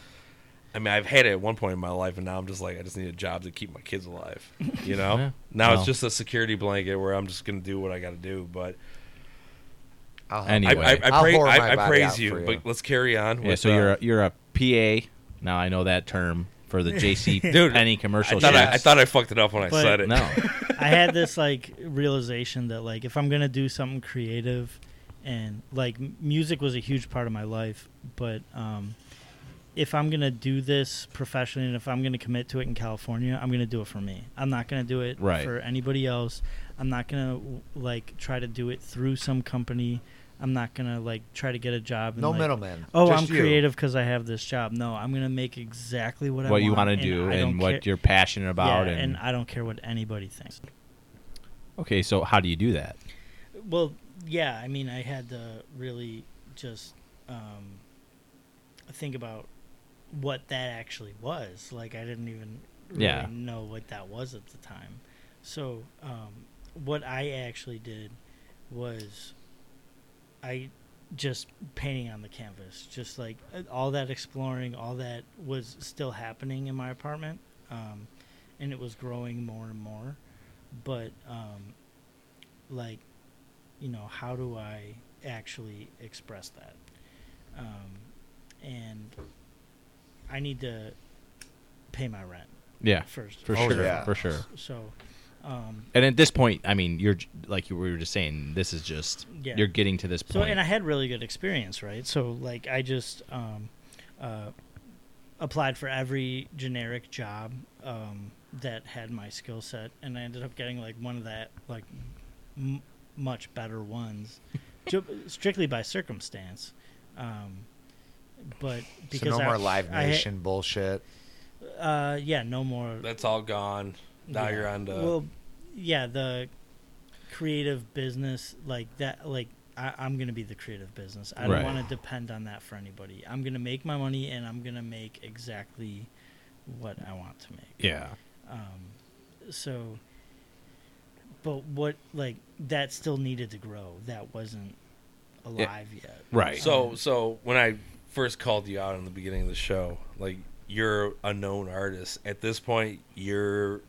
Speaker 1: I mean, I've had it at one point in my life, and now I'm just like, I just need a job to keep my kids alive. You know.
Speaker 4: Yeah.
Speaker 1: Now
Speaker 4: Well.
Speaker 1: it's just a security blanket where I'm just gonna do what I got to do. But
Speaker 3: I'll,
Speaker 1: I-
Speaker 4: Any- Anyway.
Speaker 1: I, I,
Speaker 3: I'll
Speaker 1: pray,
Speaker 3: whore my
Speaker 1: I, I
Speaker 3: body
Speaker 1: praise
Speaker 3: out
Speaker 1: you,
Speaker 3: for you.
Speaker 1: But let's carry on.
Speaker 4: Yeah,
Speaker 1: with,
Speaker 4: so
Speaker 1: uh,
Speaker 4: you're a, you're a PA. Now I know that term for the JC
Speaker 1: Dude,
Speaker 4: Penny commercial.
Speaker 1: I thought, I,
Speaker 4: chefs.
Speaker 1: I thought I fucked it up when I
Speaker 2: But-
Speaker 1: said it. <laughs>
Speaker 4: no.
Speaker 2: I had this like realization that like if I'm gonna do something creative, and like m- music was a huge part of my life, but um, if I'm gonna do this professionally and if I'm gonna commit to it in California, I'm gonna do it for me. I'm not gonna do it
Speaker 4: Right.
Speaker 2: for anybody else. I'm not gonna w- like try to do it through some company. I'm not gonna like try to get a job. And,
Speaker 3: no
Speaker 2: like,
Speaker 3: middleman.
Speaker 2: Oh,
Speaker 3: Just
Speaker 2: I'm
Speaker 3: you.
Speaker 2: creative because I have this job. No, I'm gonna make exactly what, I
Speaker 4: what
Speaker 2: want.
Speaker 4: you want to
Speaker 2: and
Speaker 4: do
Speaker 2: I
Speaker 4: and,
Speaker 2: don't
Speaker 4: what
Speaker 2: care-
Speaker 4: you're passionate about.
Speaker 2: yeah,
Speaker 4: and,
Speaker 2: and I don't care what anybody thinks.
Speaker 4: okay, so how do you do that?
Speaker 2: Well, yeah, I mean, I had to really just um, think about what that actually was. Like, I didn't even really
Speaker 4: Yeah.
Speaker 2: know what that was at the time. So, um, what I actually did was I just painting on the canvas, just like uh, all that exploring, all that was still happening in my apartment. Um, and it was growing more and more. But, um, like, you know, how do I actually express that? Um, and I need to pay my rent
Speaker 4: Yeah,
Speaker 2: first.
Speaker 4: for
Speaker 3: Oh,
Speaker 4: sure,
Speaker 3: yeah.
Speaker 4: for sure.
Speaker 2: So, um,
Speaker 4: And at this point, I mean, you're j- like you were just saying, this is just
Speaker 2: Yeah.
Speaker 4: you're getting to this
Speaker 2: so
Speaker 4: point.
Speaker 2: and I had really good experience, right? So like I just um, uh, applied for every generic job um, that had my skill set, and I ended up getting like one of that like m- much better
Speaker 3: <laughs>
Speaker 2: ones, ju- strictly by circumstance. Um, but
Speaker 3: So
Speaker 2: because
Speaker 3: no
Speaker 2: I,
Speaker 3: more Live
Speaker 2: I-
Speaker 3: Nation bullshit.
Speaker 2: uh, yeah, no more.
Speaker 1: That's all gone. Now
Speaker 2: Yeah.
Speaker 1: you're on the.
Speaker 2: well, yeah, the creative business like that. Like I, I'm gonna be the creative business. I
Speaker 4: Right.
Speaker 2: don't want to depend on that for anybody. I'm gonna make my money, and I'm gonna make exactly what I want to make.
Speaker 4: yeah,
Speaker 2: Um, so, but what like that still needed to grow. That wasn't alive yet. <laughs>
Speaker 4: right.
Speaker 1: so so when I first called you out in the beginning of the show, like you're a known artist. At this point, you're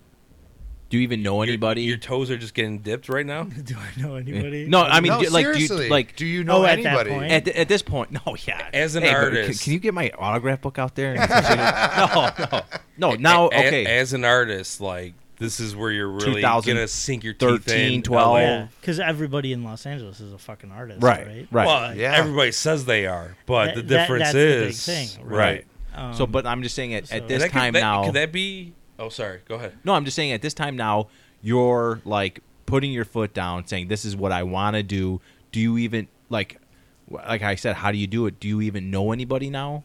Speaker 4: do you even know
Speaker 1: your-
Speaker 4: anybody?
Speaker 1: Your, toes are just getting dipped right now.
Speaker 2: Do I know <laughs> anybody?
Speaker 4: No, I mean,
Speaker 3: no,
Speaker 4: do- like, do
Speaker 3: seriously.
Speaker 4: you, like,
Speaker 3: do you know
Speaker 2: Oh, at that
Speaker 3: anybody?
Speaker 2: point.
Speaker 4: at, th- at this point, <laughs> no, yeah.
Speaker 1: As an
Speaker 4: but can-
Speaker 1: artist.
Speaker 4: can, you get my autograph book out
Speaker 1: <laughs>
Speaker 4: there? And no, no, no. Now,
Speaker 1: A-
Speaker 4: okay,
Speaker 1: As, an artist, like this is where you're really gonna
Speaker 4: 2013,
Speaker 1: sink your teeth in.
Speaker 4: 12.
Speaker 1: LA.
Speaker 2: Yeah, because everybody in Los Angeles is a fucking artist,
Speaker 4: right,
Speaker 2: right?
Speaker 4: right.
Speaker 1: Well,
Speaker 3: Yeah.
Speaker 1: everybody says they are, but
Speaker 2: That-
Speaker 1: the
Speaker 2: that-
Speaker 1: difference
Speaker 2: that's the big
Speaker 1: is
Speaker 2: thing,
Speaker 1: right.
Speaker 2: right. Um,
Speaker 4: so, but I'm just saying at,
Speaker 2: so-
Speaker 4: at this
Speaker 1: that could-
Speaker 4: time
Speaker 1: that-
Speaker 4: now,
Speaker 1: could that be? Oh, sorry. Go ahead.
Speaker 4: No, I'm just saying at this time now, you're like putting your foot down, saying this is what I want to do. Do you even like, wh- like I said, how do you do it? Do you even know anybody now,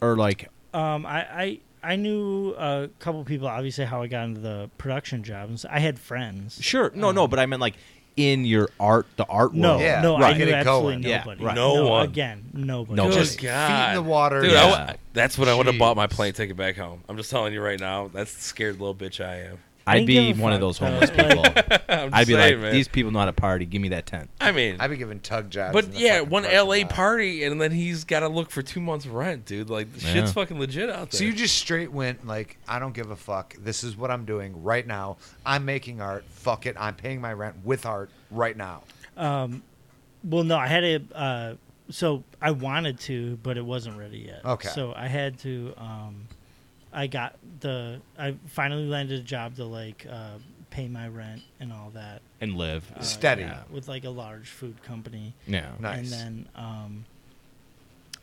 Speaker 4: or like,
Speaker 2: Um, I, I I knew a couple people. Obviously, how I got into the production jobs. I had friends.
Speaker 4: sure, no, no, but I meant like in your art, the art
Speaker 2: No,
Speaker 4: world.
Speaker 3: Yeah,
Speaker 2: no,
Speaker 4: right.
Speaker 2: I
Speaker 3: Get
Speaker 2: knew
Speaker 3: it
Speaker 2: absolutely
Speaker 3: going.
Speaker 4: Yeah,
Speaker 2: nobody.
Speaker 4: right.
Speaker 1: No one.
Speaker 2: Again, nobody.
Speaker 4: No,
Speaker 1: Good
Speaker 4: just
Speaker 1: God.
Speaker 3: feet in the water.
Speaker 1: Dude, I w-
Speaker 4: Yeah.
Speaker 1: that's when I would have bought my
Speaker 3: Jeez.
Speaker 1: plane ticket back home. I'm just telling you right now. That's the scared little bitch I am. <laughs>
Speaker 2: I didn't
Speaker 4: I'd be
Speaker 2: give a
Speaker 4: one of
Speaker 2: fuck,
Speaker 4: those
Speaker 2: though.
Speaker 4: homeless people.
Speaker 1: I'm just
Speaker 4: I'd be
Speaker 1: saying,
Speaker 4: like,
Speaker 1: man.
Speaker 4: these people know how to party. Give me that tent.
Speaker 1: I mean,
Speaker 3: I'd be giving tug jobs. in
Speaker 1: but
Speaker 3: the
Speaker 1: yeah,
Speaker 3: fucking
Speaker 1: one
Speaker 3: parking
Speaker 1: LA
Speaker 3: lot.
Speaker 1: party, and then he's got to look for two months' rent, dude. Like, the
Speaker 4: Yeah.
Speaker 1: shit's fucking legit out there.
Speaker 3: So you just straight went like, I don't give a fuck. This is what I'm doing right now. I'm making art. Fuck it. I'm paying my rent with art right now.
Speaker 2: Well, no, I had a. Uh, so I wanted to, but it wasn't ready yet.
Speaker 3: Okay.
Speaker 2: So I had to. Um, I got the. I finally landed a job to like uh, pay my rent and all that
Speaker 4: And live.
Speaker 2: Uh,
Speaker 1: Uh,
Speaker 3: Steady.
Speaker 4: yeah.
Speaker 2: with like a large food company.
Speaker 4: Yeah.
Speaker 3: No. Nice.
Speaker 2: And then um,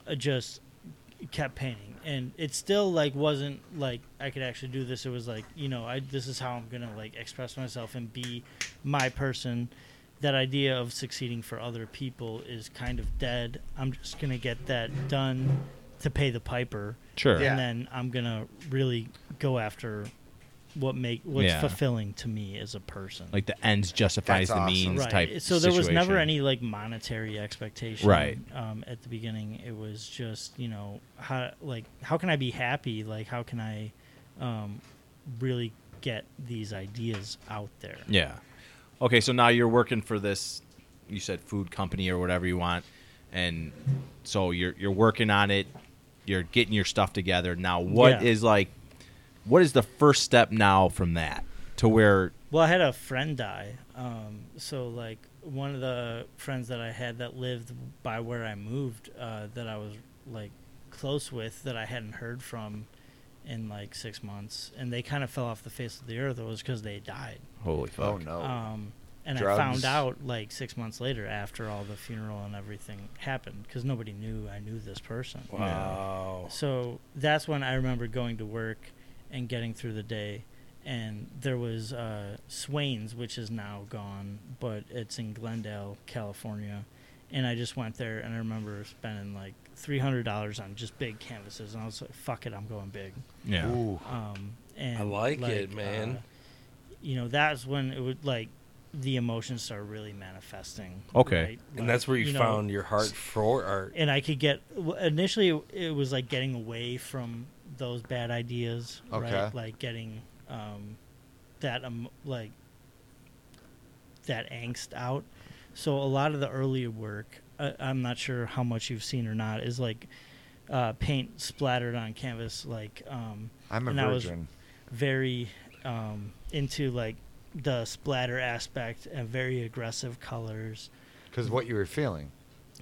Speaker 2: I just kept painting, and it still like wasn't like I could actually do this. It was like you know, I this is how I'm gonna like express myself and be my person. That idea of succeeding for other people is kind of dead. I'm just gonna get that done to pay the piper,
Speaker 4: Sure.
Speaker 3: Yeah.
Speaker 2: and then I'm gonna really go after what make what's
Speaker 4: Yeah.
Speaker 2: fulfilling to me as a person.
Speaker 4: Like the ends justifies
Speaker 3: That's
Speaker 4: the
Speaker 3: awesome.
Speaker 4: means
Speaker 2: Right.
Speaker 4: type.
Speaker 2: So there was never
Speaker 4: situation.
Speaker 2: any like monetary expectation.
Speaker 4: Right.
Speaker 2: Um, at the beginning, it was just you know how like how can I be happy? Like how can I, um, really get these ideas out there?
Speaker 4: Yeah. Okay, so now you're working for this you said food company or whatever you want and so you're you're working on it you're getting your stuff together. Now, what is
Speaker 2: Yeah.
Speaker 4: like, what is the first step now from that to where?
Speaker 2: Well, I had a friend die. Um, so like one of the friends that I had that lived by where I moved, uh, that I was like close with, that I hadn't heard from in like six months, and they kind of fell off the face of the earth. It was because they died.
Speaker 4: Holy fuck!
Speaker 3: Oh no.
Speaker 2: Um, and I
Speaker 3: Drugs.
Speaker 2: found out like six months later after all the funeral and everything happened because nobody knew I knew this person.
Speaker 1: Wow.
Speaker 2: So that's when I remember going to work and getting through the day. And there was uh, Swain's, which is now gone, but it's in Glendale, California. And I just went there and I remember spending like $300 on just big canvases. And I was like, fuck it, I'm going big.
Speaker 4: Yeah.
Speaker 3: Ooh.
Speaker 2: Um, and
Speaker 1: I like it, man.
Speaker 2: uh, you know, that's when it would like the emotions start really manifesting.
Speaker 4: Okay.
Speaker 1: and that's where you,
Speaker 2: know,
Speaker 1: found your heart for art.
Speaker 2: and I could get w- initially it- it was like getting away from those bad ideas,
Speaker 3: Okay.
Speaker 2: right? Like getting um, that um like that angst out. So a lot of the earlier work, uh, I'm not sure how much you've seen or not, is like uh, paint splattered on canvas, like um,
Speaker 3: I'm a
Speaker 2: and I was-
Speaker 3: virgin.
Speaker 2: very um, into like the splatter aspect and very aggressive colors.
Speaker 3: Because what you were feeling.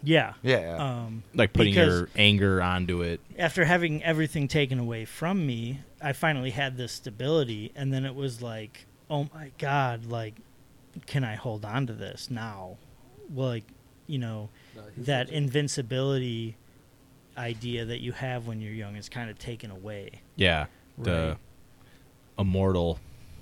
Speaker 2: Yeah.
Speaker 3: Yeah. yeah.
Speaker 2: Um,
Speaker 4: Like putting
Speaker 2: because-
Speaker 4: your anger onto it.
Speaker 2: after having everything taken away from me, I finally had this stability, and then it was like, oh my god, like, can I hold on to this now? Well, like, you know, that invincibility idea that you have when you're young is kind of taken away,
Speaker 4: Yeah. The
Speaker 2: Right.
Speaker 4: immortal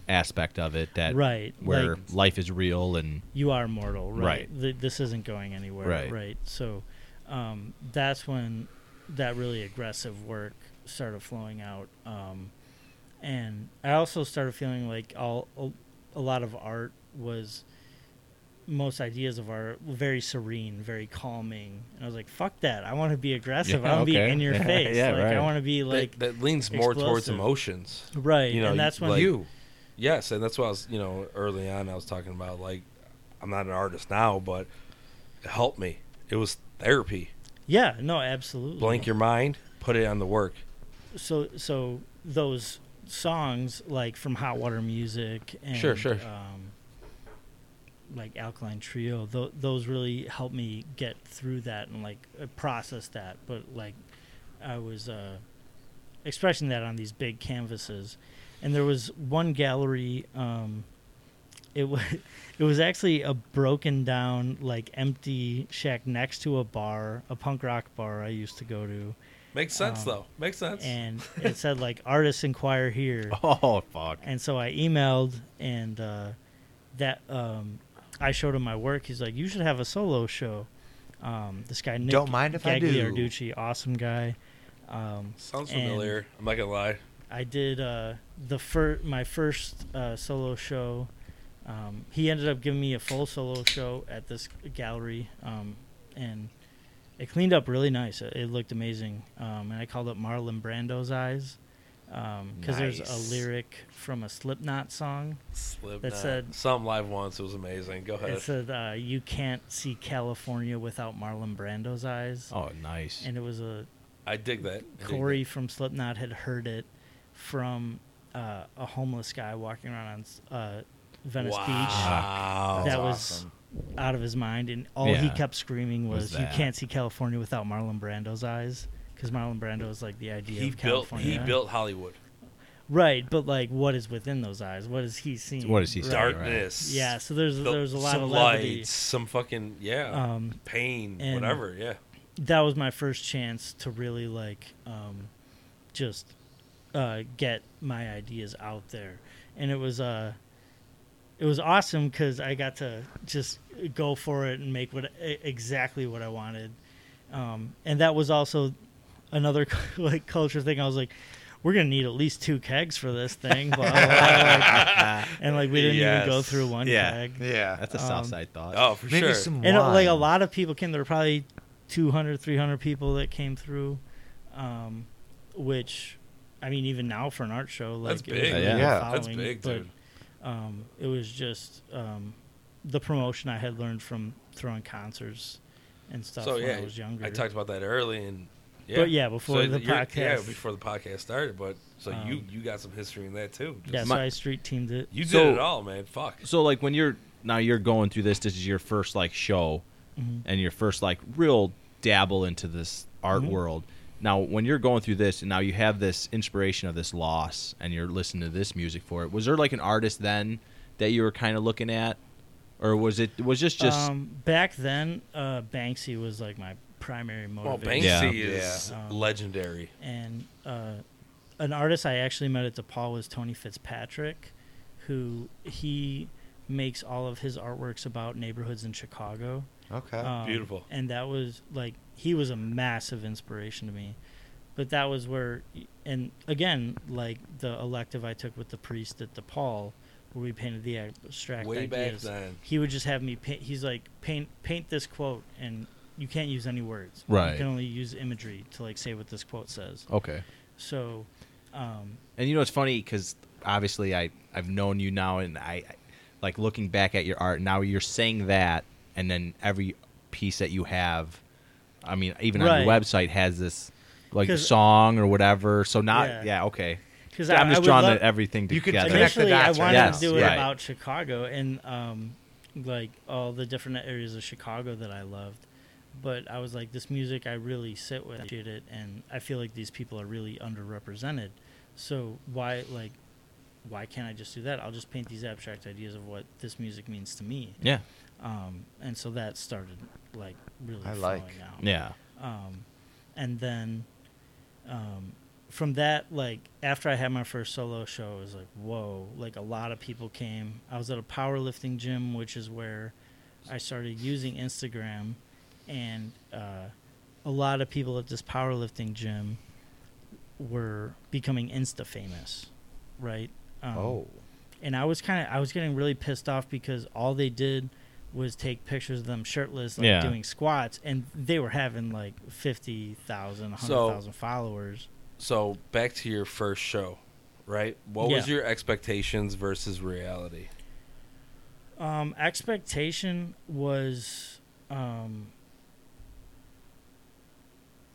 Speaker 4: aspect of it that
Speaker 2: right?
Speaker 4: where
Speaker 2: like,
Speaker 4: life is real and
Speaker 2: you are mortal, right?
Speaker 4: Right.
Speaker 2: Th- this isn't going anywhere,
Speaker 4: Right.
Speaker 2: right? So um, that's when that really aggressive work started flowing out, um, and I also started feeling like all a, a lot of art was most ideas of art were very serene, very calming, and I was like, "Fuck that! I want to be aggressive.
Speaker 4: Yeah,
Speaker 2: I want to
Speaker 4: okay.
Speaker 2: be in your
Speaker 4: <laughs> Yeah,
Speaker 2: face.
Speaker 4: yeah,
Speaker 2: like
Speaker 4: right.
Speaker 2: I want to be like."
Speaker 1: that, that leans more towards
Speaker 2: explosive.
Speaker 1: emotions.
Speaker 2: Right,
Speaker 1: You know,
Speaker 2: and that's when
Speaker 1: like-
Speaker 3: you.
Speaker 1: Yes, and that's why I was, you know, early on I was talking about like I'm not an artist now, but it helped me. It was therapy.
Speaker 2: yeah, no, absolutely.
Speaker 1: Blank your mind, put it on the work.
Speaker 2: so so those songs like from Hot Water Music and
Speaker 1: Sure, sure.
Speaker 2: Um, like Alkaline Trio, th- those really helped me get through that and like uh, process that. But like I was uh, expressing that on these big canvases, and there was one gallery. Um, it was <laughs> it was actually a broken down like empty shack next to a bar, a punk rock bar I used to go to
Speaker 1: Makes sense
Speaker 2: Um,
Speaker 1: though. Makes sense.
Speaker 3: <laughs>
Speaker 2: and it said like artists inquire here
Speaker 4: <laughs> oh fuck.
Speaker 2: and so i emailed and uh, that um, i showed him my work he's like you should have a solo show um, this guy Nick
Speaker 3: Don't mind if I do.
Speaker 2: Gagliarducci, awesome guy um,
Speaker 1: Sounds
Speaker 2: and-
Speaker 1: familiar. I'm not gonna lie.
Speaker 2: I did uh, the fir- my first uh, solo show. Um, he ended up giving me a full solo show at this gallery, um, and it cleaned up really nice. It, it looked amazing, um, and I called it Marlon Brando's Eyes because there's
Speaker 3: Nice.
Speaker 2: a lyric from a Slipknot song
Speaker 1: Slipknot.
Speaker 2: That said-
Speaker 1: something live once. It was amazing. Go ahead.
Speaker 2: that said, uh, "You can't see California without Marlon Brando's eyes,"
Speaker 4: Oh nice.
Speaker 2: and it was a
Speaker 1: I dig that. I dig
Speaker 2: Corey
Speaker 1: that.
Speaker 2: from Slipknot had heard it from uh, a homeless guy walking around on uh, Venice
Speaker 1: Wow.
Speaker 2: Beach. That was
Speaker 3: Oh, awesome.
Speaker 2: out of his mind, and all he
Speaker 4: Yeah.
Speaker 2: kept screaming
Speaker 4: Was
Speaker 2: was, "You
Speaker 4: that.
Speaker 2: can't see California without Marlon Brando's eyes," because Marlon Brando is like the idea
Speaker 1: he
Speaker 2: of
Speaker 1: built
Speaker 2: California.
Speaker 1: he built Hollywood.
Speaker 2: right, but like, what is within those eyes? What is he seeing?
Speaker 4: What is he seeing?
Speaker 2: Right.
Speaker 1: Darkness.
Speaker 2: Yeah, so there's
Speaker 1: the-
Speaker 2: there's a lot
Speaker 1: some
Speaker 2: of levity.
Speaker 1: lights, some fucking yeah,
Speaker 2: Um,
Speaker 1: pain,
Speaker 2: and-
Speaker 1: whatever. Yeah,
Speaker 2: that was my first chance to really like um, just uh, get my ideas out there, and it was uh, it was awesome because I got to just go for it and make what e- exactly what I wanted, um, and that was also another <laughs> like culture thing. I was like. We're gonna need at least two kegs for this thing, blah, blah, blah," like- and like we didn't even go
Speaker 1: Yes.
Speaker 2: through one
Speaker 4: Yeah.
Speaker 2: keg.
Speaker 3: Yeah.
Speaker 4: That's a
Speaker 2: um,
Speaker 4: south side
Speaker 2: <laughs>
Speaker 4: thought.
Speaker 1: <laughs> oh for
Speaker 3: Maybe
Speaker 1: sure.
Speaker 3: some wine.
Speaker 2: and uh, like a lot of people came there were probably 200 300 people that came through um which i mean even now for an art show like
Speaker 1: That's
Speaker 2: it was
Speaker 1: big.
Speaker 2: really
Speaker 4: Yeah.
Speaker 2: a
Speaker 3: Yeah.
Speaker 1: That's
Speaker 2: following,
Speaker 1: big,
Speaker 2: but
Speaker 1: dude.
Speaker 2: um it was just um the promotion i had learned from throwing concerts and stuff
Speaker 1: so
Speaker 2: when
Speaker 1: yeah,
Speaker 2: i was younger
Speaker 1: I talked about that early, and
Speaker 2: But yeah, before
Speaker 1: So
Speaker 2: the
Speaker 1: you're- Yeah,
Speaker 2: podcast.
Speaker 1: before the podcast started. But so you
Speaker 2: Um,
Speaker 1: you got some history in that too. Just-
Speaker 2: That's
Speaker 4: My-
Speaker 2: why I street teamed it.
Speaker 1: You did
Speaker 4: So-
Speaker 1: it all, man. Fuck.
Speaker 4: So like when you're now you're going through this, this is your first like show, and your first like real dabble into this art world. Now when you're going through this, and now you have this inspiration of this loss, and you're listening to this music for it. Was there like an artist then that you were kind of looking at, or was it was just just
Speaker 2: um, back then, uh, Banksy was like my primary
Speaker 1: Well,
Speaker 2: motivator.
Speaker 1: Banksy
Speaker 4: Yeah.
Speaker 1: is
Speaker 2: Yeah. Um,
Speaker 1: legendary.
Speaker 2: and uh, an artist I actually met at DePaul was Tony Fitzpatrick, who he makes all of his artworks about neighborhoods in Chicago.
Speaker 3: Okay.
Speaker 2: Um,
Speaker 1: Beautiful.
Speaker 2: And that was like he was a massive inspiration to me. But that was where, and again, like the elective I took with the priest at DePaul, where we painted the abstract
Speaker 1: Way back
Speaker 2: ideas.
Speaker 1: then.
Speaker 2: He would just have me paint. He's like, paint, paint this quote, and you can't use any words.
Speaker 4: Right.
Speaker 2: You can only use imagery to like say what this quote says.
Speaker 4: okay?
Speaker 2: So, um,
Speaker 4: And you know it's funny because obviously I I've known you now, and I, I like looking back at your art. Now you're saying that, and then every piece that you have, I mean, even on your
Speaker 2: Right.
Speaker 4: website has this like
Speaker 2: 'Cause-
Speaker 4: song or whatever. So not yeah,
Speaker 2: Yeah.
Speaker 4: okay.
Speaker 2: 'Cause
Speaker 4: Yeah,
Speaker 2: I-
Speaker 4: I'm
Speaker 2: I
Speaker 4: just
Speaker 2: would
Speaker 4: drawing
Speaker 2: love-
Speaker 4: the- everything
Speaker 3: You could
Speaker 4: together.
Speaker 3: connect-
Speaker 2: initially, I
Speaker 3: dots right
Speaker 2: wanted
Speaker 4: now.
Speaker 2: to do it
Speaker 4: Yes, right.
Speaker 2: about Chicago and um, like all the different areas of Chicago that I loved. But I was like, this music I really sit with, I appreciate it, and I feel like these people are really underrepresented. So why like, why can't I just do that? I'll just paint these abstract ideas of what this music means to me.
Speaker 4: yeah,
Speaker 2: Um, and so that started like really
Speaker 3: I
Speaker 2: flowing
Speaker 3: like.
Speaker 2: out
Speaker 4: yeah.
Speaker 2: um, and then um, from that like after i had my first solo show it was like whoa like a lot of people came i was at a powerlifting gym which is where i started using instagram and uh, a lot of people at this powerlifting gym were becoming insta famous right um,
Speaker 3: oh.
Speaker 2: and I was kind of I was getting really pissed off because all they did was take pictures of them shirtless, like
Speaker 4: Yeah.
Speaker 2: doing squats, and they were having like 50,000, 100,000 followers.
Speaker 1: So back to your first show, right? What was
Speaker 2: Yeah.
Speaker 1: your expectations versus reality?
Speaker 2: Um, expectation was, um,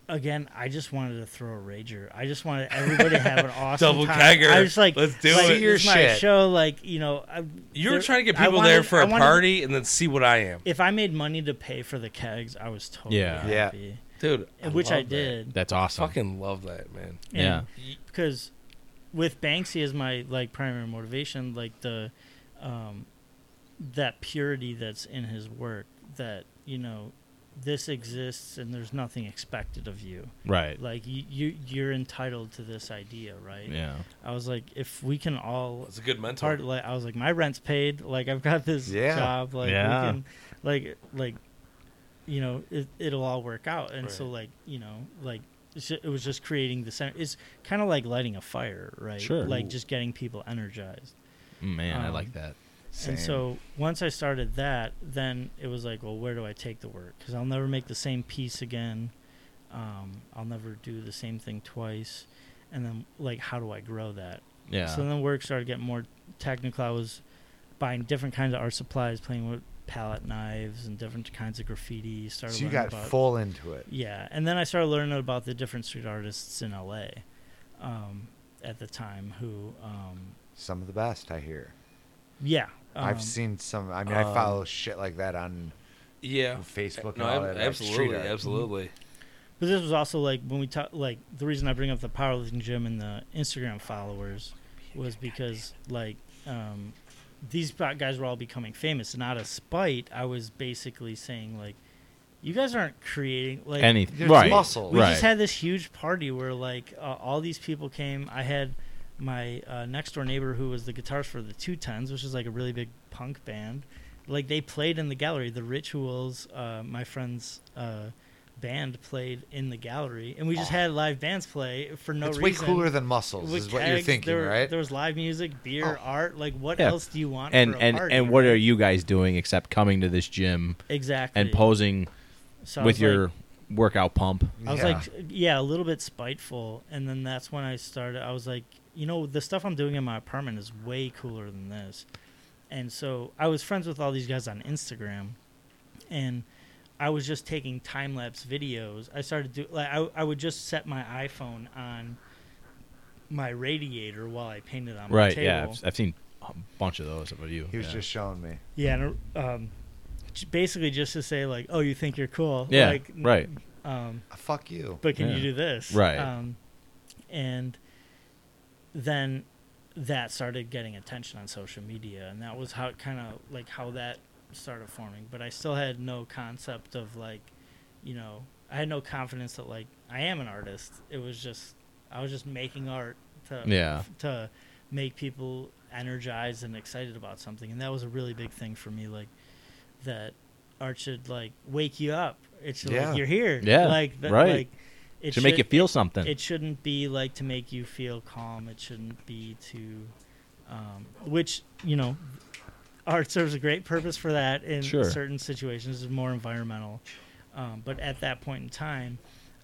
Speaker 2: again, I just wanted to throw a rager. I just wanted everybody
Speaker 1: <laughs>
Speaker 2: to have an awesome
Speaker 1: Double
Speaker 2: time.
Speaker 1: kegger.
Speaker 2: I was like,
Speaker 1: Let's do
Speaker 2: like,
Speaker 1: it.
Speaker 2: this
Speaker 3: See your
Speaker 2: is my
Speaker 3: shit.
Speaker 2: show, like you know, I,
Speaker 1: You
Speaker 2: there-
Speaker 1: were trying to get
Speaker 2: I
Speaker 1: people there
Speaker 2: wanted-
Speaker 1: for
Speaker 2: I
Speaker 1: a
Speaker 2: wanted-
Speaker 1: party and then see what I am,
Speaker 2: If I made money to pay for the kegs, I was totally
Speaker 4: Yeah.
Speaker 3: Yeah.
Speaker 2: happy.
Speaker 1: dude.
Speaker 2: which
Speaker 1: love
Speaker 2: I
Speaker 1: that.
Speaker 2: did.
Speaker 4: That's awesome.
Speaker 1: Fucking love that, man.
Speaker 2: And
Speaker 4: Yeah.
Speaker 2: because with Banksy as my like primary motivation, like the um, that purity that's in his work, that you know, this exists and there's nothing expected of you.
Speaker 4: right.
Speaker 2: Like you, you you're entitled to this idea, right?
Speaker 4: Yeah.
Speaker 2: I was like, if we can all
Speaker 1: It's a good mentor.
Speaker 2: part, like I was like, my rent's paid. Like I've got this
Speaker 3: Yeah.
Speaker 2: job. Like
Speaker 4: Yeah.
Speaker 2: we can, like like, you know, it, it'll all work out. And so
Speaker 1: Right.
Speaker 2: like you know like it's ju- it was just creating the center. It's kind of like lighting a fire, right?
Speaker 4: Sure.
Speaker 2: Like
Speaker 4: Ooh.
Speaker 2: just getting people energized.
Speaker 4: Mm, Man, I
Speaker 2: Um,
Speaker 4: like that.
Speaker 3: Same.
Speaker 2: And so once I started that, then it was like, well, where do I take the work? Because I'll never make the same piece again. Um, I'll never do the same thing twice. And then like, how do I grow that?
Speaker 4: Yeah.
Speaker 2: So then work started getting more technical. I was buying different kinds of art supplies, playing with palette knives and different kinds of graffiti. Started
Speaker 3: So you
Speaker 2: learning
Speaker 3: got
Speaker 2: about,
Speaker 3: full into it.
Speaker 2: Yeah, and then I started learning about the different street artists in LA um, at the time. Who, um,
Speaker 3: Some of the best, I hear.
Speaker 2: yeah, um,
Speaker 3: I've seen some. I mean, I
Speaker 1: um,
Speaker 3: follow shit like that on
Speaker 1: yeah.
Speaker 3: Facebook.
Speaker 1: No,
Speaker 3: and all
Speaker 1: ab-
Speaker 3: that, like,
Speaker 1: absolutely,
Speaker 3: street art.
Speaker 1: absolutely.
Speaker 2: Mm-hmm. But this was also like when we talk, like the reason I bring up the powerlifting gym and the Instagram followers was because like um, these bu- guys were all becoming famous, and out of spite, I was basically saying like, you guys aren't creating like
Speaker 4: Anything.
Speaker 3: There's
Speaker 4: Right.
Speaker 3: muscle.
Speaker 2: we
Speaker 4: right.
Speaker 2: just had this huge party where like uh, all these people came. I had my uh, next door neighbor who was the guitarist for the Two Tons, which is like a really big punk band. Like they played in the gallery. The Rituals, uh, my friend's uh, band, played in the gallery, and we just had live bands play for no
Speaker 3: it's way
Speaker 2: reason.
Speaker 3: cooler than muscles,
Speaker 2: With
Speaker 3: is what you're
Speaker 2: kegs,
Speaker 3: thinking,
Speaker 2: there,
Speaker 3: right?
Speaker 2: There was live music, beer, art. Like what
Speaker 4: Oh. Yeah.
Speaker 2: else do you want?
Speaker 4: and
Speaker 2: for a
Speaker 4: and
Speaker 2: party,
Speaker 4: and what
Speaker 2: right?
Speaker 4: are you guys doing except coming to this gym
Speaker 2: exactly
Speaker 4: and posing
Speaker 2: So I
Speaker 4: with
Speaker 2: was like,
Speaker 4: your workout pump?
Speaker 2: I was
Speaker 3: Yeah.
Speaker 2: like, yeah, a little bit spiteful, and then that's when I started. I was like, you know, the stuff I'm doing in my apartment is way cooler than this, and so I was friends with all these guys on Instagram, and I was just taking time lapse videos. I started do like I, I would just set my iPhone on my radiator while I painted on my
Speaker 4: Right.
Speaker 2: table.
Speaker 4: Yeah. I've, I've seen a bunch of those of you.
Speaker 3: He was
Speaker 4: yeah.
Speaker 3: just showing me.
Speaker 2: Yeah, and um, j- basically just to say like, "Oh, you think you're cool?"
Speaker 4: Yeah.
Speaker 2: Like, n-
Speaker 4: right.
Speaker 2: Um,
Speaker 3: Ah, Fuck you.
Speaker 2: but can you
Speaker 4: Yeah.
Speaker 2: do this?
Speaker 4: Right.
Speaker 2: Um, and then that started getting attention on social media, and that was how kind of like how that started forming. But I still had no concept of like, you know, I had no confidence that like I am an artist. It was just I was just making art to
Speaker 4: Yeah.
Speaker 2: to make people energized and excited about something, and that was a really big thing for me. Like that art should like wake you up. It should
Speaker 3: Yeah.
Speaker 2: like you're here.
Speaker 4: Yeah,
Speaker 2: like that,
Speaker 4: right.
Speaker 2: Like, it
Speaker 4: to make you
Speaker 2: should-
Speaker 4: feel something.
Speaker 2: It shouldn't be like to make you feel calm. It shouldn't be to, um, which you know, art serves a great purpose for that in
Speaker 4: Sure.
Speaker 2: certain situations. It's more environmental, um, but at that point in time,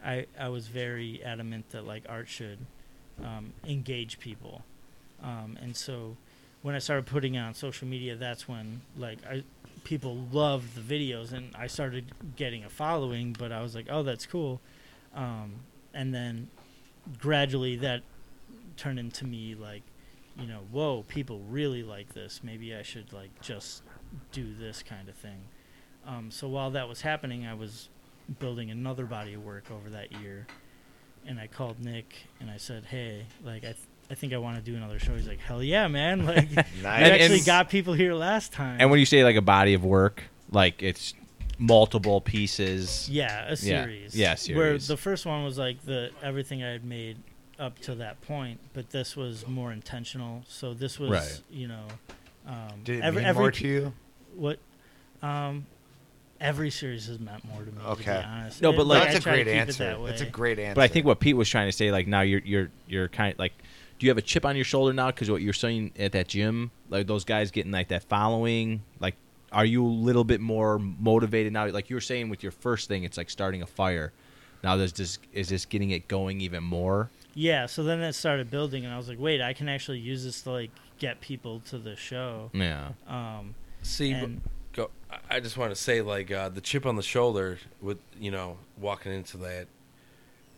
Speaker 2: I I was very adamant that like art should um, engage people, um, and so when I started putting it on social media, that's when like I people loved the videos and I started getting a following. But I was like, oh, that's cool, um, and then gradually that turned into me like, you know, whoa, people really like this. Maybe I should like just do this kind of thing. Um, so while that was happening, I was building another body of work over that year, and I called Nick and I said, hey, like I. Th- I think I want to do another show. He's like, "Hell yeah, man!" <laughs>
Speaker 4: <laughs>
Speaker 2: Like,
Speaker 3: Nice.
Speaker 2: you
Speaker 4: And-
Speaker 2: actually
Speaker 4: and-
Speaker 2: got people here last time.
Speaker 4: and when you say like a body of work, like it's multiple pieces.
Speaker 2: yeah, a
Speaker 4: Yeah.
Speaker 2: series.
Speaker 4: Yeah,
Speaker 2: Where
Speaker 4: series.
Speaker 2: the first one was like the everything I had made up to that point, but this was more intentional. So this was,
Speaker 4: Right.
Speaker 2: you know, um,
Speaker 3: Did it
Speaker 2: every,
Speaker 3: mean
Speaker 2: every
Speaker 3: more
Speaker 2: p-
Speaker 3: to you?
Speaker 2: what, um, every series has meant more to me. To be
Speaker 3: Okay.
Speaker 2: honest.
Speaker 4: No, but,
Speaker 2: It-
Speaker 4: like-
Speaker 2: I
Speaker 3: that's a
Speaker 2: try to
Speaker 3: great
Speaker 2: keep it
Speaker 3: answer.
Speaker 2: that way.
Speaker 3: That's a great answer.
Speaker 4: But I think what Pete was trying to say, like now you're you're you're kind of like, do you have a chip on your shoulder now? Because what you're saying at that gym, like those guys getting like that following, like are you a little bit more motivated now? Like you were saying with your first thing, it's like starting a fire. Now there's this is this getting it going even more.
Speaker 2: Yeah. So then that started building, and I was like, wait, I can actually use this to like get people to the show.
Speaker 4: Yeah.
Speaker 2: Um,
Speaker 1: See, but-
Speaker 2: And-
Speaker 1: go, I- I just want to say, like, uh, the chip on the shoulder with, you know, walking into that,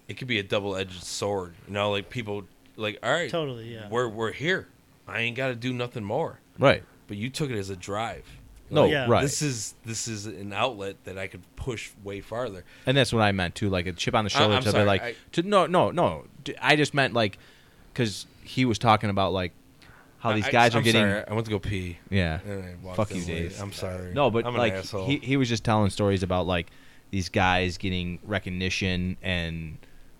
Speaker 1: it could be a double edged sword. You know, like, people, like, all right,
Speaker 2: Totally, yeah.
Speaker 1: we're, we're here. I ain't got to do nothing more.
Speaker 4: Right.
Speaker 1: But you took it as a drive.
Speaker 4: No.
Speaker 1: Like,
Speaker 2: Yeah.
Speaker 4: Right.
Speaker 1: This is this is an outlet that I could push way farther.
Speaker 4: And that's what I meant too, like a chip on the shoulder
Speaker 1: I'm
Speaker 4: to be
Speaker 1: sorry,
Speaker 4: like,
Speaker 1: I-
Speaker 4: to, no, no, no. D- I just meant like, because he was talking about like how these
Speaker 1: I- I-
Speaker 4: guys are
Speaker 1: I'm
Speaker 4: getting,
Speaker 1: sorry, I went to go pee.
Speaker 4: yeah.
Speaker 1: and I walked
Speaker 4: Fuck
Speaker 1: in
Speaker 4: you,
Speaker 1: late.
Speaker 4: Dave.
Speaker 1: I'm sorry.
Speaker 4: No, but
Speaker 1: I'm an
Speaker 4: like
Speaker 1: asshole.
Speaker 4: he he was just telling stories about like these guys getting recognition and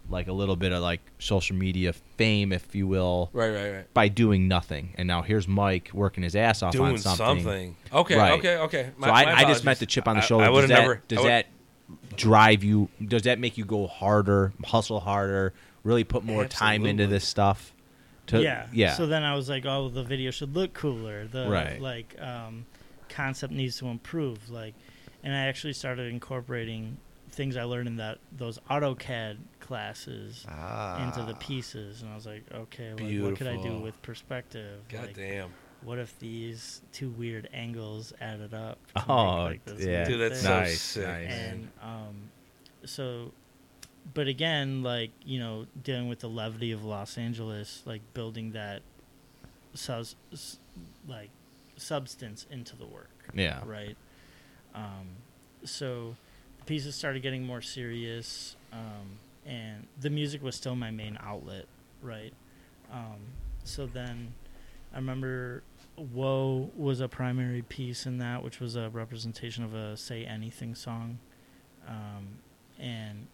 Speaker 4: like a little bit of like social media fame, if you will,
Speaker 1: right, right, right.
Speaker 4: by doing nothing. And now here's Mike working his ass off
Speaker 1: Doing
Speaker 4: on something.
Speaker 1: something. Okay,
Speaker 4: Right.
Speaker 1: okay, okay. My-
Speaker 4: so
Speaker 1: my
Speaker 4: I, I just meant
Speaker 1: apologies.
Speaker 4: the chip on the
Speaker 1: I-
Speaker 4: shoulder.
Speaker 1: I, would
Speaker 4: does
Speaker 1: have
Speaker 4: that,
Speaker 1: never. I
Speaker 4: Does
Speaker 1: would-
Speaker 4: that drive you? Does that make you go harder, hustle harder, really put more time into
Speaker 1: Absolutely.
Speaker 4: this stuff? To,
Speaker 2: yeah
Speaker 4: Yeah.
Speaker 2: so then i was like oh the video should look cooler the
Speaker 4: Right.
Speaker 2: like um, concept needs to improve like and i actually started incorporating things i learned in that those autocad classes
Speaker 3: ah.
Speaker 2: into the pieces and i was like okay like, what could i do
Speaker 1: Beautiful.
Speaker 2: with perspective
Speaker 1: God
Speaker 2: like,
Speaker 1: damn.
Speaker 2: what if these two weird angles added up to make,
Speaker 4: Oh,
Speaker 2: like, this
Speaker 4: yeah.
Speaker 2: weird
Speaker 1: Dude, that's
Speaker 2: thing?
Speaker 1: so
Speaker 4: Nice,
Speaker 1: sick.
Speaker 4: nice.
Speaker 1: man. <laughs>
Speaker 2: and um, so but again like you know dealing with the levity of los angeles like building that sus- s- like substance into the work
Speaker 4: Yeah.
Speaker 2: right um, so the pieces started getting more serious um, and the music was still my main outlet right um, so then i remember woe was a primary piece in that which was a representation of a say anything song um, and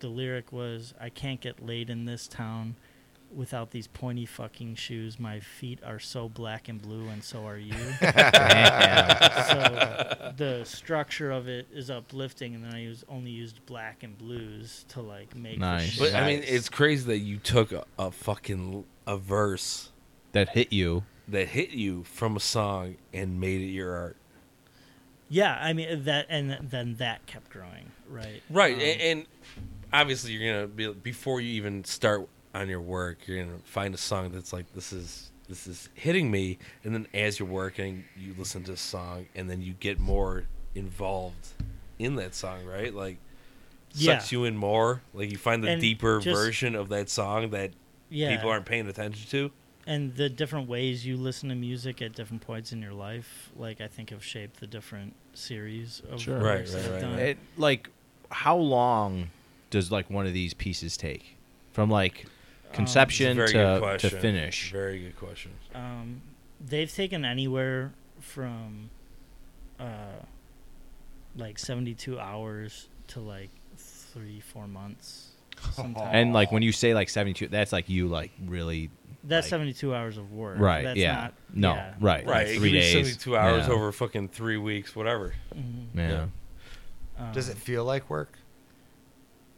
Speaker 2: the lyric was i can't get laid in this town without these pointy fucking shoes my feet are so black and blue and so
Speaker 1: <laughs>
Speaker 2: are you
Speaker 4: Damn.
Speaker 2: so the structure of it is uplifting, and then I use only used black and blues to like make. the
Speaker 4: Nice.
Speaker 2: shit.
Speaker 1: But uh, I mean,
Speaker 3: Nice.
Speaker 1: it's crazy that you took a, a fucking a verse
Speaker 4: that hit you.
Speaker 1: that hit you from a song and made it your art.
Speaker 2: yeah, I mean that, and th- then that kept growing, right?
Speaker 1: Right,
Speaker 2: Um,
Speaker 1: and, and obviously you're gonna be before you even start on your work, you're gonna find a song that's like this is this is hitting me, and then as you're working, you listen to a song, and then you get more involved in that song, right? Like
Speaker 2: Yeah.
Speaker 1: sucks you in more. Like you find the
Speaker 2: And
Speaker 1: deeper
Speaker 2: just-
Speaker 1: version of that song that
Speaker 2: yeah.
Speaker 1: people aren't paying attention to.
Speaker 2: and the different ways you listen to music at different points in your life, like I think have shaped the different series of
Speaker 4: Sure.
Speaker 1: Right,
Speaker 2: works
Speaker 1: right,
Speaker 2: that I've
Speaker 1: right,
Speaker 2: done.
Speaker 1: right.
Speaker 4: It, like, how long does like one of these pieces take from like conception
Speaker 1: Very good
Speaker 4: to, to
Speaker 1: question.
Speaker 4: finish?
Speaker 1: Very good question.
Speaker 2: Um, they've taken anywhere from uh, like seventy-two hours to like three, four months. Sometimes.
Speaker 4: And like when you say like seventy-two, that's like you like really
Speaker 2: that's
Speaker 4: like-
Speaker 2: seventy-two hours of work.
Speaker 4: right.
Speaker 2: That's
Speaker 4: yeah.
Speaker 2: Not,
Speaker 4: no.
Speaker 2: yeah.
Speaker 1: Right,
Speaker 4: Right. Like
Speaker 1: it
Speaker 4: three
Speaker 1: could be
Speaker 4: days.
Speaker 1: seventy-two hours
Speaker 4: Yeah.
Speaker 1: over fucking three weeks, whatever.
Speaker 2: Mhm.
Speaker 4: Yeah.
Speaker 1: Yeah.
Speaker 4: Mm-hmm.
Speaker 2: Um,
Speaker 3: Does it feel like work?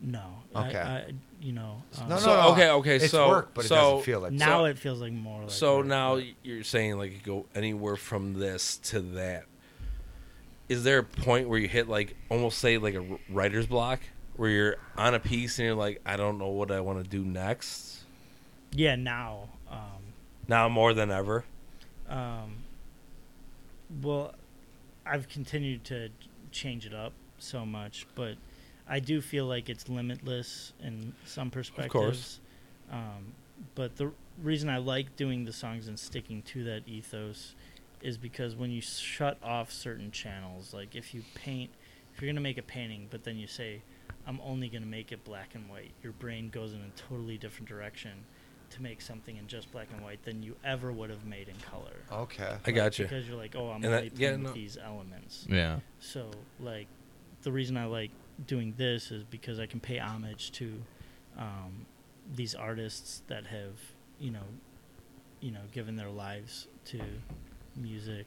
Speaker 2: No.
Speaker 3: Okay.
Speaker 2: I, I, you know. Um,
Speaker 3: No, no,
Speaker 1: So,
Speaker 3: no.
Speaker 1: okay, okay,
Speaker 3: It's
Speaker 1: so-
Speaker 3: work, but it
Speaker 1: so-
Speaker 3: doesn't feel like
Speaker 2: now
Speaker 1: So-
Speaker 2: it feels like more. Like
Speaker 1: so
Speaker 2: work,
Speaker 1: now
Speaker 2: but-
Speaker 1: you're saying like you go anywhere from this to that. Is there a point where you hit like almost say like a wr- writer's block where you're on a piece and you're like I don't know what I want to do next
Speaker 2: Yeah. Now. Um,
Speaker 1: now more than ever.
Speaker 2: um, well, I've continued to change it up so much, but I do feel like it's limitless in some perspectives. Um, but the reason I like doing the songs and sticking to that ethos is because when you shut off certain channels, like if you paint, if you're going to make a painting, but then you say, I'm only going to make it black and white, your brain goes in a totally different direction to make something in just black and white than you ever would have made in color.
Speaker 3: Okay.
Speaker 1: Oh, I got you.
Speaker 2: Because you're like, oh, I'm
Speaker 1: And that-
Speaker 2: only
Speaker 1: yeah,
Speaker 2: playing with
Speaker 1: no.
Speaker 2: these elements.
Speaker 4: Yeah.
Speaker 2: So, like, the reason I like doing this is because I can pay homage to um, these artists that have, you know, you know, given their lives to music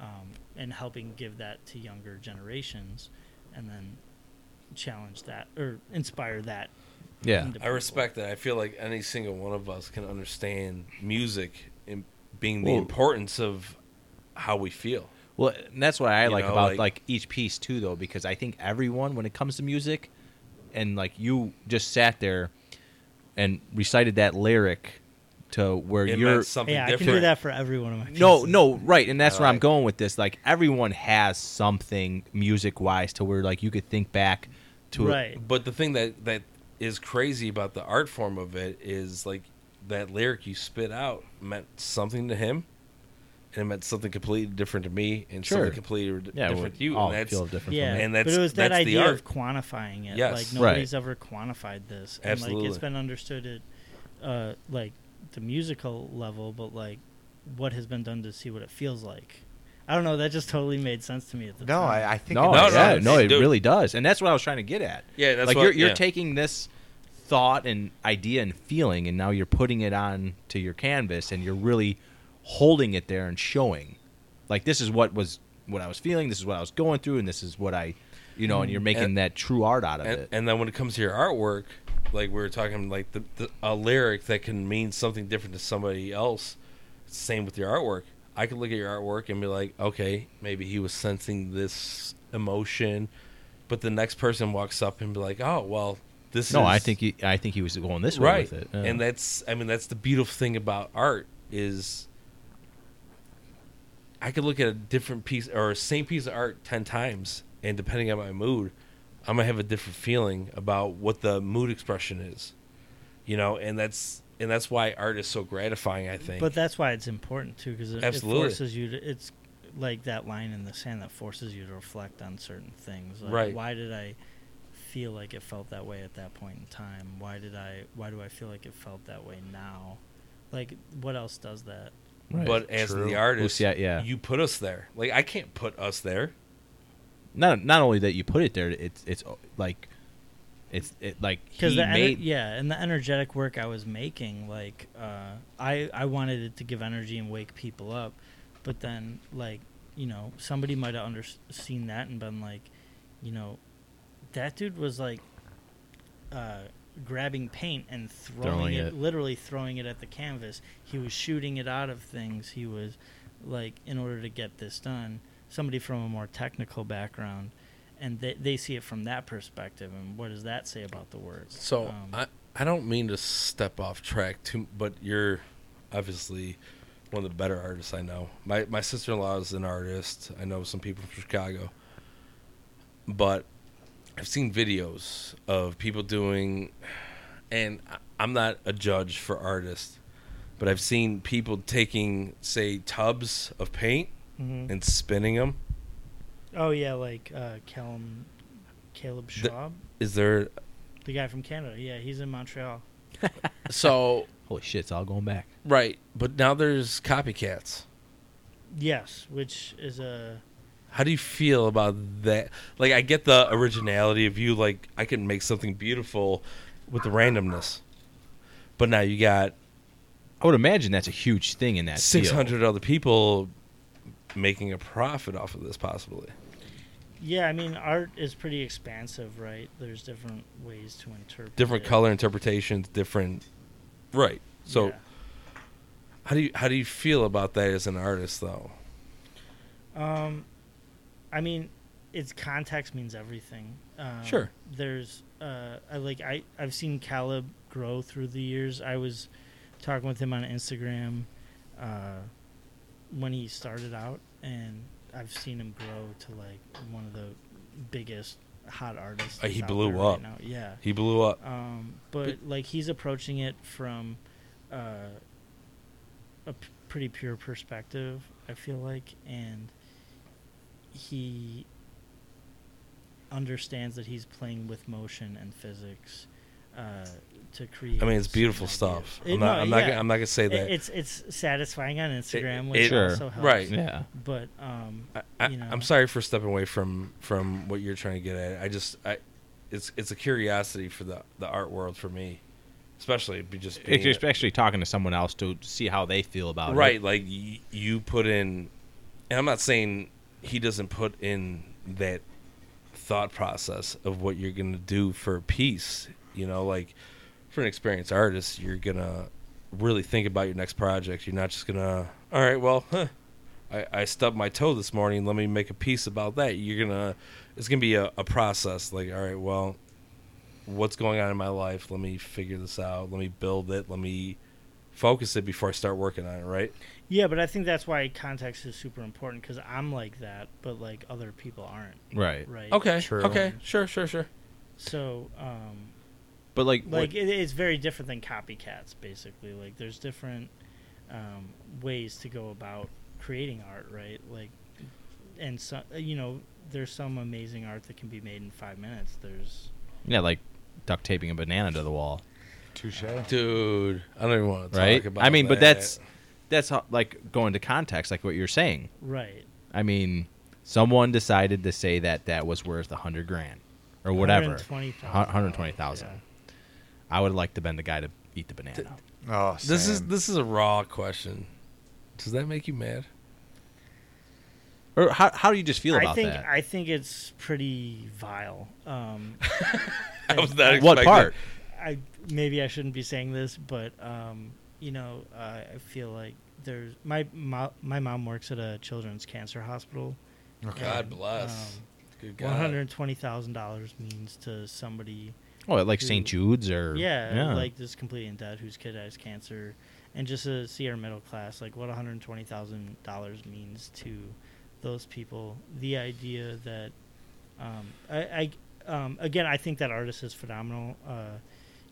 Speaker 2: um, and helping give that to younger generations, and then challenge that or inspire that.
Speaker 4: Yeah.
Speaker 2: into
Speaker 1: I
Speaker 2: people.
Speaker 1: respect that. I feel like any single one of us can understand music and being the
Speaker 4: Well-
Speaker 1: importance of how we feel.
Speaker 4: Well, and that's what I
Speaker 1: You
Speaker 4: like
Speaker 1: know,
Speaker 4: about
Speaker 1: like-
Speaker 4: like, each piece too, though, because I think everyone, when it comes to music, and like you just sat there and recited that lyric to where
Speaker 1: It
Speaker 4: you're
Speaker 1: meant something
Speaker 2: Yeah, I
Speaker 1: different.
Speaker 2: can do that for every one of my.
Speaker 4: no,
Speaker 2: pieces.
Speaker 4: no, right, and that's where I'm
Speaker 3: Alright.
Speaker 4: going with this. Like everyone has something music wise to where like you could think back to
Speaker 2: right.
Speaker 1: But the thing that that is crazy about the art form of it is like that lyric you spit out meant something to him, and it meant something completely different to me, and
Speaker 4: Sure.
Speaker 1: something completely
Speaker 4: yeah,
Speaker 1: different
Speaker 4: we
Speaker 1: to you.
Speaker 4: all
Speaker 1: And that's
Speaker 4: feel different. from
Speaker 2: Yeah,
Speaker 4: that.
Speaker 1: And that's-
Speaker 2: but it was that
Speaker 1: that's the
Speaker 2: idea
Speaker 1: art.
Speaker 2: of quantifying it.
Speaker 1: Yes.
Speaker 2: Like
Speaker 1: Right.
Speaker 2: nobody's ever quantified this. And like
Speaker 1: Absolutely.
Speaker 2: it's been understood at uh, like the musical level, but like what has been done to see what it feels like. I don't know, that just totally made sense to me at the
Speaker 3: No,
Speaker 2: time.
Speaker 3: I, I think
Speaker 1: No,
Speaker 4: no,
Speaker 3: it
Speaker 1: no,
Speaker 3: makes
Speaker 4: yeah,
Speaker 3: sense.
Speaker 4: no, it
Speaker 1: dude.
Speaker 4: really does, and that's what I was trying to get at.
Speaker 1: Yeah, that's
Speaker 4: like
Speaker 1: what-
Speaker 4: you're you're
Speaker 1: yeah.
Speaker 4: taking this thought and idea and feeling, and now you're putting it on to your canvas, and you're really holding it there and showing, like this is what was what I was feeling, this is what I was going through, and this is what I, you know, and you're making
Speaker 1: Mm, And-
Speaker 4: that true art out of
Speaker 1: and,
Speaker 4: it.
Speaker 1: and then when it comes to your artwork, like we were talking, like the, the a lyric that can mean something different to somebody else. Same with your artwork. I could look at your artwork and be like, okay, maybe he was sensing this emotion, but the next person walks up and be like, oh, well, this.
Speaker 4: no,
Speaker 1: is,
Speaker 4: I think he, I think he was going this way
Speaker 1: right
Speaker 4: with it,
Speaker 1: and
Speaker 4: Yeah.
Speaker 1: that's i mean that's the beautiful thing about art is i could look at a different piece or same piece of art 10 times and depending on my mood i'm gonna have a different feeling about what the mood expression is you know and that's and that's why art is so gratifying i think
Speaker 2: But that's why it's important too, because it, it
Speaker 1: Absolutely.
Speaker 2: forces you to. It's like that line in the sand that forces you to reflect on certain things. Like,
Speaker 1: Right.
Speaker 2: Why did I feel like it felt that way at that point in time? Why did I? Why do I feel like it felt that way now? Like, what else does that?
Speaker 4: Right.
Speaker 1: but as
Speaker 3: True.
Speaker 1: the artist
Speaker 4: Well, see, yeah.
Speaker 1: you put us there like i can't put us there
Speaker 4: not not only that you put it there, it's it's uh, like, it's it like he
Speaker 2: because the ener-
Speaker 4: made
Speaker 2: yeah and the energetic work i was making like uh, i i wanted it to give energy and wake people up but then like you know somebody might have under- seen that and been like you know that dude was like uh, grabbing paint and throwing,
Speaker 4: Throwing
Speaker 2: it,
Speaker 4: it.
Speaker 2: literally throwing it at the canvas he was shooting it out of things he was like in order to get this done somebody from a more technical background and they, they see it from that perspective and what does that say about the work
Speaker 1: So
Speaker 2: Um,
Speaker 1: I I don't mean to step off track too, but you're obviously one of the better artists I know. My my sister in law is an artist. I know some people from Chicago. but I've seen videos of people doing, and I- I'm not a judge for artists, but I've seen people taking, say, tubs of paint
Speaker 2: Mhm.
Speaker 1: and spinning them.
Speaker 2: Oh yeah, like uh, Callum, Caleb Schwab,
Speaker 1: Is there
Speaker 2: the, guy from Canada. Yeah, he's in Montreal.
Speaker 1: so
Speaker 4: Holy shit, it's all going back.
Speaker 1: right? But now there's copycats.
Speaker 2: Yes, which is a
Speaker 1: How do you feel about that? Like, I get the originality of you. Like, I can make something beautiful with the randomness, but now you got
Speaker 4: I would imagine that's a huge thing in that field.
Speaker 1: six hundred other people making a profit off of this, possibly.
Speaker 2: yeah. I mean, art is pretty expansive, right? There's different ways to interpret.
Speaker 1: Different
Speaker 2: it.
Speaker 1: color interpretations, different. Right. So,
Speaker 2: Yeah.
Speaker 1: how do you how do you feel about that as an artist, though?
Speaker 2: Um, I mean, it's context means everything. Um,
Speaker 1: Sure.
Speaker 2: There's, uh, I like I I've seen Caleb grow through the years. I was talking with him on Instagram uh, when he started out, and I've seen him grow to like one of the biggest hot artists.
Speaker 1: Uh, he
Speaker 2: that's out
Speaker 1: blew
Speaker 2: there
Speaker 1: up.
Speaker 2: Right now. Yeah.
Speaker 1: He blew up.
Speaker 2: Um, but like he's approaching it from uh, a p- pretty pure perspective, I feel like, and he understands that he's playing with motion and physics uh, to create.
Speaker 1: I mean, it's
Speaker 2: certain
Speaker 1: beautiful
Speaker 2: ideas.
Speaker 1: stuff.
Speaker 2: It-
Speaker 1: I'm not.
Speaker 2: no,
Speaker 1: I'm not.
Speaker 2: yeah.
Speaker 1: gonna, I'm not gonna say
Speaker 2: It-
Speaker 1: that.
Speaker 2: it's it's satisfying on Instagram, which
Speaker 1: it-
Speaker 4: Sure.
Speaker 2: also helps.
Speaker 1: Right.
Speaker 4: Yeah.
Speaker 2: But um,
Speaker 1: I, I,
Speaker 2: you know.
Speaker 1: I'm sorry for stepping away from from what you're trying to get at. I just I, it's it's a curiosity for the the art world for me, especially be just being,
Speaker 4: It's just actually talking to someone else to see how they feel about it.
Speaker 1: right. Like y- you put in, and I'm not saying he doesn't put in that thought process of what you're gonna do for a piece. You know, like for an experienced artist, you're gonna really think about your next project. You're not just gonna all right, well, huh, I, I stubbed my toe this morning. Let me make a piece about that. You're gonna it's gonna be a, a process. Like all right, well, what's going on in my life? Let me figure this out. Let me build it. Let me focus it before I start working on it. Right?
Speaker 2: yeah, but I think that's why context is super important because I'm like that, but like other people aren't,
Speaker 4: Right.
Speaker 2: right?
Speaker 1: Okay.
Speaker 3: True.
Speaker 1: Okay. Sure. Sure. Sure.
Speaker 2: So, um,
Speaker 4: But like,
Speaker 2: like it, it's very different than copycats basically like there's different um, ways to go about creating art right like and so uh, you know there's some amazing art that can be made in five minutes there's
Speaker 4: yeah, like duct taping a banana to the wall.
Speaker 3: Touche.
Speaker 1: Dude, I don't even want to
Speaker 4: Right.
Speaker 1: talk about.
Speaker 4: I mean, but
Speaker 1: that.
Speaker 4: that's that's how, like going to context, like what you're saying.
Speaker 2: right
Speaker 4: I mean, someone decided to say that that was worth a hundred grand or whatever,
Speaker 2: $120,000.
Speaker 4: hundred twenty thousand. I would like to been the guy to eat the banana.
Speaker 3: Oh,
Speaker 1: this is
Speaker 3: Sam.
Speaker 1: this is a raw question. Does that make you mad?
Speaker 4: Or how, how do you just feel
Speaker 2: i
Speaker 4: about
Speaker 2: think
Speaker 4: that?
Speaker 2: i think it's pretty vile um
Speaker 1: <laughs> I was
Speaker 2: and
Speaker 1: not
Speaker 4: what
Speaker 1: expecting-
Speaker 4: part?
Speaker 2: I maybe I shouldn't be saying this, but um, you know, uh, I feel like there's my mo- my mom works at a children's cancer hospital.
Speaker 3: Okay.
Speaker 1: God
Speaker 2: And, um,
Speaker 1: bless. Good
Speaker 2: One
Speaker 1: God.
Speaker 2: hundred twenty thousand dollars means to somebody,
Speaker 4: Oh, like St. Jude's or
Speaker 2: yeah, like this completely in debt whose kid has cancer, and just to see our middle class, like what one hundred twenty thousand dollars means to those people. The idea that, um, I, I um, again, I think that artist is phenomenal. Uh,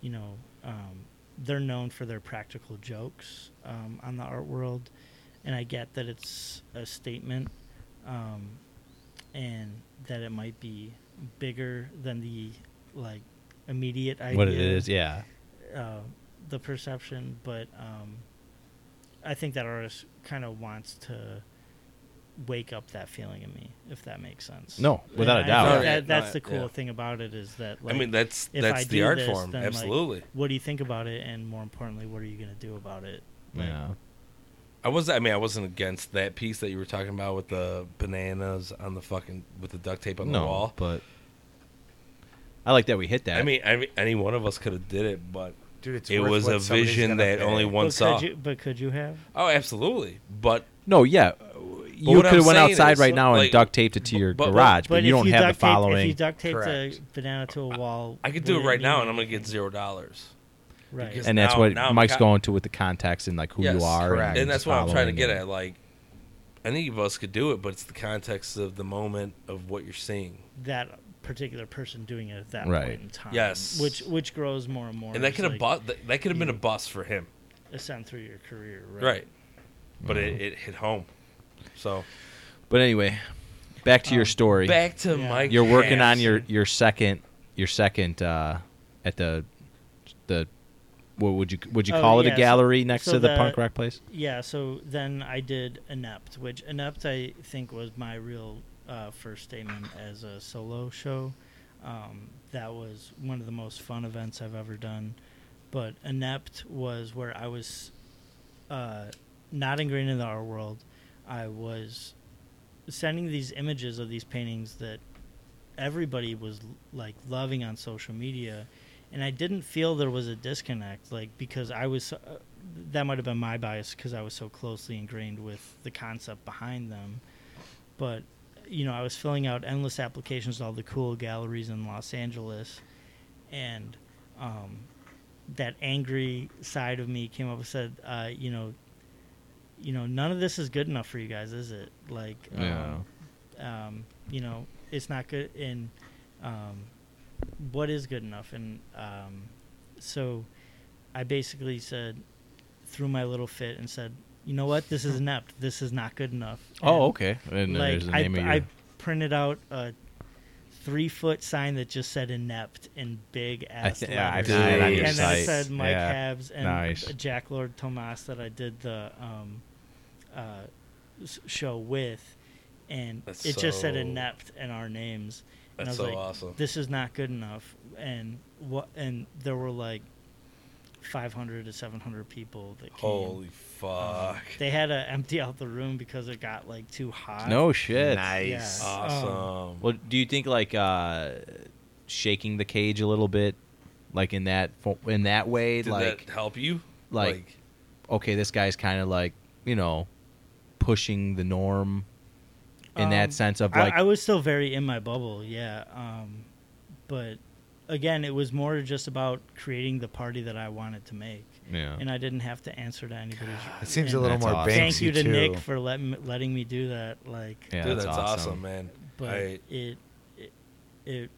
Speaker 2: you know, um, they're known for their practical jokes um, on the art world, and I get that it's a statement, um, and that it might be bigger than the like immediate idea.
Speaker 4: what it is. Yeah.
Speaker 2: Uh, the perception, but um, I think that artist kind of wants to wake up that feeling in me, if that makes sense.
Speaker 4: No, without a
Speaker 2: And I
Speaker 4: doubt.
Speaker 2: think
Speaker 1: No,
Speaker 2: that-
Speaker 1: Oh, yeah,
Speaker 2: that's
Speaker 1: no,
Speaker 2: the cool
Speaker 1: yeah.
Speaker 2: thing about it is that.
Speaker 1: I
Speaker 2: Like,
Speaker 1: mean, that's
Speaker 2: if I
Speaker 1: that's the
Speaker 2: do
Speaker 1: art
Speaker 2: this,
Speaker 1: form.
Speaker 2: then, like,
Speaker 1: Absolutely.
Speaker 2: what do you think about it, and more importantly, what are you going to do about it? Like,
Speaker 4: yeah.
Speaker 1: I was. I mean, I wasn't against that piece that you were talking about with the bananas on the fucking with the duct tape on the wall.
Speaker 4: but I like that we hit that.
Speaker 1: I mean, I mean, any one of us could have did it, but
Speaker 3: Dude, it's
Speaker 1: it
Speaker 3: worth
Speaker 1: was
Speaker 3: what
Speaker 1: a
Speaker 3: somebody's
Speaker 1: vision
Speaker 3: gonna
Speaker 1: that
Speaker 3: pay.
Speaker 1: only one
Speaker 2: but
Speaker 1: saw.
Speaker 2: Could you, but could you have?
Speaker 1: Oh, absolutely. But
Speaker 4: no, yeah, you
Speaker 1: what
Speaker 4: could have
Speaker 1: I'm
Speaker 4: went
Speaker 1: saying
Speaker 4: outside
Speaker 1: is,
Speaker 4: right now and
Speaker 1: like,
Speaker 4: duct taped it to your
Speaker 1: but- but-
Speaker 4: garage, but, you
Speaker 2: if
Speaker 4: don't have
Speaker 2: duct
Speaker 4: the
Speaker 2: tape- If
Speaker 4: following.
Speaker 2: you duct taped a
Speaker 3: Correct.
Speaker 2: banana to a wall,
Speaker 1: I could do
Speaker 2: would
Speaker 1: it right now,
Speaker 2: mean
Speaker 1: and I'm gonna get
Speaker 2: anything?
Speaker 1: zero dollars.
Speaker 2: Right.
Speaker 1: because-
Speaker 4: and that's
Speaker 1: now-
Speaker 4: what
Speaker 1: now I'm
Speaker 4: Mike's
Speaker 1: ca-
Speaker 4: going to with the contacts and like who
Speaker 1: Yes,
Speaker 4: you are,
Speaker 3: correct.
Speaker 1: and that's what I'm trying to
Speaker 4: following
Speaker 1: get
Speaker 4: and-
Speaker 1: at. Like, any of us could do it, but it's the context of the moment of what you're seeing.
Speaker 2: that particular person doing it at that
Speaker 4: Right.
Speaker 2: point in time.
Speaker 1: Yes.
Speaker 2: which which grows more and more.
Speaker 1: and that
Speaker 2: as,
Speaker 1: could have
Speaker 2: like,
Speaker 1: bu- that, that could have been a bust for him,
Speaker 2: ascend through your career, right?
Speaker 1: right? But it,
Speaker 4: Mm-hmm.
Speaker 1: it hit home. So
Speaker 4: But anyway, back to your
Speaker 2: Um,
Speaker 4: story.
Speaker 1: back to
Speaker 2: Yeah.
Speaker 1: Mike.
Speaker 4: You're working on
Speaker 1: Cass.
Speaker 4: your your second your second uh, at the the what would you would you
Speaker 2: Oh,
Speaker 4: call it
Speaker 2: yeah,
Speaker 4: a
Speaker 2: so-
Speaker 4: gallery next
Speaker 2: so
Speaker 4: to the,
Speaker 2: the-
Speaker 4: punk rock place?
Speaker 2: Yeah. So then I did inept, which inept I think was my real uh, first statement as a solo show. Um, that was one of the most fun events I've ever done. But inept was where I was uh, not ingrained in the art world. I was sending these images of these paintings that everybody was like loving on social media and i didn't feel there was a disconnect like because i was uh, that might have been my bias because i was so closely ingrained with the concept behind them but you know i was filling out endless applications to all the cool galleries in los angeles and um, that angry side of me came up and said uh, you know you know none of this is good enough for you guys is it like um, um, you know, it's not good in um, what is good enough. And um, so I basically said, threw my little fit and said, you know what? This is inept. This is not good enough.
Speaker 4: Oh,
Speaker 2: And,
Speaker 4: okay. And
Speaker 2: like,
Speaker 4: there's the
Speaker 2: I,
Speaker 4: name of your.
Speaker 2: I printed out a three foot sign that just said inept in big ass
Speaker 4: thi-
Speaker 2: letters.
Speaker 4: yeah, I've
Speaker 1: seen that on your
Speaker 2: and then
Speaker 4: site.
Speaker 2: it said Mike
Speaker 4: Yeah.
Speaker 2: Habs and
Speaker 4: Nice.
Speaker 2: Jack Lord Tomas that I did the um, uh, s- show with, and
Speaker 1: That's
Speaker 2: it just said
Speaker 1: so-
Speaker 2: inept in our names. and I
Speaker 1: That's
Speaker 2: was
Speaker 1: so
Speaker 2: like,
Speaker 1: awesome.
Speaker 2: This is not good enough. And what? And there were like 500 to 700 people that came. Um,
Speaker 1: Holy fuck!
Speaker 2: They had to empty out the room because it got like too hot.
Speaker 4: no shit.
Speaker 3: Nice.
Speaker 2: Yeah.
Speaker 1: awesome.
Speaker 4: Well, do you think like uh, shaking the cage a little bit, like in that fo- in that way,
Speaker 1: Did
Speaker 4: like
Speaker 1: that help you?
Speaker 4: like- okay, this guy's kind of like you know pushing the norm in
Speaker 2: Um,
Speaker 4: that sense of like
Speaker 2: I, I was still very in my bubble, yeah. Um, but again, it was more just about creating the party that I wanted to make,
Speaker 4: yeah.
Speaker 2: and I didn't have to answer to anybody's.
Speaker 3: It seems a
Speaker 2: and
Speaker 3: little
Speaker 4: That's
Speaker 3: more
Speaker 4: awesome.
Speaker 3: Banksy
Speaker 2: Thank you to
Speaker 3: too.
Speaker 2: Nick for letting letting me do that. Like,
Speaker 4: yeah,
Speaker 1: dude, that's, awesome. man.
Speaker 2: but
Speaker 1: I-
Speaker 2: it, it, it,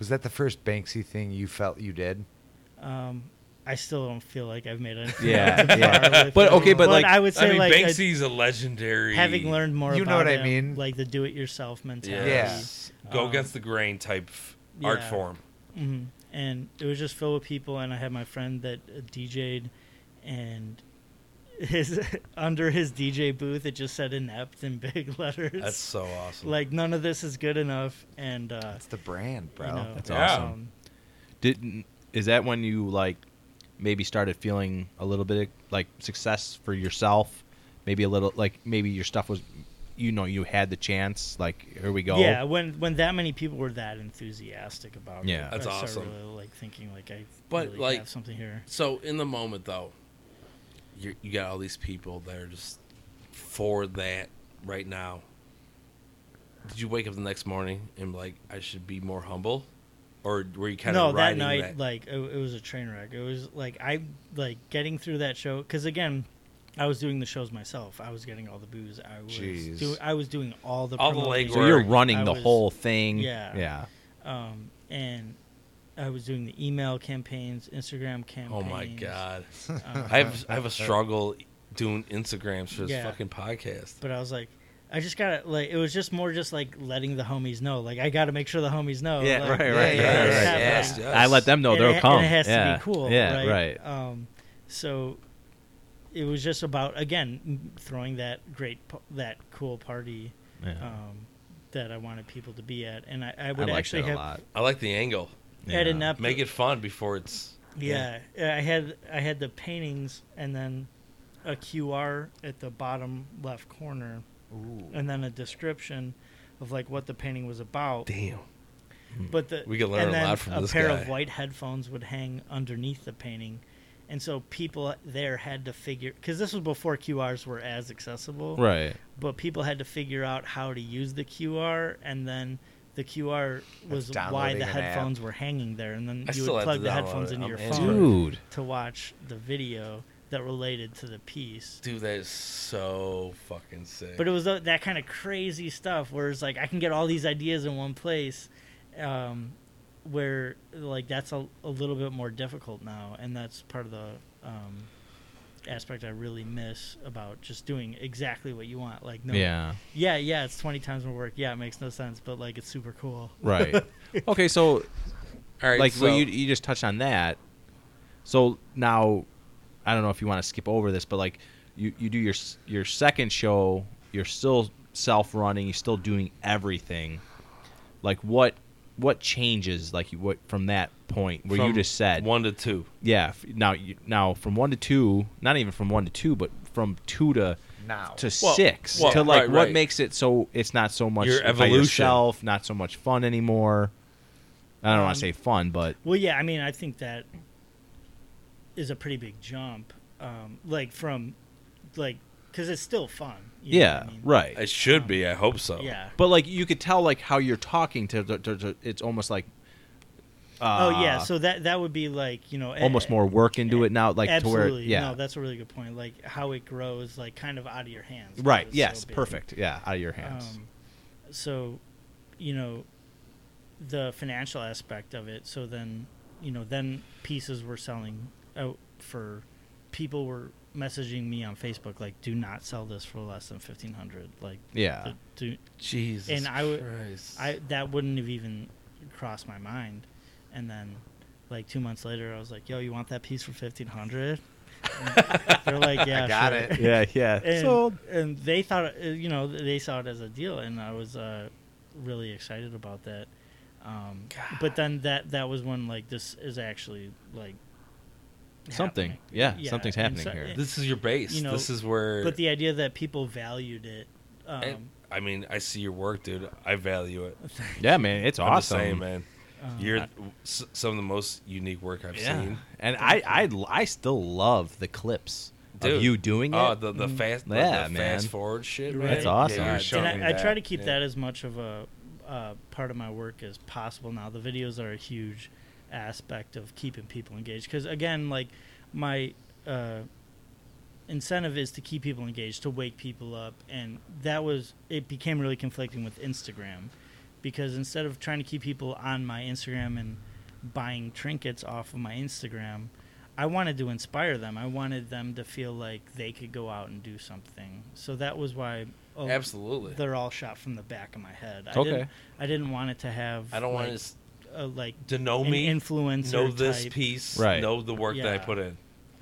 Speaker 3: Was that the first Banksy thing you felt you did?
Speaker 2: um, I still don't feel like I've made anything.
Speaker 4: Yeah,
Speaker 2: <laughs> up to
Speaker 4: yeah.
Speaker 2: par with
Speaker 4: But
Speaker 2: it.
Speaker 4: okay, but, like-
Speaker 2: I would
Speaker 1: I
Speaker 2: say
Speaker 1: mean,
Speaker 2: like I-
Speaker 1: Banksy's a legendary.
Speaker 2: having learned more
Speaker 3: You know
Speaker 2: about
Speaker 3: what I
Speaker 2: him,
Speaker 3: mean.
Speaker 2: like the do-it-yourself mentality.
Speaker 1: Yes. Go
Speaker 2: Um,
Speaker 1: against the grain type f- art
Speaker 2: yeah.
Speaker 1: form.
Speaker 2: hmm And it was just filled with people, and I had my friend that uh, DJ'd, and <laughs> his under his DJ booth it just said inept in big <laughs> letters.
Speaker 1: That's so awesome.
Speaker 2: like none of this is good enough, and uh,
Speaker 3: That's the brand, bro.
Speaker 2: you
Speaker 3: <laughs>
Speaker 2: know,
Speaker 4: That's
Speaker 1: Yeah. awesome.
Speaker 2: um,
Speaker 4: Didn't is that when you like maybe started feeling a little bit like success for yourself? Maybe a little like maybe your stuff was you know you had the chance like here we go.
Speaker 2: Yeah, when when that many people were that enthusiastic about it,
Speaker 4: Yeah.
Speaker 1: That's
Speaker 2: I started
Speaker 1: awesome.
Speaker 2: Really, like thinking like I
Speaker 1: But,
Speaker 2: really
Speaker 1: like-
Speaker 2: have something here.
Speaker 1: So in the moment though, you you got all these people that are just for that right now. Did you wake up the next morning and be like I should be more humble, or were you kind
Speaker 2: no
Speaker 1: of
Speaker 2: that
Speaker 1: riding
Speaker 2: night like it, it was a train wreck it was like i like getting through that show because again i was doing the shows myself i was getting all the booze i was
Speaker 3: Jeez.
Speaker 2: do, i was doing all the
Speaker 1: All the
Speaker 2: promoting.
Speaker 4: So you're
Speaker 1: Work.
Speaker 4: running
Speaker 2: I
Speaker 4: the
Speaker 2: was-
Speaker 4: whole thing.
Speaker 2: yeah.
Speaker 4: Yeah.
Speaker 2: um and i was doing the email campaigns instagram campaigns
Speaker 1: oh my
Speaker 4: <laughs>
Speaker 1: god,
Speaker 2: um,
Speaker 1: I have I have a struggle doing Instagrams for this
Speaker 2: Yeah.
Speaker 1: fucking podcast.
Speaker 2: but i was like i just gotta like it was just more just like letting the homies know like i gotta make sure the homies know
Speaker 4: Yeah,
Speaker 2: like,
Speaker 4: right, right,
Speaker 2: that
Speaker 3: yeah,
Speaker 2: it's
Speaker 3: right,
Speaker 2: happening.
Speaker 3: yes,
Speaker 1: yes.
Speaker 4: I let them know
Speaker 2: And
Speaker 4: they'll
Speaker 2: it, ha-
Speaker 4: come.
Speaker 2: And it has
Speaker 4: yeah.
Speaker 2: to be cool.
Speaker 4: Yeah,
Speaker 2: right.
Speaker 4: right.
Speaker 2: Um, so it was just about again m- throwing that great, p- that cool party
Speaker 4: Yeah.
Speaker 2: um, that I wanted people to be at, and I, I
Speaker 4: I
Speaker 2: would
Speaker 4: like
Speaker 2: actually
Speaker 4: that a
Speaker 2: have
Speaker 4: lot.
Speaker 1: I like the angle.
Speaker 2: had
Speaker 4: Yeah.
Speaker 2: enough.
Speaker 1: Make it fun before it's
Speaker 2: Yeah, I had I had the paintings and then a QR at the bottom left corner,
Speaker 3: Ooh.
Speaker 2: and then a description of like what the painting was about.
Speaker 1: damn.
Speaker 2: But the
Speaker 1: We could learn
Speaker 2: and
Speaker 1: a
Speaker 2: then
Speaker 1: lot from
Speaker 2: a
Speaker 1: this
Speaker 2: pair
Speaker 1: guy.
Speaker 2: of white headphones would hang underneath the painting, and so people there had to figure because this was before QRs were as accessible,
Speaker 4: Right.
Speaker 2: But people had to figure out how to use the QR, and then the QR was why
Speaker 3: downloading
Speaker 2: the
Speaker 3: an app.
Speaker 2: headphones were hanging there, and then
Speaker 1: I
Speaker 2: you
Speaker 1: still
Speaker 2: would
Speaker 1: have
Speaker 2: plug
Speaker 1: to
Speaker 2: the
Speaker 1: download
Speaker 2: headphones
Speaker 1: it.
Speaker 2: into
Speaker 1: I'm
Speaker 2: your
Speaker 1: Android.
Speaker 2: phone
Speaker 4: Dude.
Speaker 2: to watch the video that related to the piece.
Speaker 1: Dude, that is so fucking sick.
Speaker 2: But it was tho- that kind of crazy stuff where it's like I can get all these ideas in one place, um, where like that's a, a little bit more difficult now, and that's part of the um, aspect I really miss about just doing exactly what you want. Like no,
Speaker 4: Yeah.
Speaker 2: yeah, yeah, it's twenty times more work. Yeah, it makes no sense, but like it's super cool. <laughs>
Speaker 4: Right. okay, so
Speaker 1: All right,
Speaker 4: like
Speaker 1: so,
Speaker 4: well, you you just touched on that. So now, I don't know if you want to skip over this, but like you you do your s- your second show, you're still self running, you're still doing everything. Like what what changes like you, what from that point where you
Speaker 1: from
Speaker 4: just said
Speaker 1: one to two.
Speaker 4: yeah f- now you, now from one to two not even from one to two but from two to
Speaker 3: Now.
Speaker 4: to
Speaker 1: Well,
Speaker 4: six
Speaker 1: well,
Speaker 4: to like
Speaker 1: right,
Speaker 4: what
Speaker 1: right.
Speaker 4: makes it so it's not so much
Speaker 1: Your
Speaker 4: by
Speaker 1: evolution.
Speaker 4: yourself, not so much fun anymore. I don't want
Speaker 2: Um,
Speaker 4: to say fun, but
Speaker 2: Well, yeah, I mean, I think that is a pretty big jump. Um, like from, like, because it's still fun. you know
Speaker 4: yeah,
Speaker 2: what I mean?
Speaker 4: right.
Speaker 1: It should be. I hope so.
Speaker 2: Yeah.
Speaker 4: But like you could tell like how you're talking to, to, to, to- it's almost like uh,
Speaker 2: oh yeah, so that that would be like you know a-
Speaker 4: almost more work into it now, like
Speaker 2: absolutely.
Speaker 4: to where yeah,
Speaker 2: No, that's a really good point. Like how it grows, like kind of out of your hands. 'cause
Speaker 4: right,
Speaker 2: it's so
Speaker 4: yes,
Speaker 2: big.
Speaker 4: perfect, yeah, out of your hands,
Speaker 2: Um, so, you know, the financial aspect of it. So then, you know, then pieces were selling out for people were messaging me on Facebook like, "Do not sell this for less than fifteen hundred. Like,
Speaker 4: yeah,
Speaker 2: the- do,
Speaker 1: Jesus.
Speaker 2: And I would-
Speaker 1: Christ.
Speaker 2: I that wouldn't have even crossed my mind. And then, like two months later, I was like, "Yo, you want that piece for fifteen hundred? They're
Speaker 3: <laughs>
Speaker 2: like, "Yeah,
Speaker 3: got
Speaker 2: sure."
Speaker 3: it.
Speaker 4: yeah, yeah.
Speaker 2: <laughs> and,
Speaker 4: so
Speaker 2: and they thought uh, you know they saw it as a deal and i was uh, really excited about that um, but then that that was when like this is actually like
Speaker 4: something,
Speaker 2: happening.
Speaker 4: yeah,
Speaker 2: Yeah,
Speaker 4: something's
Speaker 2: and
Speaker 4: happening
Speaker 2: so-
Speaker 4: here.
Speaker 1: this is your base.
Speaker 2: You know,
Speaker 1: this is where.
Speaker 2: but the idea that people valued it um,
Speaker 1: and- I mean, I see your work, dude. I value it.
Speaker 4: yeah, man, it's
Speaker 1: I'm just
Speaker 4: awesome,
Speaker 1: saying, man.
Speaker 2: <laughs> um,
Speaker 1: You're s- some of the most unique work I've seen.
Speaker 4: And I, I I still love the clips
Speaker 1: Dude.
Speaker 4: of you doing it.
Speaker 1: Oh, the the fast, the-
Speaker 4: Yeah,
Speaker 1: the
Speaker 4: man.
Speaker 1: fast forward shit.
Speaker 2: Mm-hmm. You're
Speaker 1: man.
Speaker 2: That's
Speaker 4: awesome.
Speaker 1: Yeah,
Speaker 3: You're
Speaker 1: dude.
Speaker 3: showing
Speaker 2: and I, I try to keep
Speaker 1: Yeah.
Speaker 2: that as much of a uh, part of my work as possible now. The videos are a huge aspect of keeping people engaged because again, like my uh, incentive is to keep people engaged, to wake people up, and that was it became really conflicting with Instagram because instead of trying to keep people on my Instagram and buying trinkets off of my Instagram. I wanted to inspire them. I wanted them to feel like they could go out and do something. So that was why oh,
Speaker 1: Absolutely.
Speaker 2: they're all shot from the back of my head. I
Speaker 4: Okay.
Speaker 2: Didn't, I didn't want it to have.
Speaker 1: I don't
Speaker 2: like,
Speaker 1: want to
Speaker 2: a, like
Speaker 1: to know
Speaker 2: an
Speaker 1: me,
Speaker 2: influencer
Speaker 1: know this
Speaker 2: type, um,
Speaker 1: piece,
Speaker 4: Right.
Speaker 1: know the work that I
Speaker 2: Yeah.
Speaker 1: put in.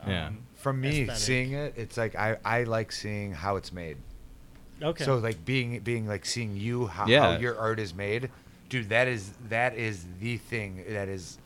Speaker 4: Yeah.
Speaker 3: For me,
Speaker 2: aesthetic.
Speaker 3: seeing it, it's like I, I like seeing how it's made.
Speaker 2: Okay.
Speaker 3: So like being being like seeing you how,
Speaker 4: Yeah.
Speaker 3: how your art is made, dude. That is that is the thing that is,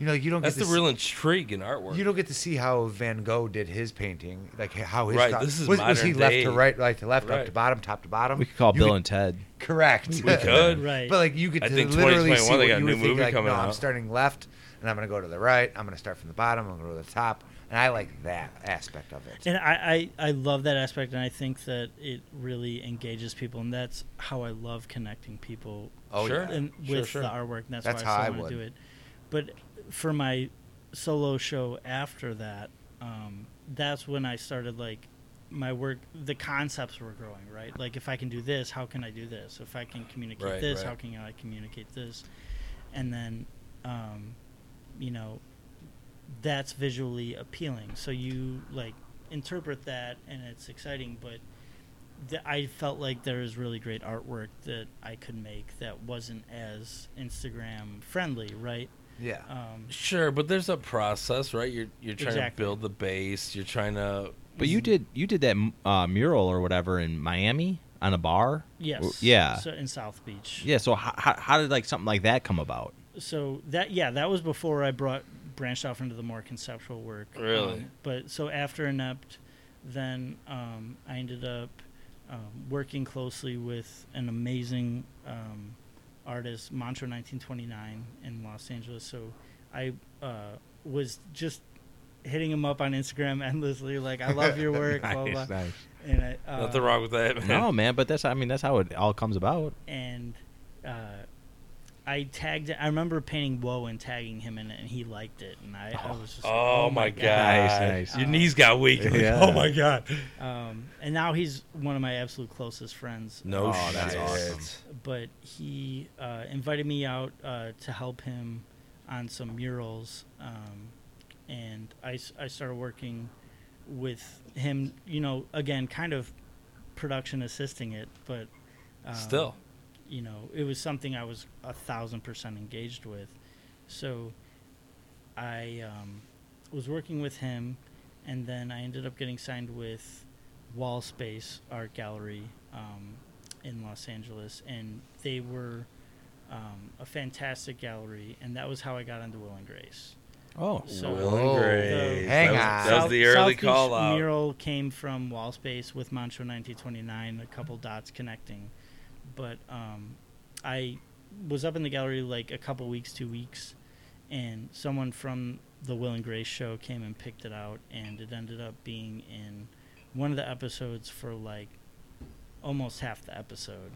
Speaker 3: you know, you don't
Speaker 1: That's
Speaker 3: get
Speaker 1: the
Speaker 3: to
Speaker 1: real intrigue in artwork.
Speaker 3: see, you don't get to see how Van Gogh did his painting, like how his
Speaker 1: Right,
Speaker 3: thought-
Speaker 1: this is
Speaker 3: was, was he
Speaker 1: modern
Speaker 3: left
Speaker 1: day.
Speaker 3: to right, right to left,
Speaker 1: Right.
Speaker 3: up to bottom, top to bottom.
Speaker 4: We could call
Speaker 3: You
Speaker 4: Bill and Ted.
Speaker 3: correct.
Speaker 1: we
Speaker 3: <laughs>
Speaker 1: could.
Speaker 2: Right.
Speaker 3: But like you get
Speaker 1: I
Speaker 3: to
Speaker 1: think
Speaker 3: literally
Speaker 1: 2021
Speaker 3: see
Speaker 1: they
Speaker 3: what
Speaker 1: got a
Speaker 3: you
Speaker 1: new
Speaker 3: would think.
Speaker 1: movie
Speaker 3: Like,
Speaker 1: coming
Speaker 3: no, I'm
Speaker 1: out.
Speaker 3: starting left, and I'm gonna go to the right. I'm gonna start from the bottom. I'm gonna go to the top, and I like that aspect of it.
Speaker 2: and I, I I love that aspect, and I think that it really engages people, and that's how I love connecting people
Speaker 3: oh
Speaker 1: Sure.
Speaker 3: yeah.
Speaker 2: and
Speaker 1: Sure,
Speaker 2: with
Speaker 1: sure.
Speaker 2: the artwork, and that's,
Speaker 3: That's
Speaker 2: why I
Speaker 3: how
Speaker 2: still
Speaker 3: I
Speaker 2: want to do
Speaker 3: would.
Speaker 2: it. But for my solo show after that, um, that's when I started like my work. The concepts were growing, right? Like if I can do this, how can I do this? If I can communicate
Speaker 1: Right,
Speaker 2: this,
Speaker 1: right.
Speaker 2: how can I communicate this? And then, um, you know, that's visually appealing. So you like interpret that, and it's exciting, but th- I felt like there was really great artwork that I could make that wasn't as Instagram friendly, right?
Speaker 3: yeah.
Speaker 2: Um,
Speaker 1: Sure, but there's a process, right? You're you're trying
Speaker 2: Exactly.
Speaker 1: to build the base. You're trying to.
Speaker 4: But you did you did that uh, mural or whatever in Miami on a bar. Or-
Speaker 2: yes.
Speaker 4: Yeah.
Speaker 2: So in South Beach.
Speaker 4: yeah. So how, how, how did like something like that come about?
Speaker 2: So that yeah, that was before I brought branched off into the more conceptual work.
Speaker 1: Really?
Speaker 2: Um, but so after Inept, then um, I ended up um, working closely with an amazing um, artist, Mantra 1929 in Los Angeles. So I uh, was just hitting him up on Instagram <laughs> endlessly, like I love your
Speaker 4: <laughs>
Speaker 2: work, blah blah. blah. And I, uh,
Speaker 1: Nothing wrong with that. man.
Speaker 4: No, man. But that's I mean that's how it all comes about.
Speaker 2: and uh, I tagged. I remember painting "Whoa" and tagging him in it, and he liked it, and I, I was just, like,
Speaker 1: Oh, my god!
Speaker 4: Nice, nice.
Speaker 1: Your knees got weak. Like,
Speaker 4: Yeah.
Speaker 1: <laughs> Oh my god!
Speaker 2: Um, and now he's one of my absolute closest friends.
Speaker 1: No
Speaker 4: Oh, that's
Speaker 1: shit.
Speaker 4: awesome.
Speaker 2: but he uh, invited me out uh, to help him on some murals, um, and I, s- I started working with him. You know, again, kind of production assisting it, but um,
Speaker 1: Still,
Speaker 2: you know, it was something I was a thousand percent engaged with. So I um, was working with him, and then I ended up getting signed with Wall Space Art Gallery um, in Los Angeles, and they were um, a fantastic gallery, and that was how I got into Will and Grace.
Speaker 4: Oh,
Speaker 2: So
Speaker 1: Will
Speaker 3: Whoa.
Speaker 1: and Grace. that
Speaker 3: Hang
Speaker 1: was,
Speaker 3: on.
Speaker 1: that was the
Speaker 2: South-
Speaker 1: early
Speaker 2: Southeast
Speaker 1: call out.
Speaker 2: Mural came from wall space with Mancho 1929, a couple dots connecting. But um, I was up in the gallery like a couple weeks, two weeks, and someone from the Will and Grace show came and picked it out, and it ended up being in one of the episodes for like almost half the episode.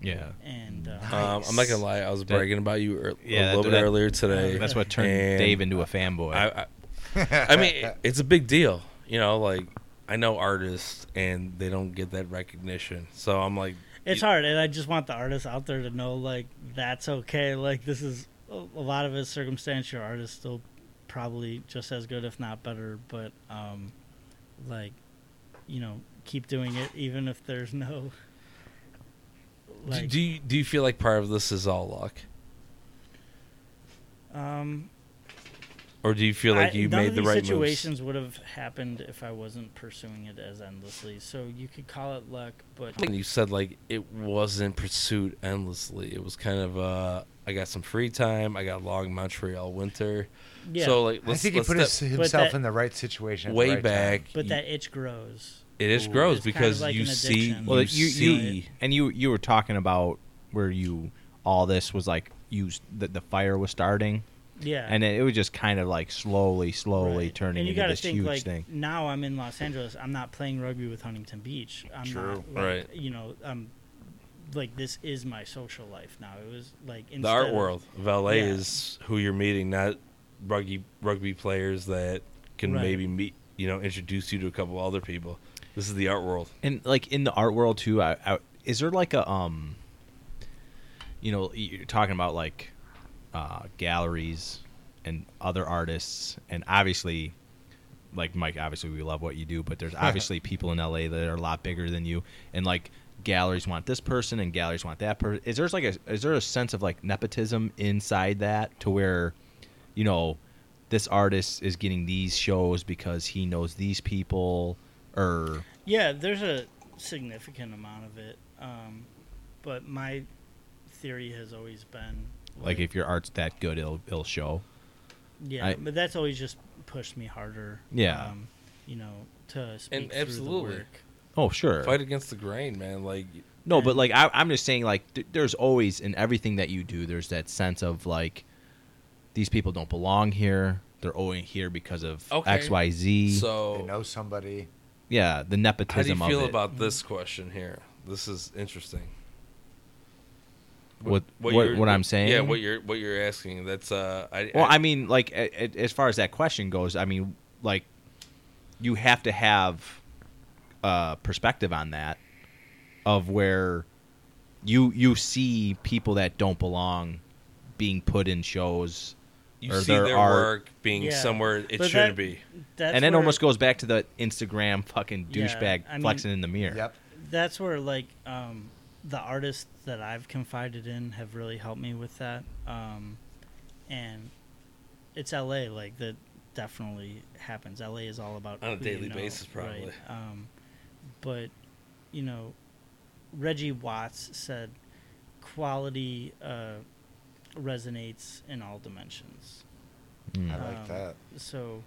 Speaker 4: yeah.
Speaker 2: And uh,
Speaker 1: Um, I'm not gonna lie, I was bragging about you ear-
Speaker 4: Yeah,
Speaker 1: a
Speaker 4: that-
Speaker 1: little bit
Speaker 4: that- uh,
Speaker 1: earlier today.
Speaker 4: That's what turned
Speaker 1: And
Speaker 4: Dave into a fanboy.
Speaker 1: I, I,
Speaker 2: Uh,
Speaker 1: I
Speaker 3: <laughs>
Speaker 1: mean, it's a big deal, you know. Like, I know artists, and they don't get that recognition. So I'm like,
Speaker 2: it's
Speaker 1: you-
Speaker 2: hard and i just want the artists out there to know like that's okay like this is a a lot of it is circumstantial art is still probably just as good if not better but um like you know keep doing it even if there's no
Speaker 1: do- do, you do you feel like part of this is all luck,
Speaker 2: um
Speaker 1: or do you feel like
Speaker 2: I-
Speaker 1: you
Speaker 2: none
Speaker 1: made
Speaker 2: of
Speaker 1: the
Speaker 2: these
Speaker 1: right moves?
Speaker 2: situations would have happened if i wasn't pursuing it as endlessly so you could call it luck but
Speaker 1: And you said like it wasn't pursued endlessly. It was kind of uh, I got some free time. I got a long Montreal winter.
Speaker 2: yeah
Speaker 1: So like,
Speaker 3: I
Speaker 1: let's,
Speaker 3: think he
Speaker 1: let's
Speaker 3: put his,
Speaker 1: step
Speaker 3: himself
Speaker 2: that-
Speaker 3: in the right situation. at the
Speaker 1: way
Speaker 3: right
Speaker 1: back.
Speaker 3: time.
Speaker 2: but
Speaker 1: You-
Speaker 2: that itch grows
Speaker 1: it is
Speaker 3: Ooh.
Speaker 1: gross
Speaker 2: It's kind of
Speaker 1: because
Speaker 2: like
Speaker 1: you
Speaker 2: an
Speaker 1: see,
Speaker 2: addiction.
Speaker 1: well,
Speaker 4: Well,
Speaker 1: you,
Speaker 4: you,
Speaker 1: see,
Speaker 4: you and you you were talking about where you all this was like used that the fire was starting,
Speaker 2: yeah
Speaker 4: and it, it was just kind of like slowly, slowly
Speaker 2: Right.
Speaker 4: turning
Speaker 2: and you
Speaker 4: Oh, into
Speaker 2: gotta
Speaker 4: this
Speaker 2: think,
Speaker 4: huge
Speaker 2: like,
Speaker 4: thing.
Speaker 2: Now I'm in Los Angeles. I'm not playing rugby with Huntington Beach. I'm
Speaker 3: True.
Speaker 2: Not, like,
Speaker 1: Right.
Speaker 2: You know, I'm like this is my social life now. It was like
Speaker 1: the art
Speaker 2: instead of-
Speaker 1: world of LA
Speaker 2: Yeah.
Speaker 1: is who you're meeting, not rugby rugby players that can
Speaker 2: Right.
Speaker 1: maybe meet, you know, introduce you to a couple other people. This is the art world.
Speaker 4: and like in the art world too I, I is there like a um you know you're talking about like uh galleries and other artists and obviously like mike obviously we love what you do but there's obviously people in la that are a lot bigger than you and like galleries want this person and galleries want that person is there's like a is there a sense of like nepotism inside that to where you know this artist is getting these shows because he knows these people or
Speaker 2: Yeah, there's a significant amount of it, um, but my theory has always been
Speaker 4: like if your art's that good it'll it'll show
Speaker 2: yeah,
Speaker 4: I-
Speaker 2: but that's always just pushed me harder.
Speaker 4: Yeah.
Speaker 2: Um, you know, to speak through the
Speaker 1: absolutely.
Speaker 2: work.
Speaker 4: oh sure
Speaker 1: Fight against the grain, man. Like
Speaker 4: no but like I, i'm just saying like th- there's always in everything that you do there's that sense of like these people don't belong here they're only here because of
Speaker 1: Okay.
Speaker 4: xyz
Speaker 3: They
Speaker 1: so
Speaker 3: know somebody.
Speaker 1: how
Speaker 4: yeah the
Speaker 1: do you
Speaker 4: nepotism
Speaker 1: feel
Speaker 4: of it.
Speaker 1: about this question here? This is interesting.
Speaker 4: what what, what,
Speaker 1: you're-
Speaker 4: i'm saying
Speaker 1: Yeah, what you're what you're asking. That's uh I
Speaker 4: well
Speaker 1: I,
Speaker 4: i mean like a- a- as far as that question goes i mean like you have to have uh perspective on that of where you you see people that don't belong being put in shows
Speaker 1: you
Speaker 4: or
Speaker 1: see
Speaker 4: there
Speaker 1: their
Speaker 4: are-
Speaker 1: work being
Speaker 2: Yeah.
Speaker 1: somewhere it
Speaker 2: But
Speaker 1: shouldn't
Speaker 2: that-
Speaker 1: be.
Speaker 2: That's
Speaker 4: and then
Speaker 2: where-
Speaker 4: almost goes back to the Instagram fucking
Speaker 2: Yeah,
Speaker 4: douchebag
Speaker 2: I mean-
Speaker 4: flexing in the mirror.
Speaker 3: Yep.
Speaker 2: that's where like um, the artists that I've confided in have really helped me with that. Um, and it's LA, like that definitely happens. LA is all about
Speaker 1: On a
Speaker 2: who you
Speaker 1: daily
Speaker 2: know,
Speaker 1: basis, probably.
Speaker 2: Right? Um, but you know, Reggie Watts said, "Quality uh, resonates in all dimensions."
Speaker 3: I
Speaker 4: Mm.
Speaker 3: like
Speaker 2: Um,
Speaker 3: that.
Speaker 2: so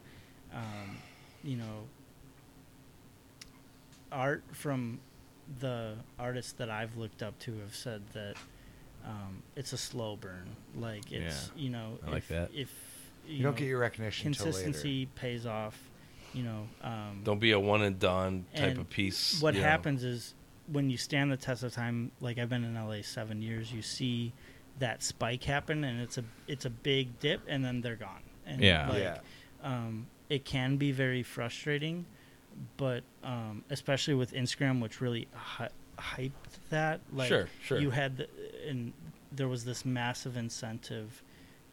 Speaker 2: um, you know art from the artists that i've looked up to have said that um, it's a slow burn like it's you know
Speaker 4: I like
Speaker 2: if,
Speaker 4: that.
Speaker 2: if you,
Speaker 3: You, don't
Speaker 2: know,
Speaker 3: get your recognition until later.
Speaker 2: consistency pays off you know um,
Speaker 1: Don't be a one and done type
Speaker 2: And
Speaker 1: of piece.
Speaker 2: what
Speaker 1: you know.
Speaker 2: happens is when you stand the test of time like i've been in la seven years you see that spike happen and it's a it's a big dip and then they're gone and
Speaker 4: Yeah.
Speaker 2: like,
Speaker 3: yeah.
Speaker 2: um, it can be very frustrating, but um, especially with Instagram, which really hi- hyped that. Like
Speaker 1: Sure, sure.
Speaker 2: you had the, and there was this massive incentive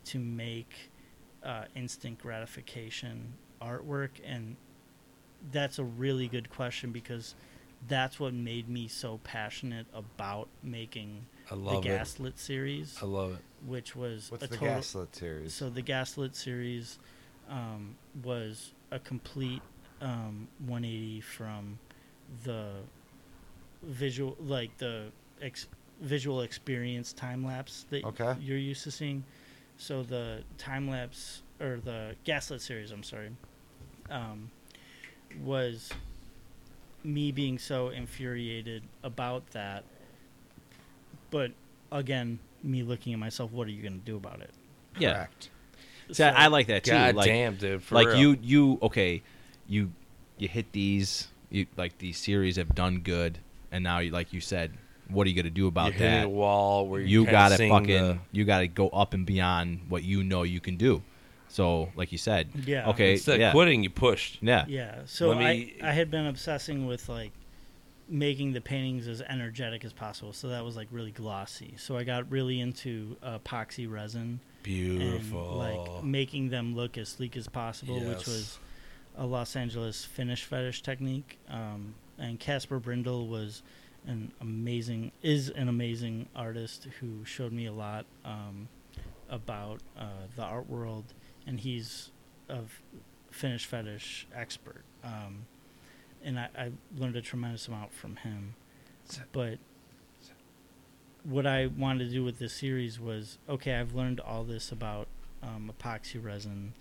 Speaker 2: to make uh, instant gratification artwork and that's a really good question because that's what made me so passionate about making
Speaker 1: I
Speaker 2: the
Speaker 1: love it.
Speaker 2: Gaslit series,
Speaker 1: I love it.
Speaker 2: which was
Speaker 3: What's
Speaker 2: a
Speaker 3: the
Speaker 2: total,
Speaker 3: Gaslit series?
Speaker 2: so the Gaslit series um, was a complete um, 180 from the visual, like the ex- visual experience time lapse that
Speaker 3: Okay.
Speaker 2: you're used to seeing. So the time lapse or the Gaslit series, I'm sorry, um, was me being so infuriated about that. But again, me looking at myself, what are you going to do about it?
Speaker 4: Yeah.
Speaker 3: Correct.
Speaker 4: See, I I like that too.
Speaker 1: God
Speaker 4: like,
Speaker 1: damn, dude. For
Speaker 4: like
Speaker 1: real.
Speaker 4: you you okay you you hit these you like these series have done good and now you like you said what are you gonna do
Speaker 1: You're
Speaker 4: about
Speaker 1: hitting a
Speaker 4: that
Speaker 1: wall where
Speaker 4: you
Speaker 1: you
Speaker 4: gotta
Speaker 1: sing
Speaker 4: fucking
Speaker 1: the-
Speaker 4: you gotta go up and beyond what you know you can do so like you said
Speaker 2: Yeah.
Speaker 4: okay
Speaker 1: instead
Speaker 4: yeah,
Speaker 1: of quitting, you pushed.
Speaker 4: yeah
Speaker 2: Yeah. So
Speaker 1: Let me-
Speaker 2: I, I had been obsessing with like making the paintings as energetic as possible. So that was like really glossy. So I got really into uh, epoxy resin
Speaker 1: Beautiful.
Speaker 2: and like making them look as sleek as possible,
Speaker 1: Yes.
Speaker 2: which was a Los Angeles finish fetish technique. Um, and Casper Brindle was an amazing is an amazing artist who showed me a lot um, about uh, the art world, and he's a f- finish fetish expert. Um, and I, I learned a tremendous amount from him. But what I wanted to do with this series was okay, I've learned all this about um, epoxy resin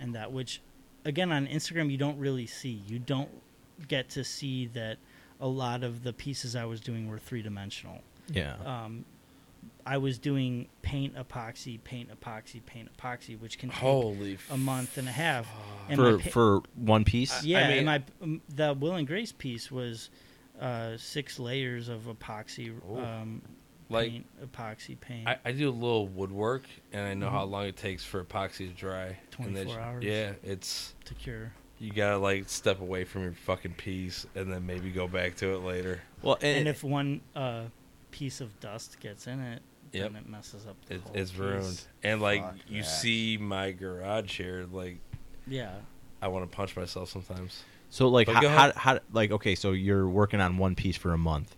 Speaker 2: and that, which again on Instagram you don't really see. You don't get to see that a lot of the pieces I was doing were three dimensional.
Speaker 4: yeah
Speaker 1: Uh-huh.
Speaker 2: Um, I was doing paint epoxy, paint epoxy, paint epoxy, which can take
Speaker 1: Holy f-
Speaker 2: a month and a half. And my
Speaker 4: for
Speaker 2: pa-
Speaker 4: for one piece
Speaker 2: yeah,
Speaker 1: mean-
Speaker 2: and my um, the Will and Grace piece was uh, six layers of epoxy,
Speaker 3: Ooh.
Speaker 2: um,
Speaker 1: Like-
Speaker 2: paint, epoxy paint.
Speaker 1: I, I do a little woodwork, and I know how long it takes for epoxy to dry. and that
Speaker 2: 24
Speaker 1: sh-
Speaker 2: Mm-hmm. hours.
Speaker 1: Yeah, it's
Speaker 2: to cure.
Speaker 1: you gotta like step away from your fucking piece, and then maybe go back to it later.
Speaker 4: well
Speaker 2: And if one uh, piece of dust gets in it,
Speaker 1: Yep.
Speaker 2: then it messes up. The
Speaker 1: It,
Speaker 2: whole
Speaker 1: it's
Speaker 2: piece.
Speaker 1: ruined, and like
Speaker 3: Fuck
Speaker 1: you
Speaker 3: that.
Speaker 1: see my garage here, like
Speaker 2: Yeah,
Speaker 1: I want to punch myself sometimes.
Speaker 4: so like
Speaker 1: But
Speaker 4: how,
Speaker 1: go
Speaker 4: how
Speaker 1: ahead.
Speaker 4: how like okay so you're working on one piece for a month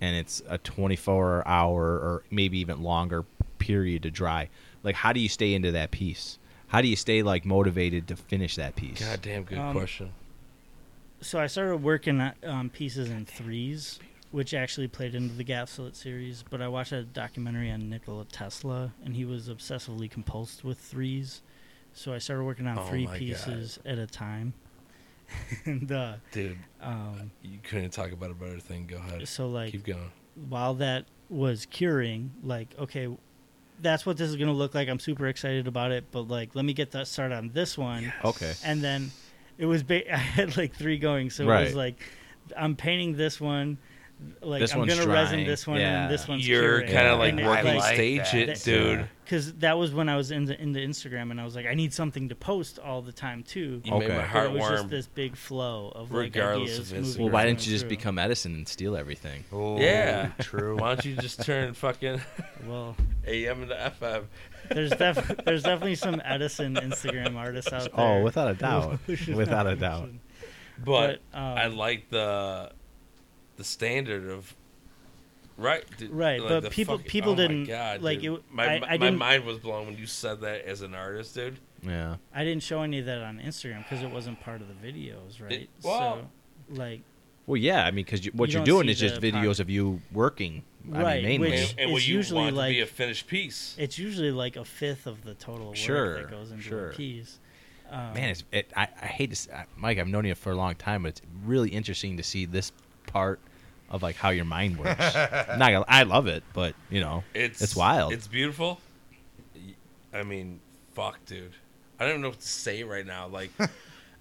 Speaker 4: and it's a 24 hour or maybe even longer period to dry like how do you stay into that piece how do you stay like motivated to finish that piece
Speaker 1: God damn, good
Speaker 2: Um,
Speaker 1: question.
Speaker 2: so I started working on um, pieces in threes, which actually played into the Gaslit series. But I watched a documentary on Nikola Tesla, and he was obsessively compulsed with threes. So I started working on
Speaker 1: Oh
Speaker 2: three
Speaker 1: my God.
Speaker 2: pieces at a time. <laughs> and uh,
Speaker 1: Dude,
Speaker 2: um,
Speaker 1: you couldn't talk about a better thing. Go ahead.
Speaker 2: so, like,
Speaker 1: Keep going.
Speaker 2: while that was curing, like, okay, that's what this is going to look like. I'm super excited about it, but like, let me get that start on this one.
Speaker 4: okay
Speaker 2: And then it was, ba- <laughs> I had like three going. So it
Speaker 4: Right.
Speaker 2: was like, I'm painting this one. Like,
Speaker 4: This
Speaker 2: I'm
Speaker 4: one's
Speaker 2: going to resin
Speaker 4: drying,
Speaker 2: this one
Speaker 4: yeah.
Speaker 2: and this one's
Speaker 1: You're
Speaker 2: curing.
Speaker 1: kind
Speaker 4: Yeah.
Speaker 1: of like
Speaker 2: And it,
Speaker 1: working
Speaker 3: I like
Speaker 1: stage
Speaker 3: that.
Speaker 1: it, dude.
Speaker 2: Cause that was when I was in the in the Instagram and I was like, I need something to post all the time too.
Speaker 1: You made
Speaker 4: Okay.
Speaker 1: my
Speaker 4: But
Speaker 2: But
Speaker 1: heart
Speaker 2: it was
Speaker 1: warm.
Speaker 2: just this big flow of
Speaker 1: Regardless
Speaker 2: like ideas.
Speaker 1: of Instagram.
Speaker 2: moving
Speaker 4: well why
Speaker 2: through
Speaker 4: didn't you
Speaker 2: and
Speaker 4: just
Speaker 2: through.
Speaker 4: become edison and steal everything
Speaker 3: Oh,
Speaker 1: Yeah.
Speaker 3: True.
Speaker 1: Why don't you just turn
Speaker 2: <laughs>
Speaker 1: fucking
Speaker 2: Well,
Speaker 1: AM to FM?
Speaker 2: there's def- there's definitely some Edison Instagram artists out there. <laughs>
Speaker 4: oh without a doubt without a doubt
Speaker 1: But,
Speaker 2: But, um,
Speaker 1: I like the the standard of right, dude,
Speaker 2: Right,
Speaker 1: like
Speaker 2: but
Speaker 1: the
Speaker 2: people-
Speaker 1: fucking-
Speaker 2: people
Speaker 1: oh my
Speaker 2: didn't-
Speaker 1: God,
Speaker 2: like,
Speaker 1: dude.
Speaker 2: it-
Speaker 1: My
Speaker 2: I-
Speaker 1: my,
Speaker 2: I
Speaker 1: my
Speaker 2: didn't-
Speaker 1: mind was blown when you said that as an artist, dude.
Speaker 4: yeah
Speaker 2: I didn't show any of that on Instagram because it wasn't part of the videos, right?
Speaker 1: well-
Speaker 2: so, like,
Speaker 4: well yeah i mean because you, what
Speaker 2: You
Speaker 4: you are
Speaker 2: don't
Speaker 4: doing
Speaker 2: see
Speaker 4: is just
Speaker 2: the
Speaker 4: videos
Speaker 2: pocket-
Speaker 4: of you working I
Speaker 2: Right,
Speaker 4: mean, mainly
Speaker 1: And,
Speaker 2: which-
Speaker 1: and what
Speaker 2: It's
Speaker 1: you
Speaker 2: usually
Speaker 1: want to be a
Speaker 2: like-
Speaker 1: finished piece.
Speaker 2: it's usually like a fifth of the total work
Speaker 4: Sure,
Speaker 2: that goes into
Speaker 4: sure.
Speaker 2: a piece. Um,
Speaker 4: man it's, it, I, I hate to say, mike i've known you for a long time but it's really interesting to see this part of like how your mind
Speaker 1: <laughs>
Speaker 4: works Not gonna- i love it but you know
Speaker 1: It's
Speaker 4: it's wild
Speaker 1: It's beautiful. Y- I mean, fuck, dude. I don't even know what to say right now. Like,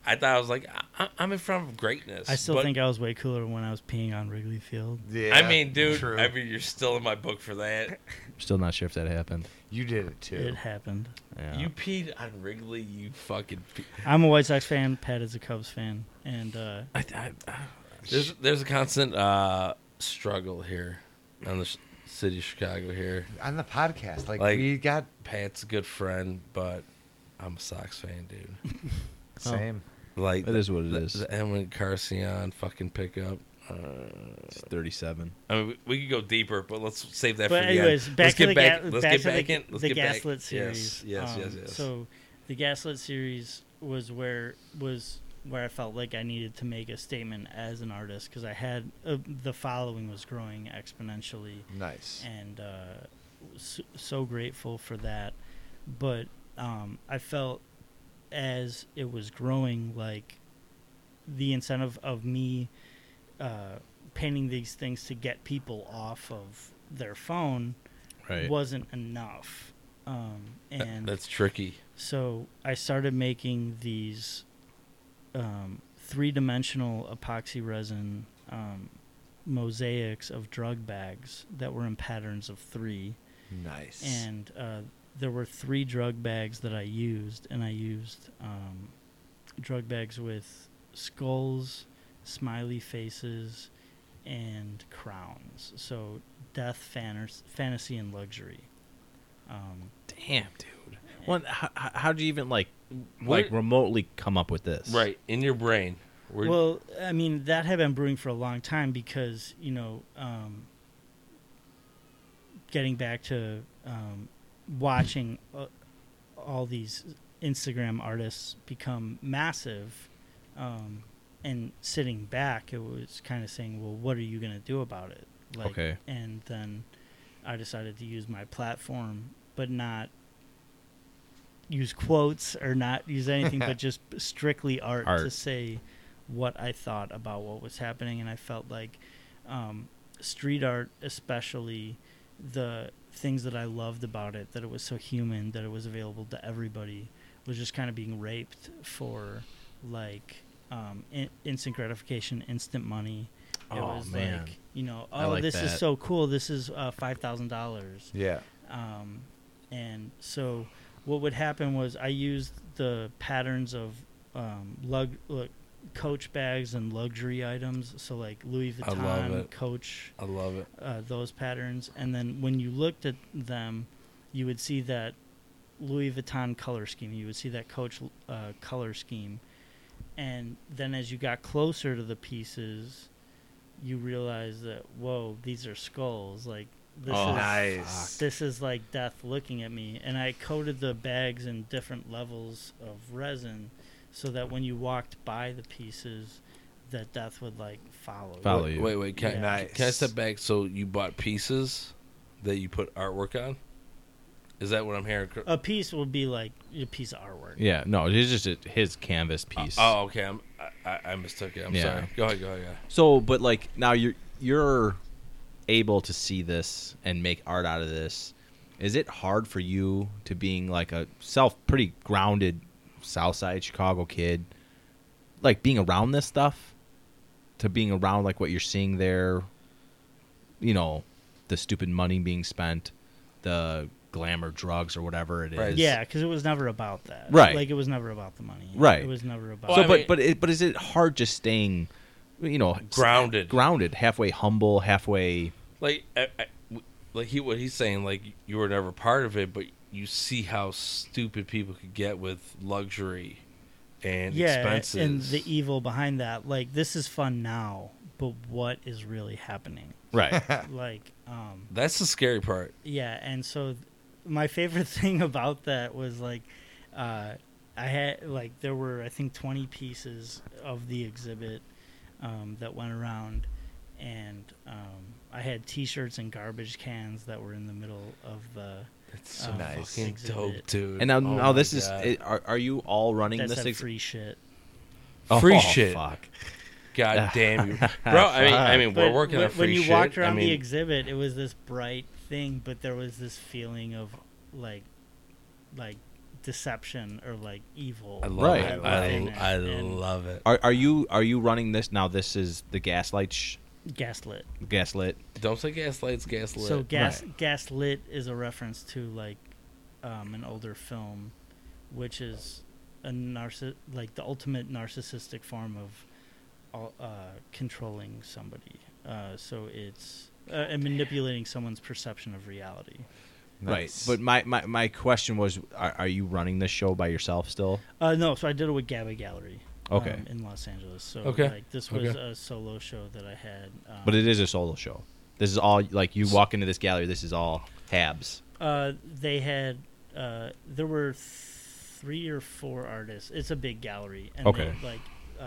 Speaker 1: I thought I was like, I- I- I'm in front of greatness.
Speaker 2: I still
Speaker 1: but-
Speaker 2: think I was way cooler when I was peeing on Wrigley Field.
Speaker 3: Yeah,
Speaker 1: I mean, dude.
Speaker 3: True.
Speaker 1: I mean, you're still in my book for that.
Speaker 4: still not sure if that happened
Speaker 3: you did it too.
Speaker 2: It happened.
Speaker 4: yeah.
Speaker 1: You peed on Wrigley. You fucking. Pe-
Speaker 2: I'm a White Sox fan. Pat is a Cubs fan, and uh,
Speaker 1: I, I, there's there's a constant uh, struggle here on the sh- city of Chicago here.
Speaker 3: on the podcast. Like,
Speaker 1: Like-
Speaker 3: we got
Speaker 1: Pat's a good friend, but I'm a Sox fan,
Speaker 2: <laughs>
Speaker 1: dude.
Speaker 2: oh.
Speaker 3: same.
Speaker 1: Like
Speaker 4: That is what it
Speaker 1: it
Speaker 4: is.
Speaker 1: is. the, Edwin Carcion fucking pickup. Uh,
Speaker 4: It's 37.
Speaker 1: I mean, we, we could go deeper, but let's save that
Speaker 2: but
Speaker 1: for
Speaker 2: anyways,
Speaker 1: the end.
Speaker 2: back
Speaker 1: let's
Speaker 2: to
Speaker 1: get
Speaker 2: the
Speaker 1: back.
Speaker 2: ga-
Speaker 1: let's
Speaker 2: back
Speaker 1: get
Speaker 2: to
Speaker 1: back
Speaker 2: the,
Speaker 1: in. Let's
Speaker 2: the
Speaker 1: get back.
Speaker 2: Gaslit
Speaker 1: Yes,
Speaker 2: series.
Speaker 1: yes,
Speaker 2: Um,
Speaker 1: yes, yes.
Speaker 2: So, the Gaslit series was where was where I felt like I needed to make a statement as an artist because I had uh, the following was growing exponentially,
Speaker 3: Nice.
Speaker 2: and uh, so, so grateful for that. But um, I felt as it was growing, like the incentive of me uh, painting these things to get people off of their phone wasn't enough. Um,
Speaker 1: That-
Speaker 2: and
Speaker 1: that's tricky.
Speaker 2: so I started making these um, three dimensional epoxy resin um, mosaics of drug bags that were in patterns of three.
Speaker 3: Nice.
Speaker 2: And uh, there were three drug bags that I used, and I used um, drug bags with skulls, smiley faces, and crowns. So death, fanters- fantasy, and luxury. Um,
Speaker 4: Damn, dude. One, how, how- how'd you even like, like
Speaker 1: What-
Speaker 4: remotely come up with this?
Speaker 1: Right in your brain. Where,
Speaker 2: Well, I mean, that had been brewing for a long time because, you know, um, getting back to um, watching uh, all these Instagram artists become massive um, and sitting back, it was kind of saying, well, what are you going to do about it? Like,
Speaker 4: Okay.
Speaker 2: And then I decided to use my platform, but not use quotes or not use anything, but just strictly art, to
Speaker 4: Art.
Speaker 2: say what I thought about what was happening. And I felt like um, street art, especially the things that I loved about it, that it was so human, that it was available to everybody, was just kind of being raped for like um, in- instant gratification, instant money. It
Speaker 4: Oh,
Speaker 2: was
Speaker 4: man.
Speaker 2: like, you know,
Speaker 4: I
Speaker 2: oh,
Speaker 4: like
Speaker 2: this is
Speaker 4: that.
Speaker 2: so cool. This is uh, $5,000.
Speaker 3: yeah.
Speaker 2: Um, and so what would happen was I used the patterns of um, lug, look, coach bags and luxury items. So like Louis
Speaker 1: I love
Speaker 2: Vuitton,
Speaker 1: it.
Speaker 2: Coach,
Speaker 1: I love it.
Speaker 2: uh, those patterns. And then when you looked at them, you would see that Louis Vuitton color scheme. You would see that Coach uh, color scheme. And then as you got closer to the pieces, you realize that, whoa, these are skulls. Like, this
Speaker 4: Oh,
Speaker 2: is
Speaker 3: nice.
Speaker 2: this is like death looking at me and i coated the bags in different levels of resin so that when you walked by the pieces that death would like follow you.
Speaker 4: Follow
Speaker 1: wait,
Speaker 4: you.
Speaker 1: wait, wait. Can,
Speaker 3: Nice.
Speaker 1: can I step back? So you bought pieces that you put artwork on. Is that what I'm hearing? cor-
Speaker 2: a piece would be like a piece of artwork
Speaker 4: Yeah, no, it's just a, his canvas piece.
Speaker 1: Oh, okay. I'm, I- I, I mistook it. I'm
Speaker 4: Yeah.
Speaker 1: sorry. Go ahead. Go ahead. Go ahead.
Speaker 4: So, but like now you're you're able to see this and make art out of this. Is it hard for you to being like a self pretty grounded Southside Chicago kid, like being around this stuff, to being around like what you're seeing there, you know, the stupid money being spent, the glamour drugs or whatever it is.
Speaker 1: Right.
Speaker 2: yeah because it was never about that
Speaker 4: Right.
Speaker 2: like it was never about the money
Speaker 4: Right.
Speaker 2: it was never about
Speaker 4: So,
Speaker 1: Well, I
Speaker 4: but
Speaker 1: mean-
Speaker 4: but it, but is it hard just staying, you know,
Speaker 1: Grounded.
Speaker 4: grounded, halfway humble, halfway
Speaker 1: like I, I- w- like he what he's saying like you were never part of it but you see how stupid people could get with luxury and
Speaker 2: yeah
Speaker 1: expenses
Speaker 2: and the e- evil behind that like this is fun now but what is really happening
Speaker 4: right?
Speaker 2: like um
Speaker 1: that's the scary part
Speaker 2: Yeah, and so th- my favorite <laughs> thing about that was like uh, I had like there were I think 20 pieces of the exhibit um, that went around and um, I had t-shirts and garbage cans that were in the middle of the
Speaker 1: that's so
Speaker 2: Um,
Speaker 3: Nice.
Speaker 1: fucking
Speaker 2: exhibit.
Speaker 1: dope dude
Speaker 4: And now,
Speaker 1: Oh
Speaker 4: now
Speaker 1: my
Speaker 4: this is.
Speaker 1: God.
Speaker 4: It, are, are you all running
Speaker 2: that
Speaker 4: this?
Speaker 2: said
Speaker 4: ex-
Speaker 2: free shit.
Speaker 4: Oh,
Speaker 1: Free shit.
Speaker 4: Fuck. <laughs>
Speaker 1: god damn you bro i mean i mean we're
Speaker 2: But
Speaker 1: working
Speaker 2: when,
Speaker 1: on free
Speaker 2: when you
Speaker 1: shit.
Speaker 2: walked around
Speaker 1: I mean,
Speaker 2: the exhibit, it was this bright thing, but there was this feeling of like like deception or like evil.
Speaker 1: i love
Speaker 4: Right.
Speaker 1: it
Speaker 2: And-
Speaker 1: i, I
Speaker 2: and-
Speaker 1: love it
Speaker 4: Are, are you are you running this now? This is the gaslight. Sh-
Speaker 2: gaslit.
Speaker 4: gaslit.
Speaker 1: don't say gaslights gaslit
Speaker 2: So gas gaslit is a reference to like um, an older film, which is a narciss like the ultimate narcissistic form of uh, uh, controlling somebody Uh, so it's uh, and manipulating someone's perception of reality.
Speaker 3: Nice.
Speaker 4: Right. But my, my, my question was are, are you running this show by yourself still?
Speaker 2: Uh, no, so I did it with Gabba Gallery.
Speaker 4: Okay.
Speaker 2: um, in Los Angeles. So
Speaker 1: Okay.
Speaker 2: like this was
Speaker 1: Okay.
Speaker 2: a solo show that I had. Um,
Speaker 4: But it is a solo show. This is all like you walk into this gallery, this is all tabs.
Speaker 2: Uh, they had uh, there were three or four artists. It's a big gallery, and
Speaker 4: Okay.
Speaker 2: they, like uh,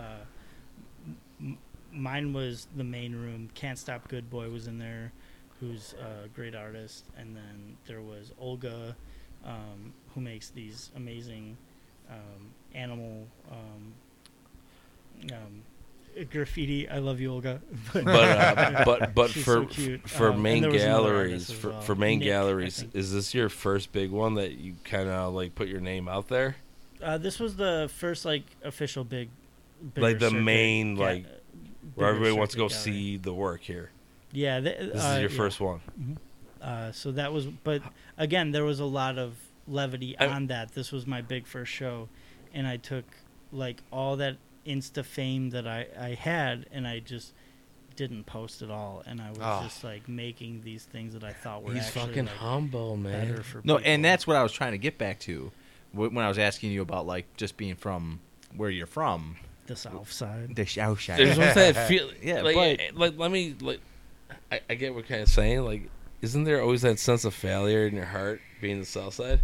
Speaker 2: m- mine was the main room. Can't Stop Good Boy was in there, who's a great artist, and then there was Olga, um, who makes these amazing um, animal. Um, um, graffiti. I love you, Olga. <laughs>
Speaker 1: but uh, but but
Speaker 2: She's
Speaker 1: for
Speaker 2: so cute.
Speaker 1: for
Speaker 2: Um, and
Speaker 1: main
Speaker 2: there was another
Speaker 1: galleries
Speaker 2: artist as
Speaker 1: for,
Speaker 2: well.
Speaker 1: for main
Speaker 2: Nick, I
Speaker 1: galleries
Speaker 2: think.
Speaker 1: is this your first big one that you kind of like put your name out there?
Speaker 2: Uh, this was the first like official big, bigger
Speaker 1: Like, the
Speaker 2: circuit
Speaker 1: main,
Speaker 2: ga-
Speaker 1: like,
Speaker 2: uh,
Speaker 1: Where
Speaker 2: bigger
Speaker 1: everybody wants to go
Speaker 2: circuit gallery.
Speaker 1: see the work here.
Speaker 2: Yeah, th-
Speaker 1: This
Speaker 2: uh,
Speaker 1: is your
Speaker 2: yeah.
Speaker 1: first one.
Speaker 2: Uh, so that was, but again, there was a lot of levity
Speaker 1: I-
Speaker 2: on that. This was my big first show, and I took like all that insta fame that I I had, and I just didn't post at all, and I was
Speaker 1: Ah.
Speaker 3: Oh.
Speaker 2: just like making these things that I thought were actually like,
Speaker 1: humble,
Speaker 2: better for
Speaker 4: No,
Speaker 2: people.
Speaker 4: and that's what I was trying to get back to wh- when I was asking you about like just being from where you're from.
Speaker 2: the south side.
Speaker 4: The South
Speaker 1: There's
Speaker 4: Side.
Speaker 1: what's that feel?
Speaker 4: Yeah,
Speaker 1: like, eh,
Speaker 4: but-
Speaker 1: like let me like. I, I get what kind of saying. Like, isn't there always that sense of failure in your heart being the South Side?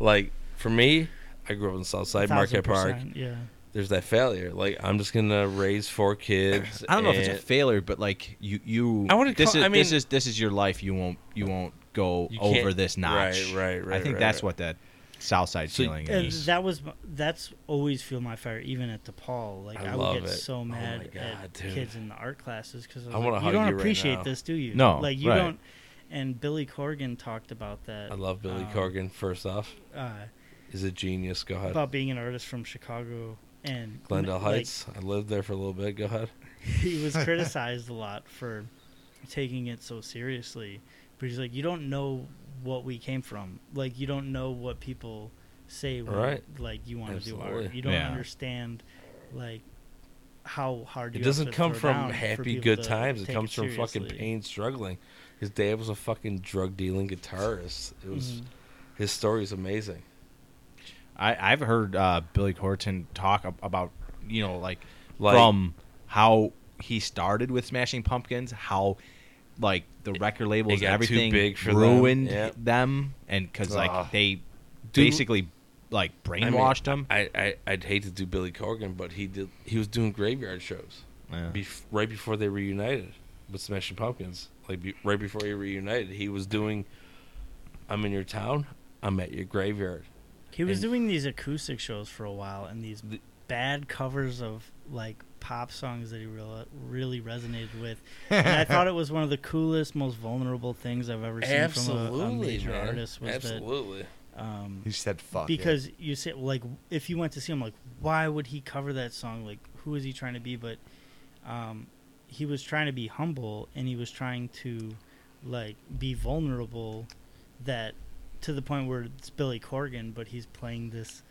Speaker 1: Like for me, I grew up in the South Side, Marquette Park.
Speaker 2: 1000%, Yeah.
Speaker 1: There's that failure. Like I'm just gonna raise four kids.
Speaker 4: I don't know if it's a
Speaker 1: and-
Speaker 4: failure, but like you, you.
Speaker 1: Eh, I wouldn't
Speaker 4: This
Speaker 1: call-
Speaker 4: is
Speaker 1: I
Speaker 4: this
Speaker 1: mean-
Speaker 4: is this is your life. You won't you won't go
Speaker 1: You can't-
Speaker 4: over this notch.
Speaker 1: right, right,
Speaker 4: I think
Speaker 1: right,
Speaker 4: that's
Speaker 1: right.
Speaker 4: what that South Side
Speaker 1: So-
Speaker 4: feeling
Speaker 2: And
Speaker 4: is.
Speaker 2: that was my- that's always fuel my fire, even at DePaul. Like
Speaker 1: I
Speaker 2: I, would
Speaker 1: love
Speaker 2: get
Speaker 1: it. Oh
Speaker 2: so
Speaker 1: my
Speaker 2: mad
Speaker 1: God,
Speaker 2: at
Speaker 1: dude.
Speaker 2: kids in the art classes because
Speaker 1: I wanna
Speaker 2: like, you
Speaker 1: hug
Speaker 2: don't
Speaker 1: you right
Speaker 2: appreciate
Speaker 1: now."
Speaker 2: this, do you?
Speaker 4: No,
Speaker 2: like you
Speaker 4: right.
Speaker 2: don't. And Billy Corgan talked about that.
Speaker 1: I love Billy
Speaker 2: um,
Speaker 1: Corgan. First off,
Speaker 2: uh,
Speaker 1: is a genius. Go ahead.
Speaker 2: about being an artist from Chicago and
Speaker 1: Glendale
Speaker 2: like,
Speaker 1: Heights. I lived there for a little bit. Go ahead. <laughs>
Speaker 2: he was criticized a lot for taking it so seriously. But he's like, you don't know what we came from. Like, you don't know what people say when,
Speaker 1: Right.
Speaker 2: like, you want to do art.
Speaker 1: Absolutely.
Speaker 2: You don't
Speaker 4: Yeah.
Speaker 1: understand,
Speaker 2: understand, like, how hard
Speaker 1: It
Speaker 2: you have
Speaker 1: doesn't
Speaker 2: to
Speaker 1: come
Speaker 2: throw
Speaker 1: from
Speaker 2: down for
Speaker 1: happy
Speaker 2: people
Speaker 1: good
Speaker 2: to
Speaker 1: times. It
Speaker 2: take
Speaker 1: comes from fucking
Speaker 2: seriously.
Speaker 1: pain, struggling. His dad was a fucking drug dealing guitarist. It was
Speaker 2: Mhm.
Speaker 1: his story is amazing.
Speaker 4: I, I've heard uh, Billy Corton talk ab- about you know like,
Speaker 1: Like-
Speaker 4: from how he started with Smashing Pumpkins, how like the record labels
Speaker 1: got too
Speaker 4: and everything
Speaker 1: big for them.
Speaker 4: ruined
Speaker 1: Yeah.
Speaker 4: them, and because
Speaker 3: Ugh.
Speaker 4: like they
Speaker 1: Dude-
Speaker 4: basically like
Speaker 1: I mean,
Speaker 4: brainwashed them.
Speaker 1: I, I I'd hate to do Billy Corgan, but he did. He was doing graveyard shows
Speaker 2: Uh.
Speaker 4: Yeah.
Speaker 1: bef- right before they reunited with Smashing Pumpkins. Like be- right before he reunited, he was doing. I'm in your town. I'm at your graveyard.
Speaker 2: He was
Speaker 1: And-
Speaker 2: doing these acoustic shows for a while and these
Speaker 1: The-
Speaker 2: bad covers of like pop songs that he real, really resonated
Speaker 1: <laughs>
Speaker 2: with. And I thought it was one of the coolest, most vulnerable things I've ever seen from a, a major
Speaker 1: man.
Speaker 2: artist. Was
Speaker 1: Absolutely.
Speaker 2: That, um,
Speaker 3: He said fuck. it.
Speaker 2: because you say like if you went to see him, like why would he cover that song? Like who is he trying to be? But um, he was trying to be humble and he was trying to like be vulnerable. That to the point where it's Billy Corgan, but he's playing this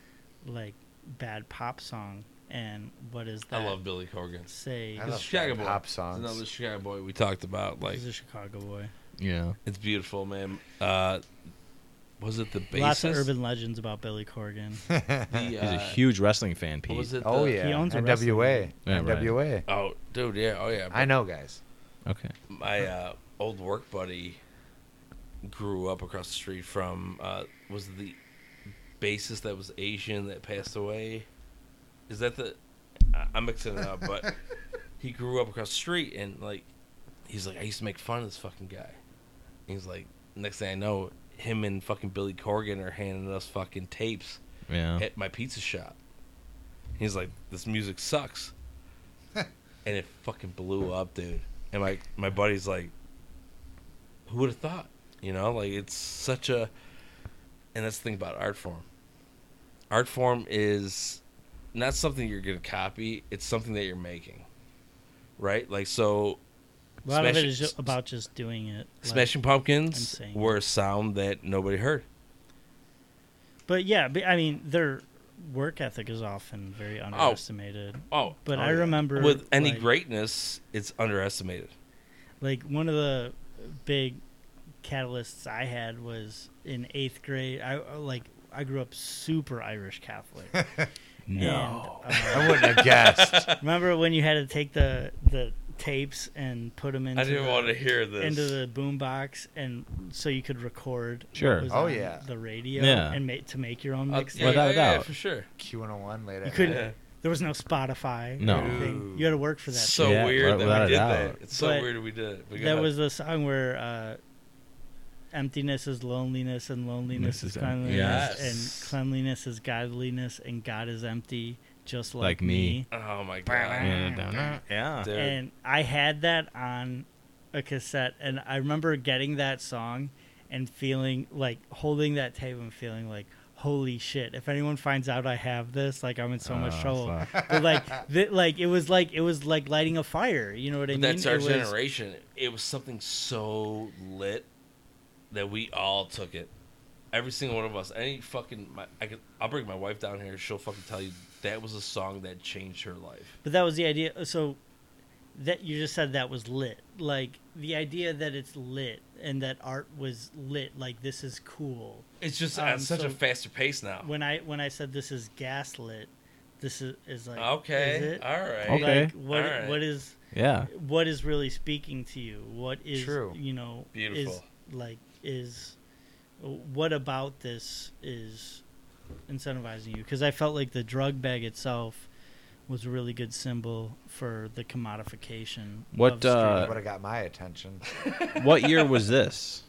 Speaker 2: like bad pop song. And what is that?
Speaker 1: I love Billy Corgan.
Speaker 2: Say
Speaker 3: I
Speaker 1: He's a
Speaker 3: love
Speaker 1: Chicago boy.
Speaker 3: pop
Speaker 1: He's
Speaker 3: songs.
Speaker 1: Another Chicago boy we talked about. Like
Speaker 2: he's a Chicago boy.
Speaker 4: yeah.
Speaker 1: it's beautiful, man. Uh, was it the bassist?
Speaker 2: Lots of urban legends about Billy
Speaker 3: <laughs>
Speaker 2: Corgan.
Speaker 1: The,
Speaker 4: He's a
Speaker 1: uh,
Speaker 4: huge wrestling fan, Pete.
Speaker 1: What was it?
Speaker 3: <laughs> oh
Speaker 1: the-
Speaker 3: yeah,
Speaker 2: He owns a
Speaker 3: NWA,
Speaker 4: wrestling- Yeah, right.
Speaker 3: NWA.
Speaker 1: Oh, dude, yeah, oh yeah.
Speaker 3: I know, guys. <laughs>
Speaker 4: Okay.
Speaker 1: my uh, old work buddy grew up across the street from uh, was the bassist that was Asian that passed away. Is that the? I- I'm mixing it up,
Speaker 3: <laughs>
Speaker 1: but he grew up across the street and like he's like I used to make fun of this fucking guy. He's like, next thing I know, him and fucking Billy Corgan are handing us fucking tapes
Speaker 4: Yeah.
Speaker 1: at my pizza shop. He's like, this music
Speaker 2: <laughs>
Speaker 1: sucks. and it fucking blew up, dude. And my, my buddy's like, who would have thought? You know, like it's such a. And that's the thing about art form. Art form is not something you're going to copy, it's something that you're making. Right? Like, so
Speaker 2: A lot of
Speaker 1: Smash-
Speaker 2: it is just about just doing it. like-
Speaker 1: Smashing Pumpkins
Speaker 2: insane.
Speaker 1: were a sound that nobody heard.
Speaker 2: But yeah, but, I mean, their work ethic is often very underestimated.
Speaker 1: Oh,
Speaker 2: But
Speaker 1: oh,
Speaker 2: I
Speaker 1: yeah.
Speaker 2: remember
Speaker 1: with any
Speaker 2: like,
Speaker 1: greatness, it's underestimated.
Speaker 2: like one of the big catalysts I had was in eighth grade. I uh, like I grew up super Irish
Speaker 3: <laughs>
Speaker 2: Catholic. And, uh,
Speaker 3: I wouldn't have guessed.
Speaker 2: remember when you had to take the the tapes and put them into
Speaker 1: I didn't
Speaker 2: the,
Speaker 1: want to hear this.
Speaker 2: into the boombox and so you could record what
Speaker 4: Sure.
Speaker 2: was
Speaker 3: Oh,
Speaker 2: on
Speaker 3: yeah.
Speaker 2: the radio
Speaker 4: Yeah.
Speaker 2: and make to make your own
Speaker 1: Uh,
Speaker 2: mixtape.
Speaker 1: yeah,
Speaker 4: Without
Speaker 1: yeah,
Speaker 4: a
Speaker 1: yeah,
Speaker 4: doubt.
Speaker 1: for sure.
Speaker 3: Q101 later.
Speaker 2: You couldn't.
Speaker 1: Yeah.
Speaker 2: There was no Spotify.
Speaker 4: No.
Speaker 2: or anything.
Speaker 1: Ooh.
Speaker 2: You had to work for that.
Speaker 1: So
Speaker 4: Yeah,
Speaker 1: weird that
Speaker 4: without a
Speaker 1: we did
Speaker 4: doubt.
Speaker 1: that. It's so
Speaker 2: But
Speaker 1: weird we did it. But go
Speaker 2: That
Speaker 1: ahead.
Speaker 2: was the song where uh, emptiness is loneliness and loneliness
Speaker 4: This
Speaker 2: is
Speaker 4: is em-
Speaker 2: cleanliness
Speaker 1: Yes.
Speaker 2: and cleanliness is godliness and God is empty just like,
Speaker 4: Like me.
Speaker 1: Oh my god.
Speaker 4: Yeah. Yeah.
Speaker 1: Dude.
Speaker 2: And I had that on a cassette and I remember getting that song and feeling like holding that tape and feeling like holy shit if anyone finds out I have this like I'm in so much
Speaker 4: Oh,
Speaker 2: trouble.
Speaker 4: fuck.
Speaker 2: But like th- like it was like it was like lighting a fire, you know what I
Speaker 1: But
Speaker 2: mean?
Speaker 1: that's our
Speaker 2: It was-
Speaker 1: generation. It was something so lit that we all took it. Every single one of us. Any fucking, my, I could, I'll bring my wife down here. She'll fucking tell you that was a song that changed her life.
Speaker 2: But that was the idea. So that you just said that was lit. Like the idea that it's lit and that art was lit. Like this is cool.
Speaker 1: It's just
Speaker 2: Um,
Speaker 1: at such
Speaker 2: so-
Speaker 1: a faster pace now.
Speaker 2: When I when I said this is gaslit, this is is like
Speaker 1: okay,
Speaker 2: Is it?
Speaker 1: all right.
Speaker 4: Okay.
Speaker 2: Like what
Speaker 1: Alright.
Speaker 2: what is
Speaker 4: Yeah.
Speaker 2: what is really speaking to you? What is
Speaker 3: True.
Speaker 2: You know,
Speaker 1: Beautiful.
Speaker 2: Is, like is what about this is incentivizing you? Because I felt like the drug bag itself was a really good symbol for the commodification.
Speaker 4: What,
Speaker 2: of street.
Speaker 4: uh,
Speaker 3: would have got my attention.
Speaker 4: What year was this?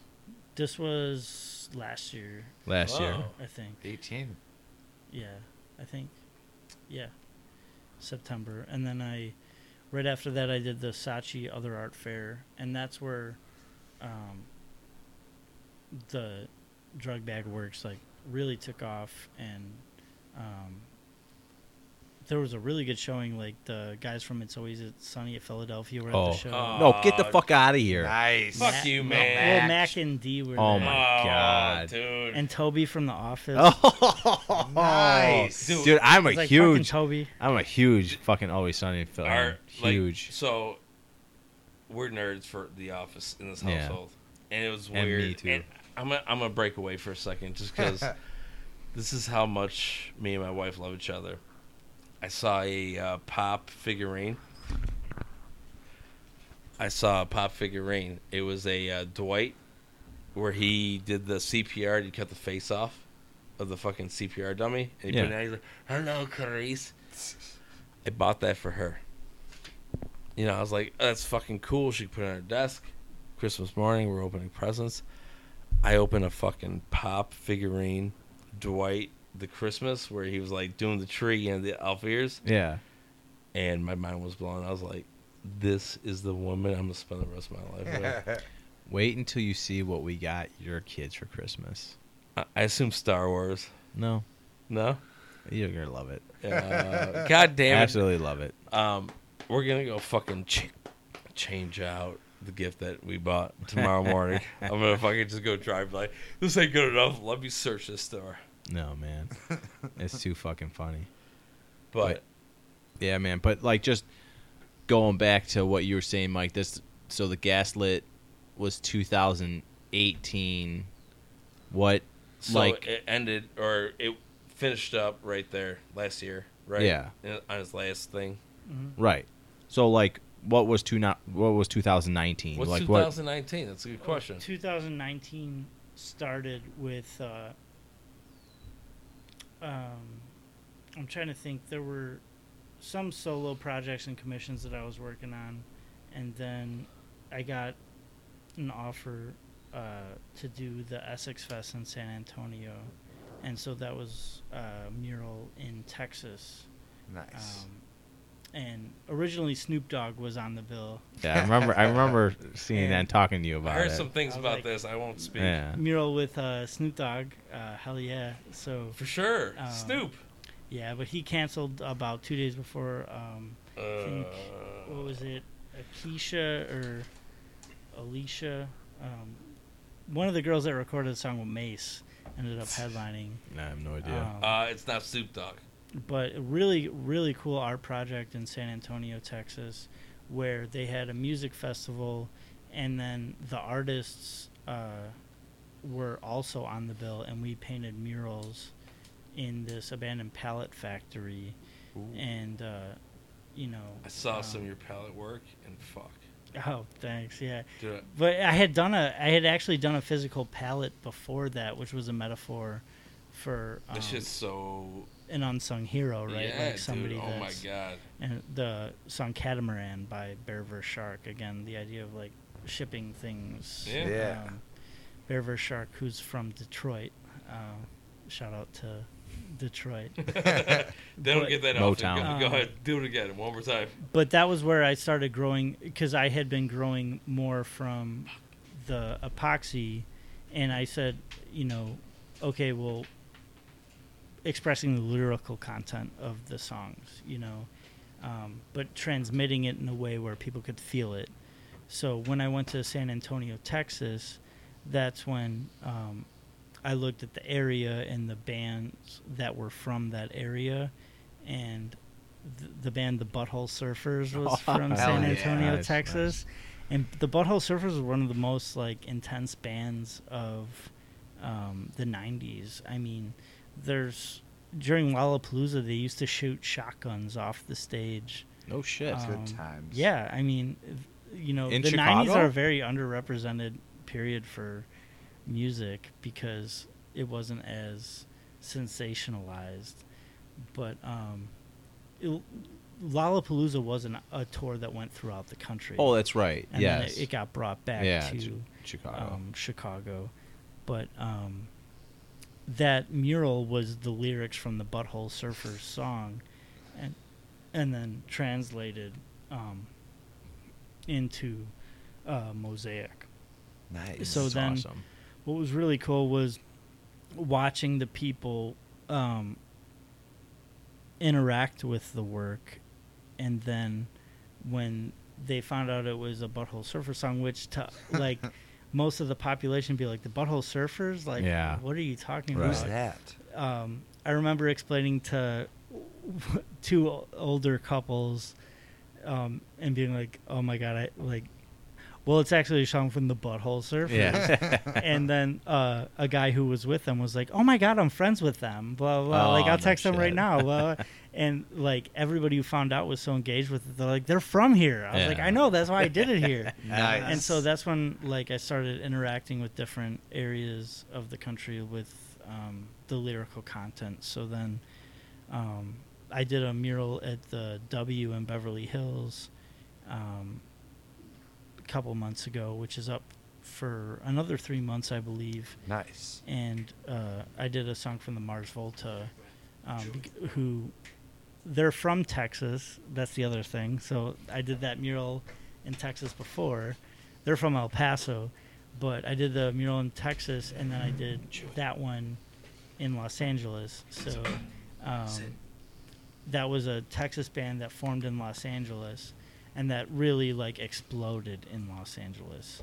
Speaker 2: this was last year,
Speaker 4: Last year.
Speaker 1: Wow.
Speaker 2: I think.
Speaker 3: 18.
Speaker 2: Yeah, I think. Yeah, September, and then I, right after that, I did the Saatchi Other Art Fair, and that's where, um, the drug bag works like really took off, and um, there was a really good showing. Like the guys from It's Always Sunny at Philadelphia were at
Speaker 4: Oh.
Speaker 2: the show.
Speaker 1: Oh,
Speaker 4: No, get the fuck out of here. <laughs>
Speaker 3: Nice.
Speaker 1: Fuck you,
Speaker 2: Lil
Speaker 1: man.
Speaker 2: Lil Mac and D were
Speaker 4: Oh
Speaker 2: there.
Speaker 1: Oh,
Speaker 4: my God.
Speaker 1: dude.
Speaker 2: and Toby from The Office.
Speaker 4: Oh,
Speaker 3: <laughs> Nice. <laughs>
Speaker 4: dude, I'm a
Speaker 2: It's like fucking
Speaker 4: huge,
Speaker 2: Toby.
Speaker 4: I'm a huge fucking always sunny in Philly.
Speaker 1: Our- like,
Speaker 4: huge.
Speaker 1: so we're nerds for the office in this
Speaker 4: Yeah.
Speaker 1: household, and it was
Speaker 4: And me
Speaker 1: weird.
Speaker 4: too.
Speaker 1: And I'm gonna, I'm gonna break away for a second just
Speaker 4: <laughs>
Speaker 1: because this is how much me and my wife love each other. I saw a uh, pop figurine. I saw a pop figurine. It was a uh, Dwight, where he did the CPR. and He cut the face off of the fucking CPR dummy, and he
Speaker 4: Yeah.
Speaker 1: put it out. He's like, "Hello, Clarice."
Speaker 4: <laughs>
Speaker 1: I bought that for her. You know, I was like, oh, "That's fucking cool." She put it on her desk. Christmas morning, we're opening presents. I open a fucking pop figurine, Dwight the Christmas, where he was like doing the tree and the elf ears,
Speaker 4: yeah.
Speaker 1: and my mind was blown. I was like, "This is the woman I'm gonna spend the rest of my life
Speaker 3: <laughs>
Speaker 1: with."
Speaker 4: Wait until you see what we got your kids for Christmas.
Speaker 1: I- I assume Star Wars.
Speaker 4: No,
Speaker 1: No.
Speaker 4: you're gonna love it.
Speaker 1: Uh, <laughs> God damn it.
Speaker 4: Absolutely love it.
Speaker 1: Um, we're gonna go fucking ch- change out the gift that we bought
Speaker 4: <laughs>
Speaker 1: tomorrow morning. I'm gonna fucking just go drive like this ain't good enough. Let me search this store.
Speaker 4: No, man, it's too fucking funny.
Speaker 1: But
Speaker 4: Yeah, man. But like, just going back to what you were saying, Mike. This so the gaslit was 2018. What?
Speaker 1: so
Speaker 4: like-
Speaker 1: it ended or it finished up right there last year, right?
Speaker 4: Yeah.
Speaker 1: In- on his last thing.
Speaker 2: Mm-hmm.
Speaker 4: Right. So like, what was two not? What was 2019?
Speaker 1: What's
Speaker 4: like what?
Speaker 1: 2019? That's a good question.
Speaker 2: 2019 started with. Uh, um, I'm trying to think. There were some solo projects and commissions that I was working on, and then I got an offer uh, to do the Essex Fest in San Antonio, and so that was a mural in Texas.
Speaker 3: nice.
Speaker 2: Um, and originally Snoop Dogg was on the bill.
Speaker 4: Yeah, I remember.
Speaker 1: <laughs>
Speaker 4: I remember seeing that and talking to you
Speaker 1: I
Speaker 4: about
Speaker 1: heard
Speaker 4: it.
Speaker 1: some things
Speaker 2: I was
Speaker 1: about
Speaker 2: like-
Speaker 1: this. I won't speak.
Speaker 4: yeah.
Speaker 2: mural with uh, Snoop Dogg. Uh, hell yeah! So
Speaker 1: For sure.
Speaker 2: Um,
Speaker 1: Snoop.
Speaker 2: yeah, but he canceled about two days before. Um,
Speaker 1: Uh,
Speaker 2: what was it, Akeisha or Alicia? Um, one of the girls that recorded the song with Mace ended up headlining.
Speaker 4: I
Speaker 1: <laughs>
Speaker 4: have no idea.
Speaker 2: Um,
Speaker 1: uh, it's not Snoop Dogg.
Speaker 2: but a really really cool art project in San Antonio, Texas, where they had a music festival and then the artists uh, were also on the bill, and we painted murals in this abandoned pallet factory, and uh, you know.
Speaker 1: I saw some of
Speaker 2: um,
Speaker 1: your palette work, and fuck,
Speaker 2: <laughs> Oh, thanks. Yeah,
Speaker 1: dude,
Speaker 2: but I had done a, I had actually done a physical palette before that, which was a metaphor for um,
Speaker 1: this shit's so
Speaker 2: an unsung hero, right?
Speaker 1: yeah,
Speaker 2: like somebody
Speaker 1: dude. Oh my
Speaker 2: that's
Speaker 1: <laughs> god,
Speaker 2: and Uh, the song Catamaran by Bear vs Shark. Again, the idea of like shipping things.
Speaker 1: Yeah.
Speaker 3: Yeah.
Speaker 2: Um, Bear vs Shark, who's from Detroit. Uh, shout out to Detroit. <laughs>
Speaker 1: they don't
Speaker 2: But- Oh,
Speaker 1: get that out.
Speaker 4: Motown.
Speaker 1: Go,
Speaker 2: Um,
Speaker 1: go ahead, do it again one more time.
Speaker 2: but that was where I started growing because I had been growing more from the epoxy, and I said, you know, okay, well, expressing the lyrical content of the songs, you know, um, but transmitting it in a way where people could feel it. So when I went to San Antonio, Texas, that's when um, I looked at the area and the bands that were from that area, and th- the band the Butthole
Speaker 3: <laughs>
Speaker 2: Surfers was from
Speaker 3: Hell
Speaker 2: San
Speaker 3: yeah.
Speaker 2: Antonio,
Speaker 4: Nice,
Speaker 2: Texas, and the Butthole Surfers were one of the most like intense bands of um, the '90s. I mean, there's during Lollapalooza they used to shoot shotguns off the stage.
Speaker 4: No shit.
Speaker 2: Um,
Speaker 3: Good times.
Speaker 2: Yeah, I mean, you know,
Speaker 4: In
Speaker 2: the
Speaker 4: Chicago?
Speaker 2: 90s are a very underrepresented period for music because it wasn't as sensationalized. But um, it, Lollapalooza wasn't a tour that went throughout the country.
Speaker 4: oh, that's right.
Speaker 2: and then
Speaker 4: yes.
Speaker 2: it, it got brought back
Speaker 4: yeah.
Speaker 2: to
Speaker 4: Chi- Chicago.
Speaker 2: um, Chicago, but um, that mural was the lyrics from the Butthole Surfers song, and and then translated um, into uh, mosaic.
Speaker 3: Nice.
Speaker 2: so
Speaker 4: That's
Speaker 2: then-
Speaker 4: awesome.
Speaker 2: <laughs> What was really cool was watching the people um, interact with the work, and then when they found out it was a Butthole Surfer song, which
Speaker 3: <laughs>
Speaker 2: to, like most of the population be like the Butthole Surfers, like
Speaker 4: Yeah.
Speaker 2: what are you talking
Speaker 4: Right.
Speaker 3: Who's
Speaker 2: about?
Speaker 3: that?
Speaker 2: um, I remember explaining to <laughs> two o- older couples um, and being like, "Oh my god, I like." Well, it's actually a song from the Butthole Surfers.
Speaker 4: Yeah. <laughs>
Speaker 2: and then uh, a guy who was with them was like, "Oh my god, I'm friends with them." Blah blah. blah. like
Speaker 4: Oh,
Speaker 2: I'll
Speaker 4: no
Speaker 2: text them right
Speaker 4: shit.
Speaker 2: now.
Speaker 4: <laughs>
Speaker 2: Blah, blah. and like everybody who found out was so engaged with it. They're like, "They're from here." I was like,
Speaker 4: Yeah.
Speaker 2: "I know. That's why I did it here."
Speaker 4: <laughs>
Speaker 3: Nice.
Speaker 2: and so that's when like I started interacting with different areas of the country with um, the lyrical content. So then um, I did a mural at the W in Beverly Hills um, a couple months ago, which is up for another three months, I believe.
Speaker 3: Nice.
Speaker 2: And uh, I did a song from the Mars Volta, um, bec- who they're from Texas. That's the other thing. So I did that mural in Texas before. They're from El Paso, but I did the mural in Texas, and then I did that one in Los Angeles. So um, that was a Texas band that formed in Los Angeles, and that really like exploded in Los Angeles.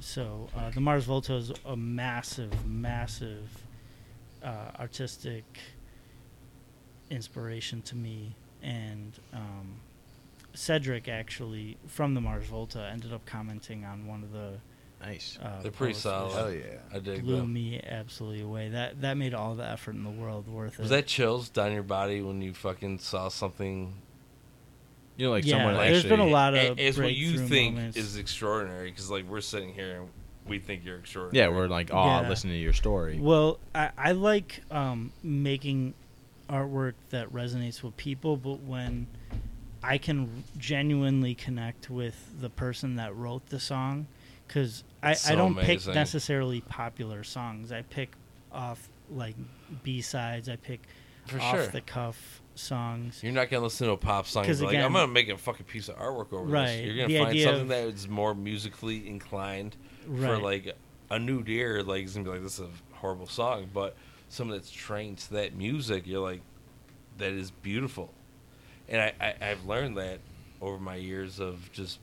Speaker 2: So uh, the Mars Volta is a massive, massive uh, artistic inspiration to me, and um, Cedric actually from the Mars Volta ended up commenting on one of the.
Speaker 4: Nice.
Speaker 2: Uh,
Speaker 1: They're pretty
Speaker 2: posts,
Speaker 1: solid.
Speaker 3: Hell
Speaker 2: which
Speaker 3: yeah.
Speaker 1: I dig
Speaker 2: Blew
Speaker 1: them.
Speaker 2: me absolutely away. That that made all the effort in the world worth
Speaker 1: Was
Speaker 2: it.
Speaker 1: that chills down your body when you fucking saw something
Speaker 4: You know, like
Speaker 2: yeah,
Speaker 4: someone
Speaker 2: there's
Speaker 4: actually.
Speaker 2: been a lot of
Speaker 1: a- as what you
Speaker 2: breakthrough
Speaker 1: think
Speaker 2: moments.
Speaker 1: is extraordinary? Because like we're sitting here and we think you're extraordinary.
Speaker 4: Yeah, we're like, oh,
Speaker 2: Yeah.
Speaker 4: listen to your story.
Speaker 2: Well, I, I like um, making artwork that resonates with people, but when I can genuinely connect with the person that wrote the song, because I,
Speaker 1: It's
Speaker 2: I
Speaker 1: so
Speaker 2: don't
Speaker 1: amazing.
Speaker 2: pick necessarily popular songs. I pick off like B sides. I pick
Speaker 1: For
Speaker 2: off
Speaker 1: sure.
Speaker 2: the cuff songs.
Speaker 1: You're not gonna listen to a pop song. and
Speaker 2: 'Cause
Speaker 1: be Like
Speaker 2: again-
Speaker 1: I'm gonna make a fucking piece of artwork over
Speaker 2: Right,
Speaker 1: this. You're gonna
Speaker 2: the
Speaker 1: find
Speaker 2: idea
Speaker 1: something
Speaker 2: of-
Speaker 1: that is more musically inclined for
Speaker 2: Right.
Speaker 1: like a new deer. Like it's gonna be like this is a horrible song, but someone that's trained to that music, you're like, that is beautiful. And I, I I've learned that over my years of just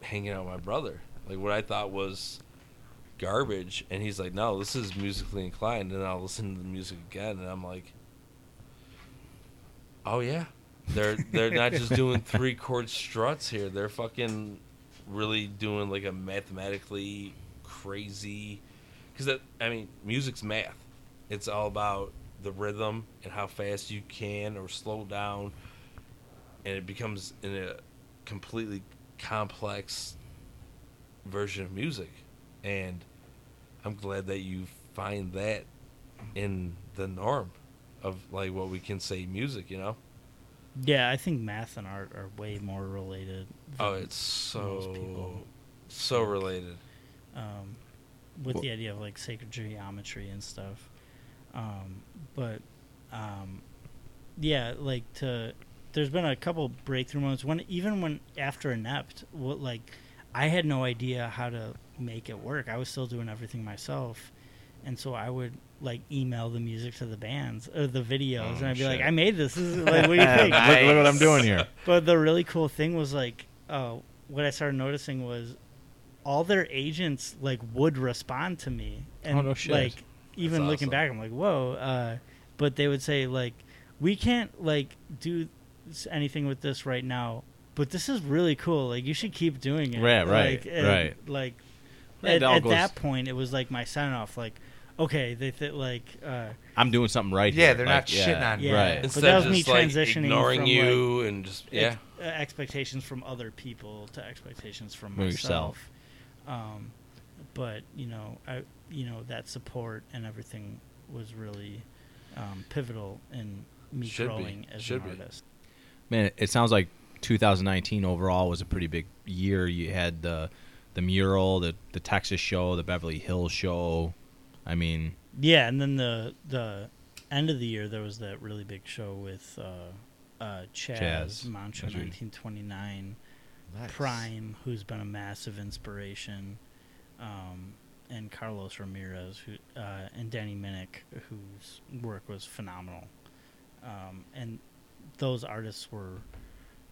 Speaker 1: hanging out with my brother. Like what I thought was garbage, and he's like, no, this is musically inclined. And I'll listen to the music again, and I'm like, oh yeah, they're they're not just doing three chord struts here. They're fucking really doing like a mathematically crazy because I mean music's math. It's all about the rhythm and how fast you can or slow down, and it becomes in a completely complex version of music. And I'm glad that you find that in the norm of like what we can say music. You know.
Speaker 2: Yeah, I think math and art are way more related. than
Speaker 1: Oh, it's
Speaker 2: most
Speaker 1: so
Speaker 2: people.
Speaker 1: so related.
Speaker 2: um, with
Speaker 4: Well-
Speaker 2: the idea of like sacred geometry and stuff. Um, but um, yeah, like to there's been a couple breakthrough moments. When even when after inept, what like I had no idea how to make it work. I was still doing everything myself, and so I would like email the music to the bands or the videos,
Speaker 1: Oh,
Speaker 2: and I'd be like,
Speaker 1: shit.
Speaker 2: "I made this. this is, like,
Speaker 1: <laughs>
Speaker 2: what do you
Speaker 4: Look, <laughs>
Speaker 2: think?"
Speaker 4: look what I'm doing here.
Speaker 2: But the really cool thing was like, uh, what I started noticing was all their agents like would respond to me, and
Speaker 4: Oh, no shit.
Speaker 2: like even
Speaker 1: That's
Speaker 2: looking
Speaker 1: awesome.
Speaker 2: back, I'm like, whoa. Uh, but they would say like, we can't like do s- anything with this right now, but this is really cool. Like you should keep doing it.
Speaker 4: Right, right,
Speaker 2: like, and,
Speaker 4: right.
Speaker 2: Like
Speaker 4: Yeah,
Speaker 2: at,
Speaker 4: it all
Speaker 2: at
Speaker 4: goes-
Speaker 2: that point, it was like my sign off. Like, okay, they th- like. Uh,
Speaker 4: I'm doing something right.
Speaker 3: Yeah,
Speaker 4: here.
Speaker 3: they're
Speaker 4: Like,
Speaker 3: not shitting on
Speaker 2: Yeah.
Speaker 4: Right.
Speaker 2: It's-
Speaker 1: Instead
Speaker 2: that
Speaker 1: of
Speaker 2: was me
Speaker 1: just like
Speaker 2: transitioning
Speaker 1: ignoring
Speaker 2: from,
Speaker 1: you and just yeah.
Speaker 2: ex- uh, expectations from other people to expectations from
Speaker 4: From
Speaker 2: myself.
Speaker 4: yourself.
Speaker 2: Um, but you know, I you know that support and everything was really um, pivotal in me
Speaker 1: Should be.
Speaker 2: growing as
Speaker 1: Should be.
Speaker 2: an artist.
Speaker 4: Man, it sounds like 2019 overall was a pretty big year. You had the the mural, the the Texas show, the Beverly Hills show. I mean,
Speaker 2: Yeah, and then the the end of the year there was that really big show with uh, uh, Chaz,
Speaker 4: Chaz.
Speaker 2: Mantra
Speaker 4: That's right.
Speaker 2: 1929.
Speaker 3: Nice.
Speaker 2: Prime, who's been a massive inspiration, um, and Carlos Ramirez, who uh, and Danny Minnick, whose work was phenomenal. Um, and those artists were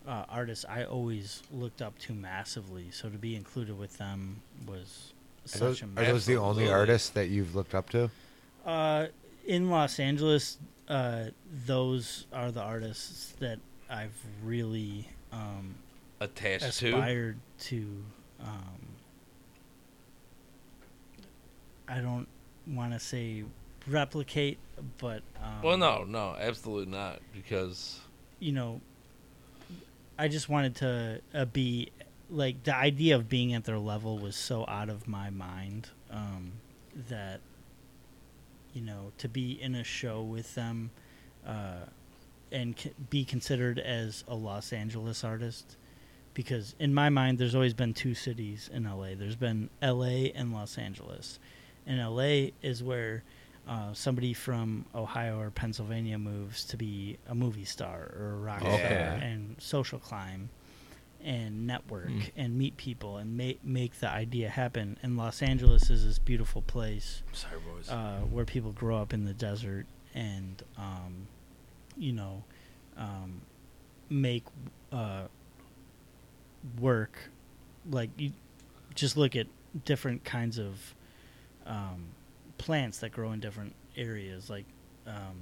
Speaker 2: uh, artists I always looked up to massively. So to be included with them was
Speaker 3: Are
Speaker 2: such
Speaker 3: those,
Speaker 2: a
Speaker 3: are those the only
Speaker 1: Absolutely.
Speaker 3: artists that you've looked up to?
Speaker 2: uh, in Los Angeles, uh, those are the artists that I've really um,
Speaker 1: attached to.
Speaker 2: aspired to. Um, I don't want to say replicate, but um,
Speaker 1: Well, no, no, absolutely not. Because
Speaker 2: you know, I just wanted to uh, be like the idea of being at their level was so out of my mind um, that you know to be in a show with them uh, and c- be considered as a Los Angeles artist because in my mind there's always been two cities in LA. There's been LA and Los Angeles. And LA is where uh, somebody from Ohio or Pennsylvania moves to be a movie star or a rock
Speaker 4: Okay.
Speaker 2: star and social climb and network
Speaker 4: Hmm.
Speaker 2: and meet people and make make the idea happen. And Los Angeles is this beautiful place
Speaker 1: sorry, boys.
Speaker 2: uh, where people grow up in the desert and um, you know um, make uh, work like you just look at different kinds of um, plants that grow in different areas like um,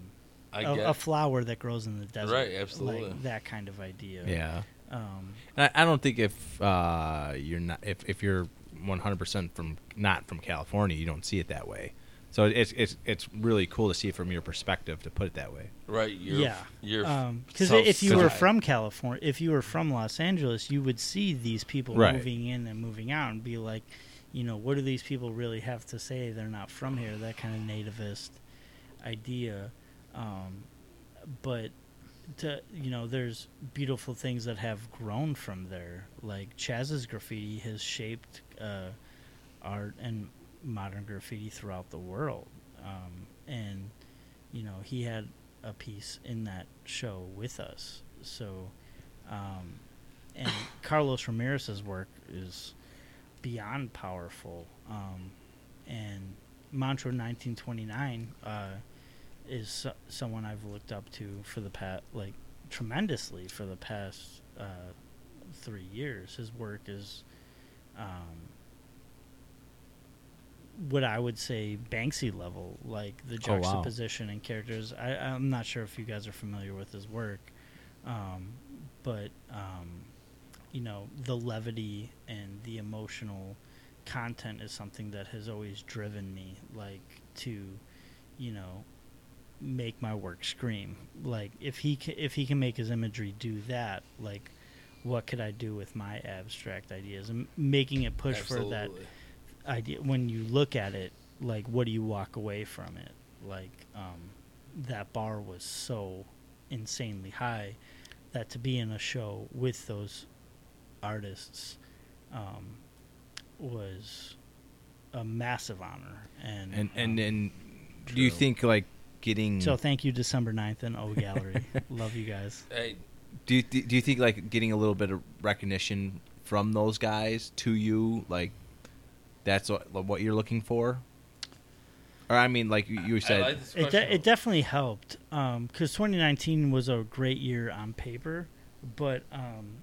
Speaker 1: I
Speaker 2: a,
Speaker 1: get
Speaker 2: a flower that grows in the desert
Speaker 1: Right, absolutely.
Speaker 2: like that kind of idea
Speaker 4: yeah.
Speaker 2: um,
Speaker 4: And I, I don't think if uh, you're not if, if you're 100% from not from California, you don't see it that way. So it's it's it's really cool to see it from your perspective to put it that way.
Speaker 1: right. You're,
Speaker 2: yeah.
Speaker 1: You're
Speaker 2: because
Speaker 1: self-
Speaker 2: if you were
Speaker 1: side.
Speaker 2: from California, if you were from Los Angeles, you would see these people
Speaker 4: Right.
Speaker 2: moving in and moving out, and be like, you know, what do these people really have to say? They're not from here. That kind of nativist idea. Um, but to you know, there's beautiful things that have grown from there. Like Chaz's graffiti has shaped uh, art and modern graffiti throughout the world. Um, and you know, he had a piece in that show with us. So, um, and Carlos Ramirez's work is beyond powerful. Um, and Mantra 1929 uh, is so- someone I've looked up to for the past, like, tremendously for the past uh, three years. His work is. Um, what I would say Banksy level, like the
Speaker 4: Oh, wow.
Speaker 2: juxtaposition and characters. I, I'm not sure if you guys are familiar with his work, um, but um, you know the levity and the emotional content is something that has always driven me like to you know make my work scream like if he ca- if he can make his imagery do that like what could i do with my abstract ideas and making it push for that
Speaker 1: Absolutely.
Speaker 2: idea when you look at it like what do you walk away from it like um that bar was so insanely high that to be in a show with those artists um was a massive honor and um,
Speaker 4: And and and do you
Speaker 1: True.
Speaker 4: think like getting
Speaker 2: so thank you december 9th and o
Speaker 4: <laughs>
Speaker 2: gallery love you guys
Speaker 1: Hey,
Speaker 4: do you, do you think like getting a little bit of recognition from those guys to you like that's what, what you're looking for or i mean like you, you said
Speaker 1: I like this
Speaker 2: it,
Speaker 1: question.
Speaker 2: de- it definitely helped um, because 2019 was a great year on paper but um,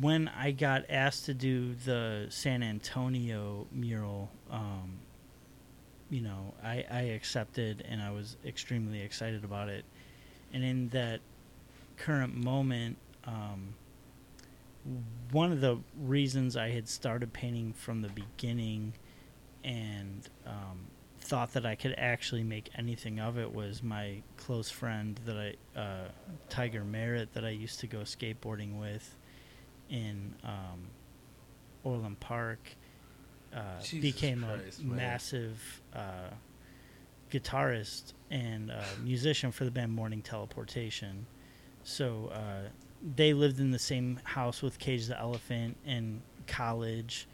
Speaker 2: when i got asked to do the san antonio mural um, you know I, I accepted and i was extremely excited about it and in that current moment um, one of the reasons i had started painting from the beginning and um, thought that I could actually make anything of it was my close friend that I, uh, Tiger Merritt, that I used to go skateboarding with in um, Orland Park, uh,
Speaker 1: Jesus
Speaker 2: became
Speaker 1: Christ,
Speaker 2: a
Speaker 1: man.
Speaker 2: massive uh, guitarist and uh, musician for the band Morning Teleportation. So uh, they lived in the same house with Cage the Elephant in college.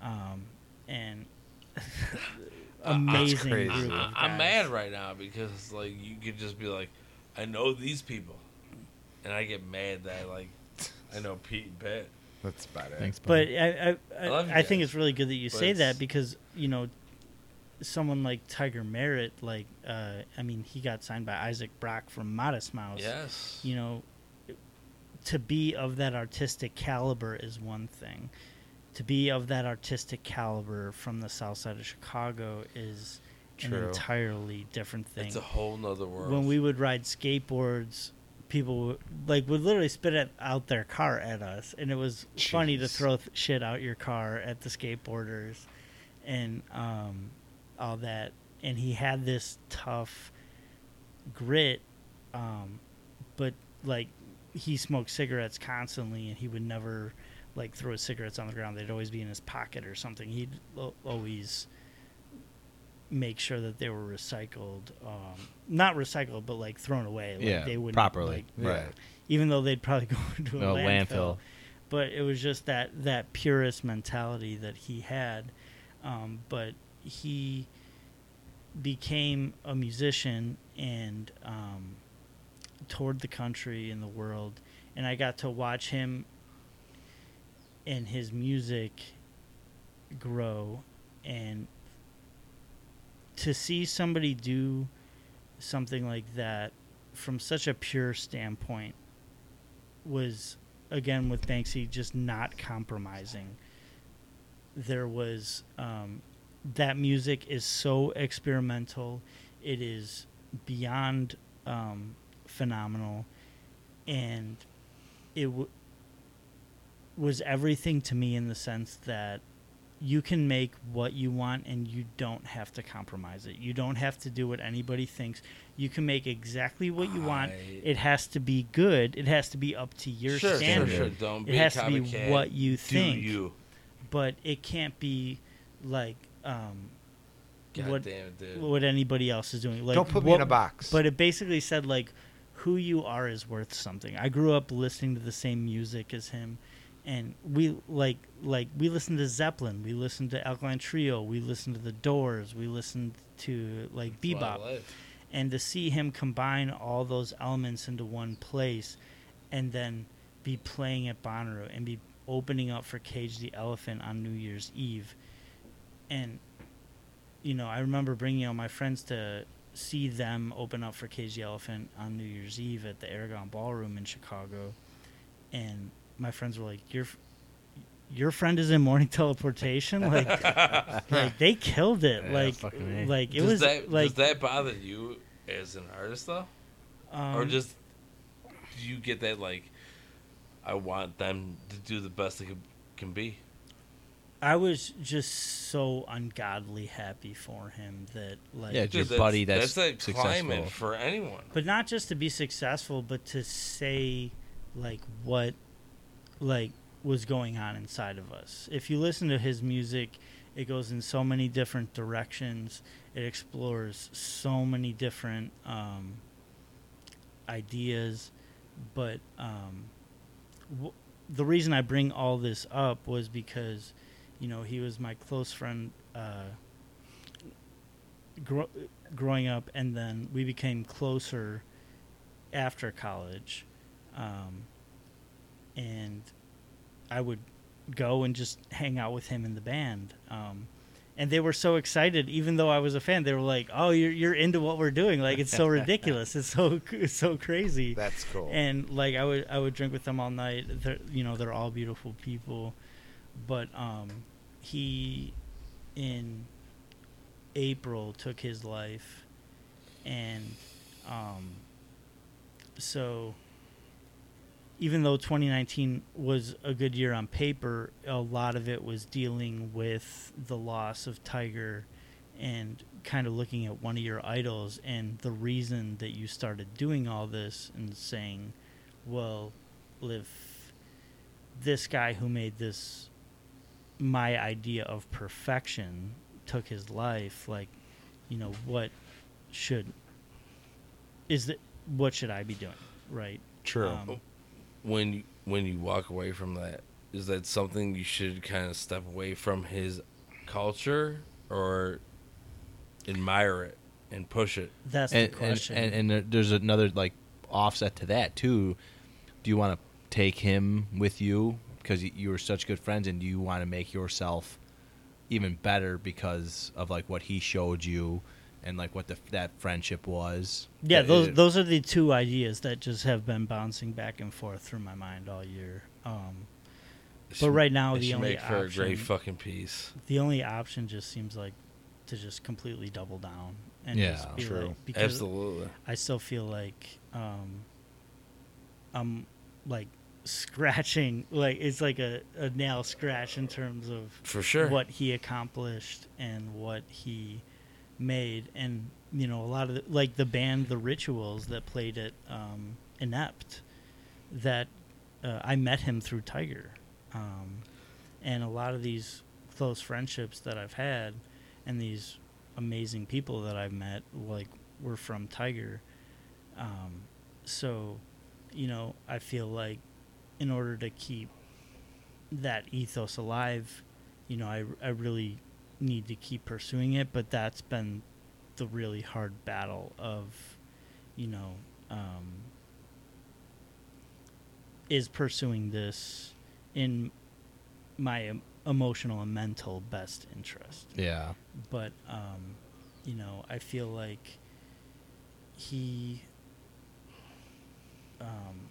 Speaker 2: Um, and <laughs> amazing
Speaker 3: crazy.
Speaker 2: group.
Speaker 1: I,
Speaker 2: of
Speaker 1: I'm
Speaker 2: guys.
Speaker 1: mad right now because like you could just be like, I know these people, and I get mad that like I know Pete and Pat.
Speaker 3: That's about it.
Speaker 4: thanks
Speaker 2: But
Speaker 4: buddy.
Speaker 2: I I,
Speaker 1: I love you
Speaker 2: I, I think
Speaker 1: guys,
Speaker 2: it's really good that you
Speaker 1: but
Speaker 2: say
Speaker 1: it's-
Speaker 2: that because you know, someone like Tiger Merritt, like uh, I mean, he got signed by Isaac Brock from Modest Mouse.
Speaker 1: Yes,
Speaker 2: You know, to be of that artistic caliber is one thing. To be of that artistic caliber from the South Side of Chicago is an
Speaker 3: True.
Speaker 2: entirely different thing.
Speaker 1: it's a whole nother world.
Speaker 2: when we would ride skateboards people would, like would literally spit it out their car at us and it was funny to
Speaker 3: Jeez.
Speaker 2: throw th- shit out your car at the skateboarders and um, all that and he had this tough grit um, but like he smoked cigarettes constantly and he would never like throw his cigarettes on the ground they'd always be in his pocket or something he'd al- always make sure that they were recycled um, not recycled but like thrown away like,
Speaker 4: yeah
Speaker 2: they wouldn't
Speaker 4: properly
Speaker 2: like,
Speaker 3: Right.
Speaker 2: even though they'd probably <laughs> go into a
Speaker 4: No,
Speaker 2: landfill.
Speaker 4: landfill.
Speaker 2: But it was just that that purist mentality that he had. Um, but he became a musician and um, toured the country and the world, and I got to watch him and his music grow and to see somebody do something like that from such a pure standpoint was again with Banksy just not compromising. There was um, that music is so experimental, it is beyond um, phenomenal, and it w- was everything to me in the sense that you can make what you want and you don't have to compromise it. You don't have to do what anybody thinks. You can make exactly what you want.
Speaker 1: I-
Speaker 2: It has to be good. It has to be up to your
Speaker 1: sure,
Speaker 2: standard.
Speaker 1: Sure, sure. Don't
Speaker 2: It
Speaker 1: be a
Speaker 2: has to be
Speaker 1: copycat.
Speaker 2: what you
Speaker 1: Do
Speaker 2: think.
Speaker 1: You.
Speaker 2: But it can't be like um,
Speaker 1: God
Speaker 2: what
Speaker 1: damn it, dude.
Speaker 2: what anybody else is doing. Like
Speaker 3: Don't put me
Speaker 2: what-
Speaker 3: in a box.
Speaker 2: But it basically said like who you are is worth something. I grew up listening to the same music as him and we like like we listened to Zeppelin, we listened to Alkaline Trio, we listened to The Doors, we listened to like
Speaker 1: It's my
Speaker 2: bebop
Speaker 1: life.
Speaker 2: and to see him combine all those elements into one place and then be playing at Bonnaroo and be opening up for Cage the Elephant on New Year's Eve. And, you know, I remember bringing all my friends to see them open up for Cage the Elephant on New Year's Eve at the Aragon Ballroom in Chicago. And my friends were like, Your, your friend is in morning <laughs> teleportation? like,
Speaker 4: <laughs>
Speaker 2: like, they killed it.
Speaker 4: Yeah,
Speaker 2: like,
Speaker 4: fucking A.
Speaker 2: like, it
Speaker 1: does
Speaker 2: was
Speaker 1: that,
Speaker 2: like.
Speaker 1: does that bother you as an artist though,
Speaker 2: um,
Speaker 1: or just do you get that like I want them to do the best they can, can be.
Speaker 2: I was just so ungodly happy for him that like
Speaker 4: Yeah, Your
Speaker 1: Dude,
Speaker 4: buddy that's
Speaker 1: that's a
Speaker 4: successful.
Speaker 1: climate for anyone.
Speaker 2: but not just to be successful but to say like what like was going on inside of us if you listen to his music it goes in so many different directions it explores so many different um, ideas but um, w- the reason i bring all this up was because you know he was my close friend uh, gro- growing up, and then we became closer after college. Um, and I would go and just hang out with him in the band. Um, and they were so excited, even though I was a fan. They were like, "Oh, you're you're into what we're doing! Like it's so ridiculous! It's so it's so crazy!"
Speaker 3: That's cool.
Speaker 2: and like I would I would drink with them all night. They're you know they're all beautiful people, but um, he in April took his life, and um, so even though 2019 was a good year on paper, a lot of it was dealing with the loss of Tiger and kind of looking at one of your idols and the reason that you started doing all this and saying, well, if this guy who made this my idea of perfection took his life, like, you know, what should is that what should I be doing? Right.
Speaker 1: True.
Speaker 2: Um,
Speaker 1: when you- when you walk away from that, is that something you should kind of step away from his culture or admire it and push it?
Speaker 2: That's
Speaker 4: and,
Speaker 2: the
Speaker 4: and,
Speaker 2: question.
Speaker 4: and, and there- there's another like offset to that too. Do you want to take him with you because you were such good friends, and do you want to make yourself even better because of like what he showed you and like what the, that friendship was?
Speaker 2: yeah,
Speaker 4: That
Speaker 2: those
Speaker 4: it-
Speaker 2: those are the two ideas that just have been bouncing back and forth through my mind all year. Um,
Speaker 1: It
Speaker 2: but
Speaker 1: should-
Speaker 2: right now,
Speaker 1: it
Speaker 2: the
Speaker 1: should
Speaker 2: only
Speaker 1: make for a great
Speaker 2: option-
Speaker 1: fucking piece.
Speaker 2: the only option just seems like to just completely double down and
Speaker 4: Yeah,
Speaker 2: just be
Speaker 3: true.
Speaker 2: like because
Speaker 1: Absolutely.
Speaker 2: I still feel like um, I'm like scratching like it's like a, a nail scratch in terms of
Speaker 1: For sure.
Speaker 2: what he accomplished and what he made and you know a lot of the, like the band the rituals that played at um, inept that uh, i met him through tiger um, and a lot of these close friendships that i've had and these amazing people that i've met like were from tiger um, so you know i feel like in order to keep that ethos alive you know i, I really need to keep pursuing it but that's been the really hard battle of you know um, is pursuing this in my em- emotional and mental best interest <laughs>
Speaker 4: Yeah,
Speaker 2: but um, you know, I feel like he um,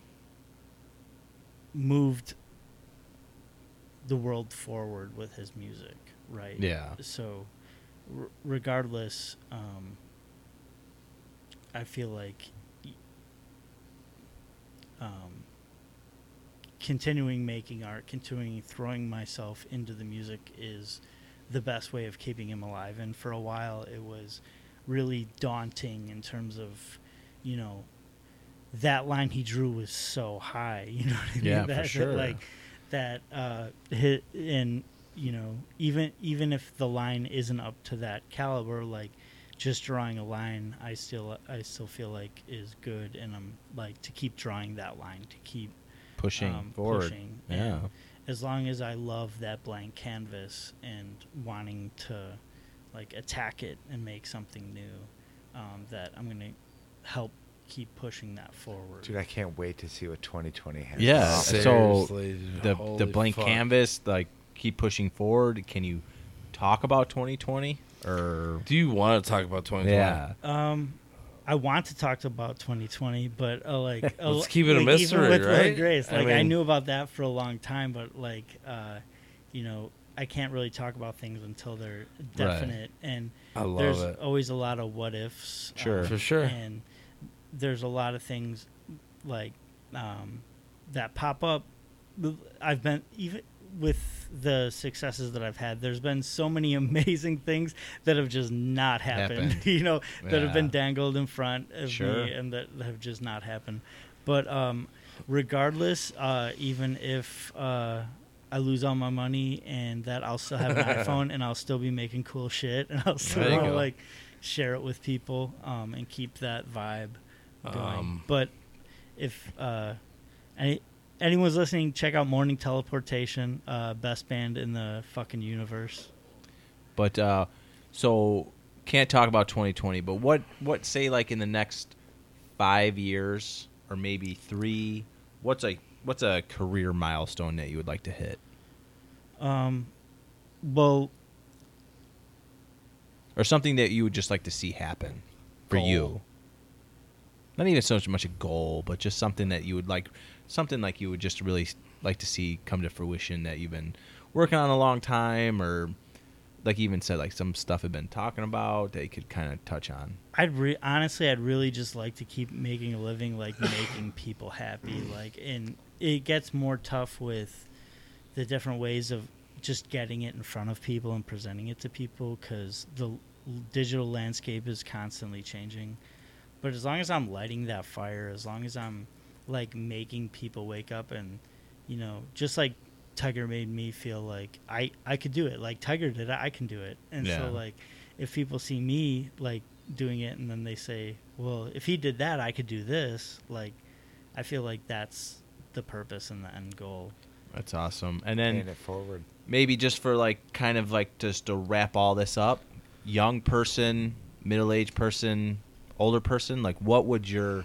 Speaker 2: moved the world forward with his music, right?
Speaker 4: yeah,
Speaker 2: So, r- regardless, um, I feel like y- um, continuing making art, continuing throwing myself into the music is the best way of keeping him alive. And for a while, it was really daunting in terms of, you know, that line he drew was so high. <laughs> You know what I mean?
Speaker 4: Yeah, for
Speaker 2: that, that,
Speaker 4: sure.
Speaker 2: like that, uh, hit and you know, even even if the line isn't up to that caliber, like just drawing a line, I still I still feel like is good, and I'm like to keep drawing that line to keep
Speaker 4: pushing
Speaker 2: um,
Speaker 4: forward.
Speaker 2: pushing,
Speaker 4: Yeah,
Speaker 2: and as long as I love that blank canvas and wanting to like attack it and make something new, um, that I'm gonna help keep pushing that forward.
Speaker 3: Dude, I can't wait to see what 2020 has.
Speaker 4: yeah.
Speaker 3: to offer.
Speaker 4: So
Speaker 1: Seriously, dude.
Speaker 4: the the
Speaker 1: Holy
Speaker 4: blank
Speaker 1: fuck.
Speaker 4: canvas, like keep pushing forward. Can you talk about 2020 or?
Speaker 1: Do you want to talk about 2020?
Speaker 4: Yeah.
Speaker 2: Um, I want to talk about 2020, but uh, like a
Speaker 1: <laughs>
Speaker 2: l-
Speaker 1: Let's keep it a
Speaker 2: like,
Speaker 1: mystery,
Speaker 2: Even with Will and
Speaker 1: right?
Speaker 2: Grace,
Speaker 1: I
Speaker 2: like I,
Speaker 1: mean-
Speaker 2: knew about that for a long time, but like, uh, you know, I can't really talk about things until they're definite. And
Speaker 1: I love
Speaker 2: there's
Speaker 1: it.
Speaker 2: always a lot of what ifs.
Speaker 4: Sure.
Speaker 1: For sure.
Speaker 2: And there's a lot of things like um, that pop up I've been even with the successes that I've had. There's been so many <laughs> amazing things that have just not happened. <laughs>
Speaker 4: Happened.
Speaker 2: you know, that have been
Speaker 4: Yeah.
Speaker 2: dangled in front of
Speaker 4: Sure.
Speaker 2: me and that have just not happened. But um, regardless, uh, even if uh, I lose all my money and that I'll still have an iPhone and I'll still be making cool shit and I'll
Speaker 4: There you
Speaker 2: still
Speaker 4: go.
Speaker 2: like share it with people um, and keep that vibe going.
Speaker 4: Um,
Speaker 2: but if uh, any anyone's listening, check out Morning Teleportation, uh, best band in the fucking universe.
Speaker 4: But uh, so can't talk about 2020. But what what say like in the next five years or maybe three? What's a what's a career milestone that you would like to hit,
Speaker 2: Um, well,
Speaker 4: or something that you would just like to see happen for you?
Speaker 2: Goal.
Speaker 4: Not even so much a goal, but just something that you would like, something like you would just really like to see come to fruition that you've been working on a long time, or like you even said, like some stuff had been talking about that you could kind of touch on.
Speaker 2: I'd re- honestly, I'd really just like to keep making a living, like making people happy. Like, and it gets more tough with the different ways of just getting it in front of people and presenting it to people because the l- digital landscape is constantly changing. But as long as I'm lighting that fire, as long as I'm like making people wake up and, you know, just like Tiger made me feel like I I could do it. Like Tiger did, it, I can do it. And
Speaker 4: Yeah.
Speaker 2: so like if people see me like doing it and then they say, "Well, if he did that, I could do this." Like I feel like that's the purpose and the end goal.
Speaker 4: That's awesome. And
Speaker 3: paying
Speaker 4: then
Speaker 3: it forward.
Speaker 4: maybe just for like kind of like just to wrap all this up, young person, middle aged person, older person, like what would your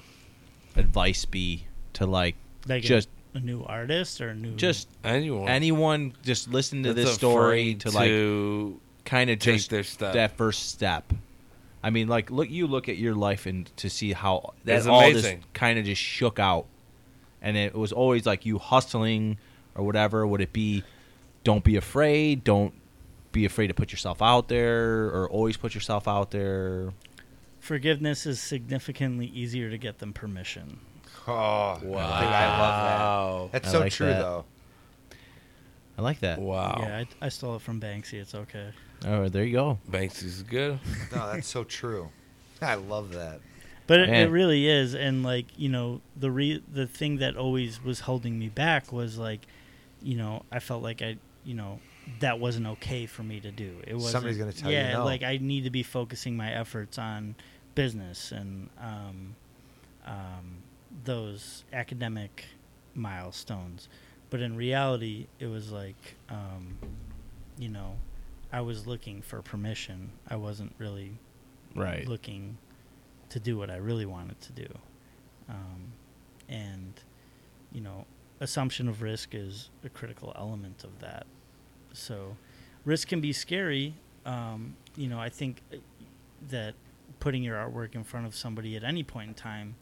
Speaker 4: advice be to like,
Speaker 2: Like a-
Speaker 4: just
Speaker 2: a new artist or a new
Speaker 4: just
Speaker 1: Anyone.
Speaker 4: anyone just listen to
Speaker 1: that's
Speaker 4: this story
Speaker 1: afraid
Speaker 4: to like
Speaker 1: to-
Speaker 4: kind of
Speaker 1: take
Speaker 4: just
Speaker 1: their step.
Speaker 4: that first step. I mean, like look you look at your life and to see how
Speaker 1: It's
Speaker 4: that all this
Speaker 1: amazing.
Speaker 4: kind of just shook out, and it was always like you hustling or whatever. Would it be? Don't be afraid. Don't be afraid to put yourself out there, or always put yourself out there.
Speaker 2: forgiveness is significantly easier to get than permission.
Speaker 3: Oh, wow. I, think I love
Speaker 1: Wow.
Speaker 3: that. That's
Speaker 4: I
Speaker 3: so
Speaker 4: like
Speaker 3: true,
Speaker 4: that.
Speaker 3: though.
Speaker 4: I like that.
Speaker 1: Wow.
Speaker 2: Yeah, I, I stole it from Banksy. It's okay.
Speaker 4: Oh, there you go.
Speaker 1: Banksy's good.
Speaker 3: No, that's so true. I love that.
Speaker 2: But it, it
Speaker 4: Man.
Speaker 2: really is, and like you know, the re- the thing that always was holding me back was like, you know, I felt like I, you know, that wasn't okay for me to do. It was
Speaker 3: Somebody's gonna tell you
Speaker 2: yeah,
Speaker 3: no.
Speaker 2: like I need to be focusing my efforts on business and um, um, those academic milestones. But in reality, it was like, um, you know, I was looking for permission. I wasn't really
Speaker 4: Right.
Speaker 2: looking to do what I really wanted to do. Um, and, you know, assumption of risk is a critical element of that. So risk can be scary. Um, you know, I think uh, that putting your artwork in front of somebody at any point in time,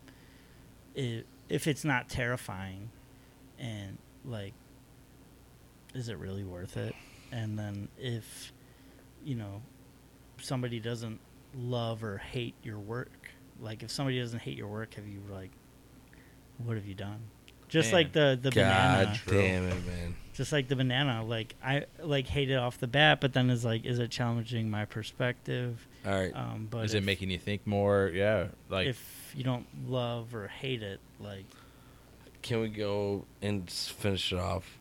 Speaker 2: i if it's not terrifying and like, is it really worth it? And then if, you know, somebody doesn't love or hate your work like if somebody doesn't hate your work have you like what have you done just
Speaker 4: Man.
Speaker 2: like the the
Speaker 1: God
Speaker 2: banana
Speaker 1: damn it, man.
Speaker 2: just like the banana like i like hate it off the bat but then it's like is it challenging my perspective
Speaker 1: All right.
Speaker 2: um but
Speaker 4: Is
Speaker 2: if,
Speaker 4: it making you think more? Yeah. Like
Speaker 2: if you don't love or hate it like
Speaker 1: Can we go and s- finish it off?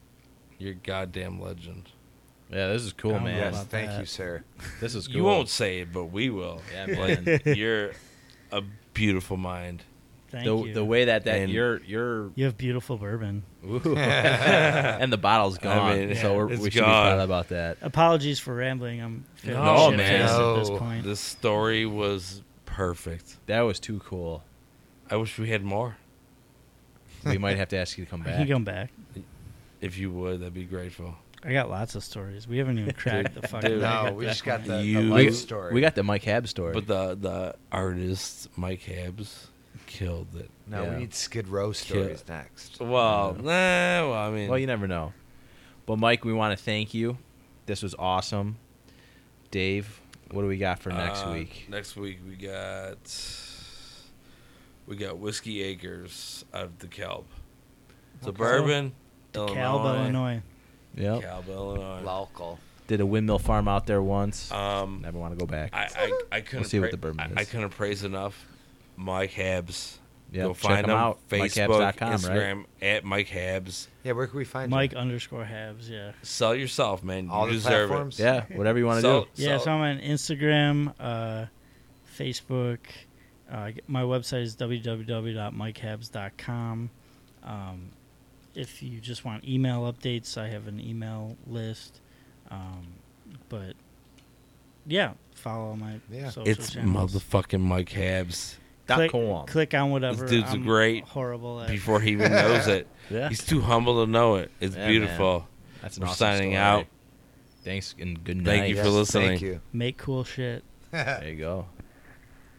Speaker 1: You're a goddamn legend.
Speaker 4: yeah, this is cool,
Speaker 2: don't know
Speaker 4: man.
Speaker 3: Yes,
Speaker 2: about
Speaker 3: thank
Speaker 2: that.
Speaker 3: you, sir.
Speaker 4: This is cool.
Speaker 1: You won't say it, but we will. <laughs>
Speaker 4: Yeah,
Speaker 1: Like, you're a beautiful mind.
Speaker 2: thank
Speaker 4: The,
Speaker 2: you
Speaker 4: the way that that
Speaker 1: And-
Speaker 4: you're you're
Speaker 2: you have beautiful bourbon
Speaker 4: Ooh. and the bottle's gone,
Speaker 1: mean,
Speaker 4: so we're,
Speaker 1: it's
Speaker 4: we should be
Speaker 1: gone.
Speaker 4: proud about that.
Speaker 2: apologies for rambling i'm feeling
Speaker 1: No,
Speaker 2: shit-faced
Speaker 1: man.
Speaker 2: at this
Speaker 3: No.
Speaker 2: point
Speaker 1: This story was perfect.
Speaker 4: That was too cool.
Speaker 1: I wish we had more.
Speaker 4: We might have to ask you to come
Speaker 2: i can
Speaker 4: back.
Speaker 2: come back
Speaker 1: If you would, that'd be grateful.
Speaker 2: i got lots of stories we haven't
Speaker 3: <laughs>
Speaker 2: even cracked the fucking
Speaker 1: dude.
Speaker 2: mic
Speaker 3: No,
Speaker 2: at
Speaker 3: we
Speaker 2: that
Speaker 3: just got
Speaker 2: point.
Speaker 3: the, the
Speaker 1: You-
Speaker 4: we,
Speaker 3: life story.
Speaker 4: we got the Mike Hab story.
Speaker 1: But the the artist Mike Habs killed it.
Speaker 3: no,
Speaker 4: Yeah.
Speaker 3: we need Skid Row stories next.
Speaker 1: Well, nah. Well, I mean,
Speaker 4: well, you never know. But Mike, we want to thank you. This was awesome. Dave, what do we got for next
Speaker 1: uh,
Speaker 4: week?
Speaker 1: Next week we got we got Whiskey Acres out of the Kelp. It's a
Speaker 2: Okay.
Speaker 1: bourbon
Speaker 2: DeKalb, Illinois.
Speaker 4: Yep.
Speaker 1: DeKalb, Illinois.
Speaker 3: Local.
Speaker 4: Did a windmill farm out there once.
Speaker 1: Um,
Speaker 4: Never want to go back.
Speaker 1: I, I, I couldn't
Speaker 4: see what the bourbon
Speaker 1: I,
Speaker 4: is.
Speaker 1: I couldn't praise enough Mike Habs.
Speaker 4: Yeah,
Speaker 1: Go
Speaker 4: check
Speaker 1: find
Speaker 4: him out,
Speaker 1: Facebook,
Speaker 4: MikeHabs.com, right?
Speaker 1: Instagram at Mike Habs.
Speaker 3: Yeah, where can we find you?
Speaker 2: Mike underscore Habs, yeah.
Speaker 1: Sell yourself, man.
Speaker 3: All
Speaker 1: you
Speaker 3: the
Speaker 1: deserve
Speaker 3: platforms.
Speaker 4: yeah, whatever you
Speaker 1: it.
Speaker 4: want to
Speaker 1: Sell,
Speaker 4: do.
Speaker 2: Yeah,
Speaker 1: sell-
Speaker 2: so I'm on Instagram, uh, Facebook. Uh, g- my website is www.mikehabs.com. Um, if you just want email updates, I have an email list. Um, but yeah, follow my
Speaker 3: Yeah.
Speaker 2: social
Speaker 1: it's
Speaker 2: channels.
Speaker 1: motherfucking Mike Habs.
Speaker 4: Dot
Speaker 2: click,
Speaker 4: com.
Speaker 2: click on whatever.
Speaker 1: dude's
Speaker 2: I'm
Speaker 1: great
Speaker 2: Horrible. At.
Speaker 1: Before he even knows it,
Speaker 4: Yeah.
Speaker 1: he's too humble to know it. It's
Speaker 4: Yeah,
Speaker 1: beautiful.
Speaker 4: That's an
Speaker 1: We're
Speaker 4: awesome
Speaker 1: signing
Speaker 4: story.
Speaker 1: out.
Speaker 4: Thanks and good night.
Speaker 1: Thank you for
Speaker 3: Yes,
Speaker 1: listening.
Speaker 3: Thank you. <laughs>
Speaker 2: Make cool shit.
Speaker 4: There you go.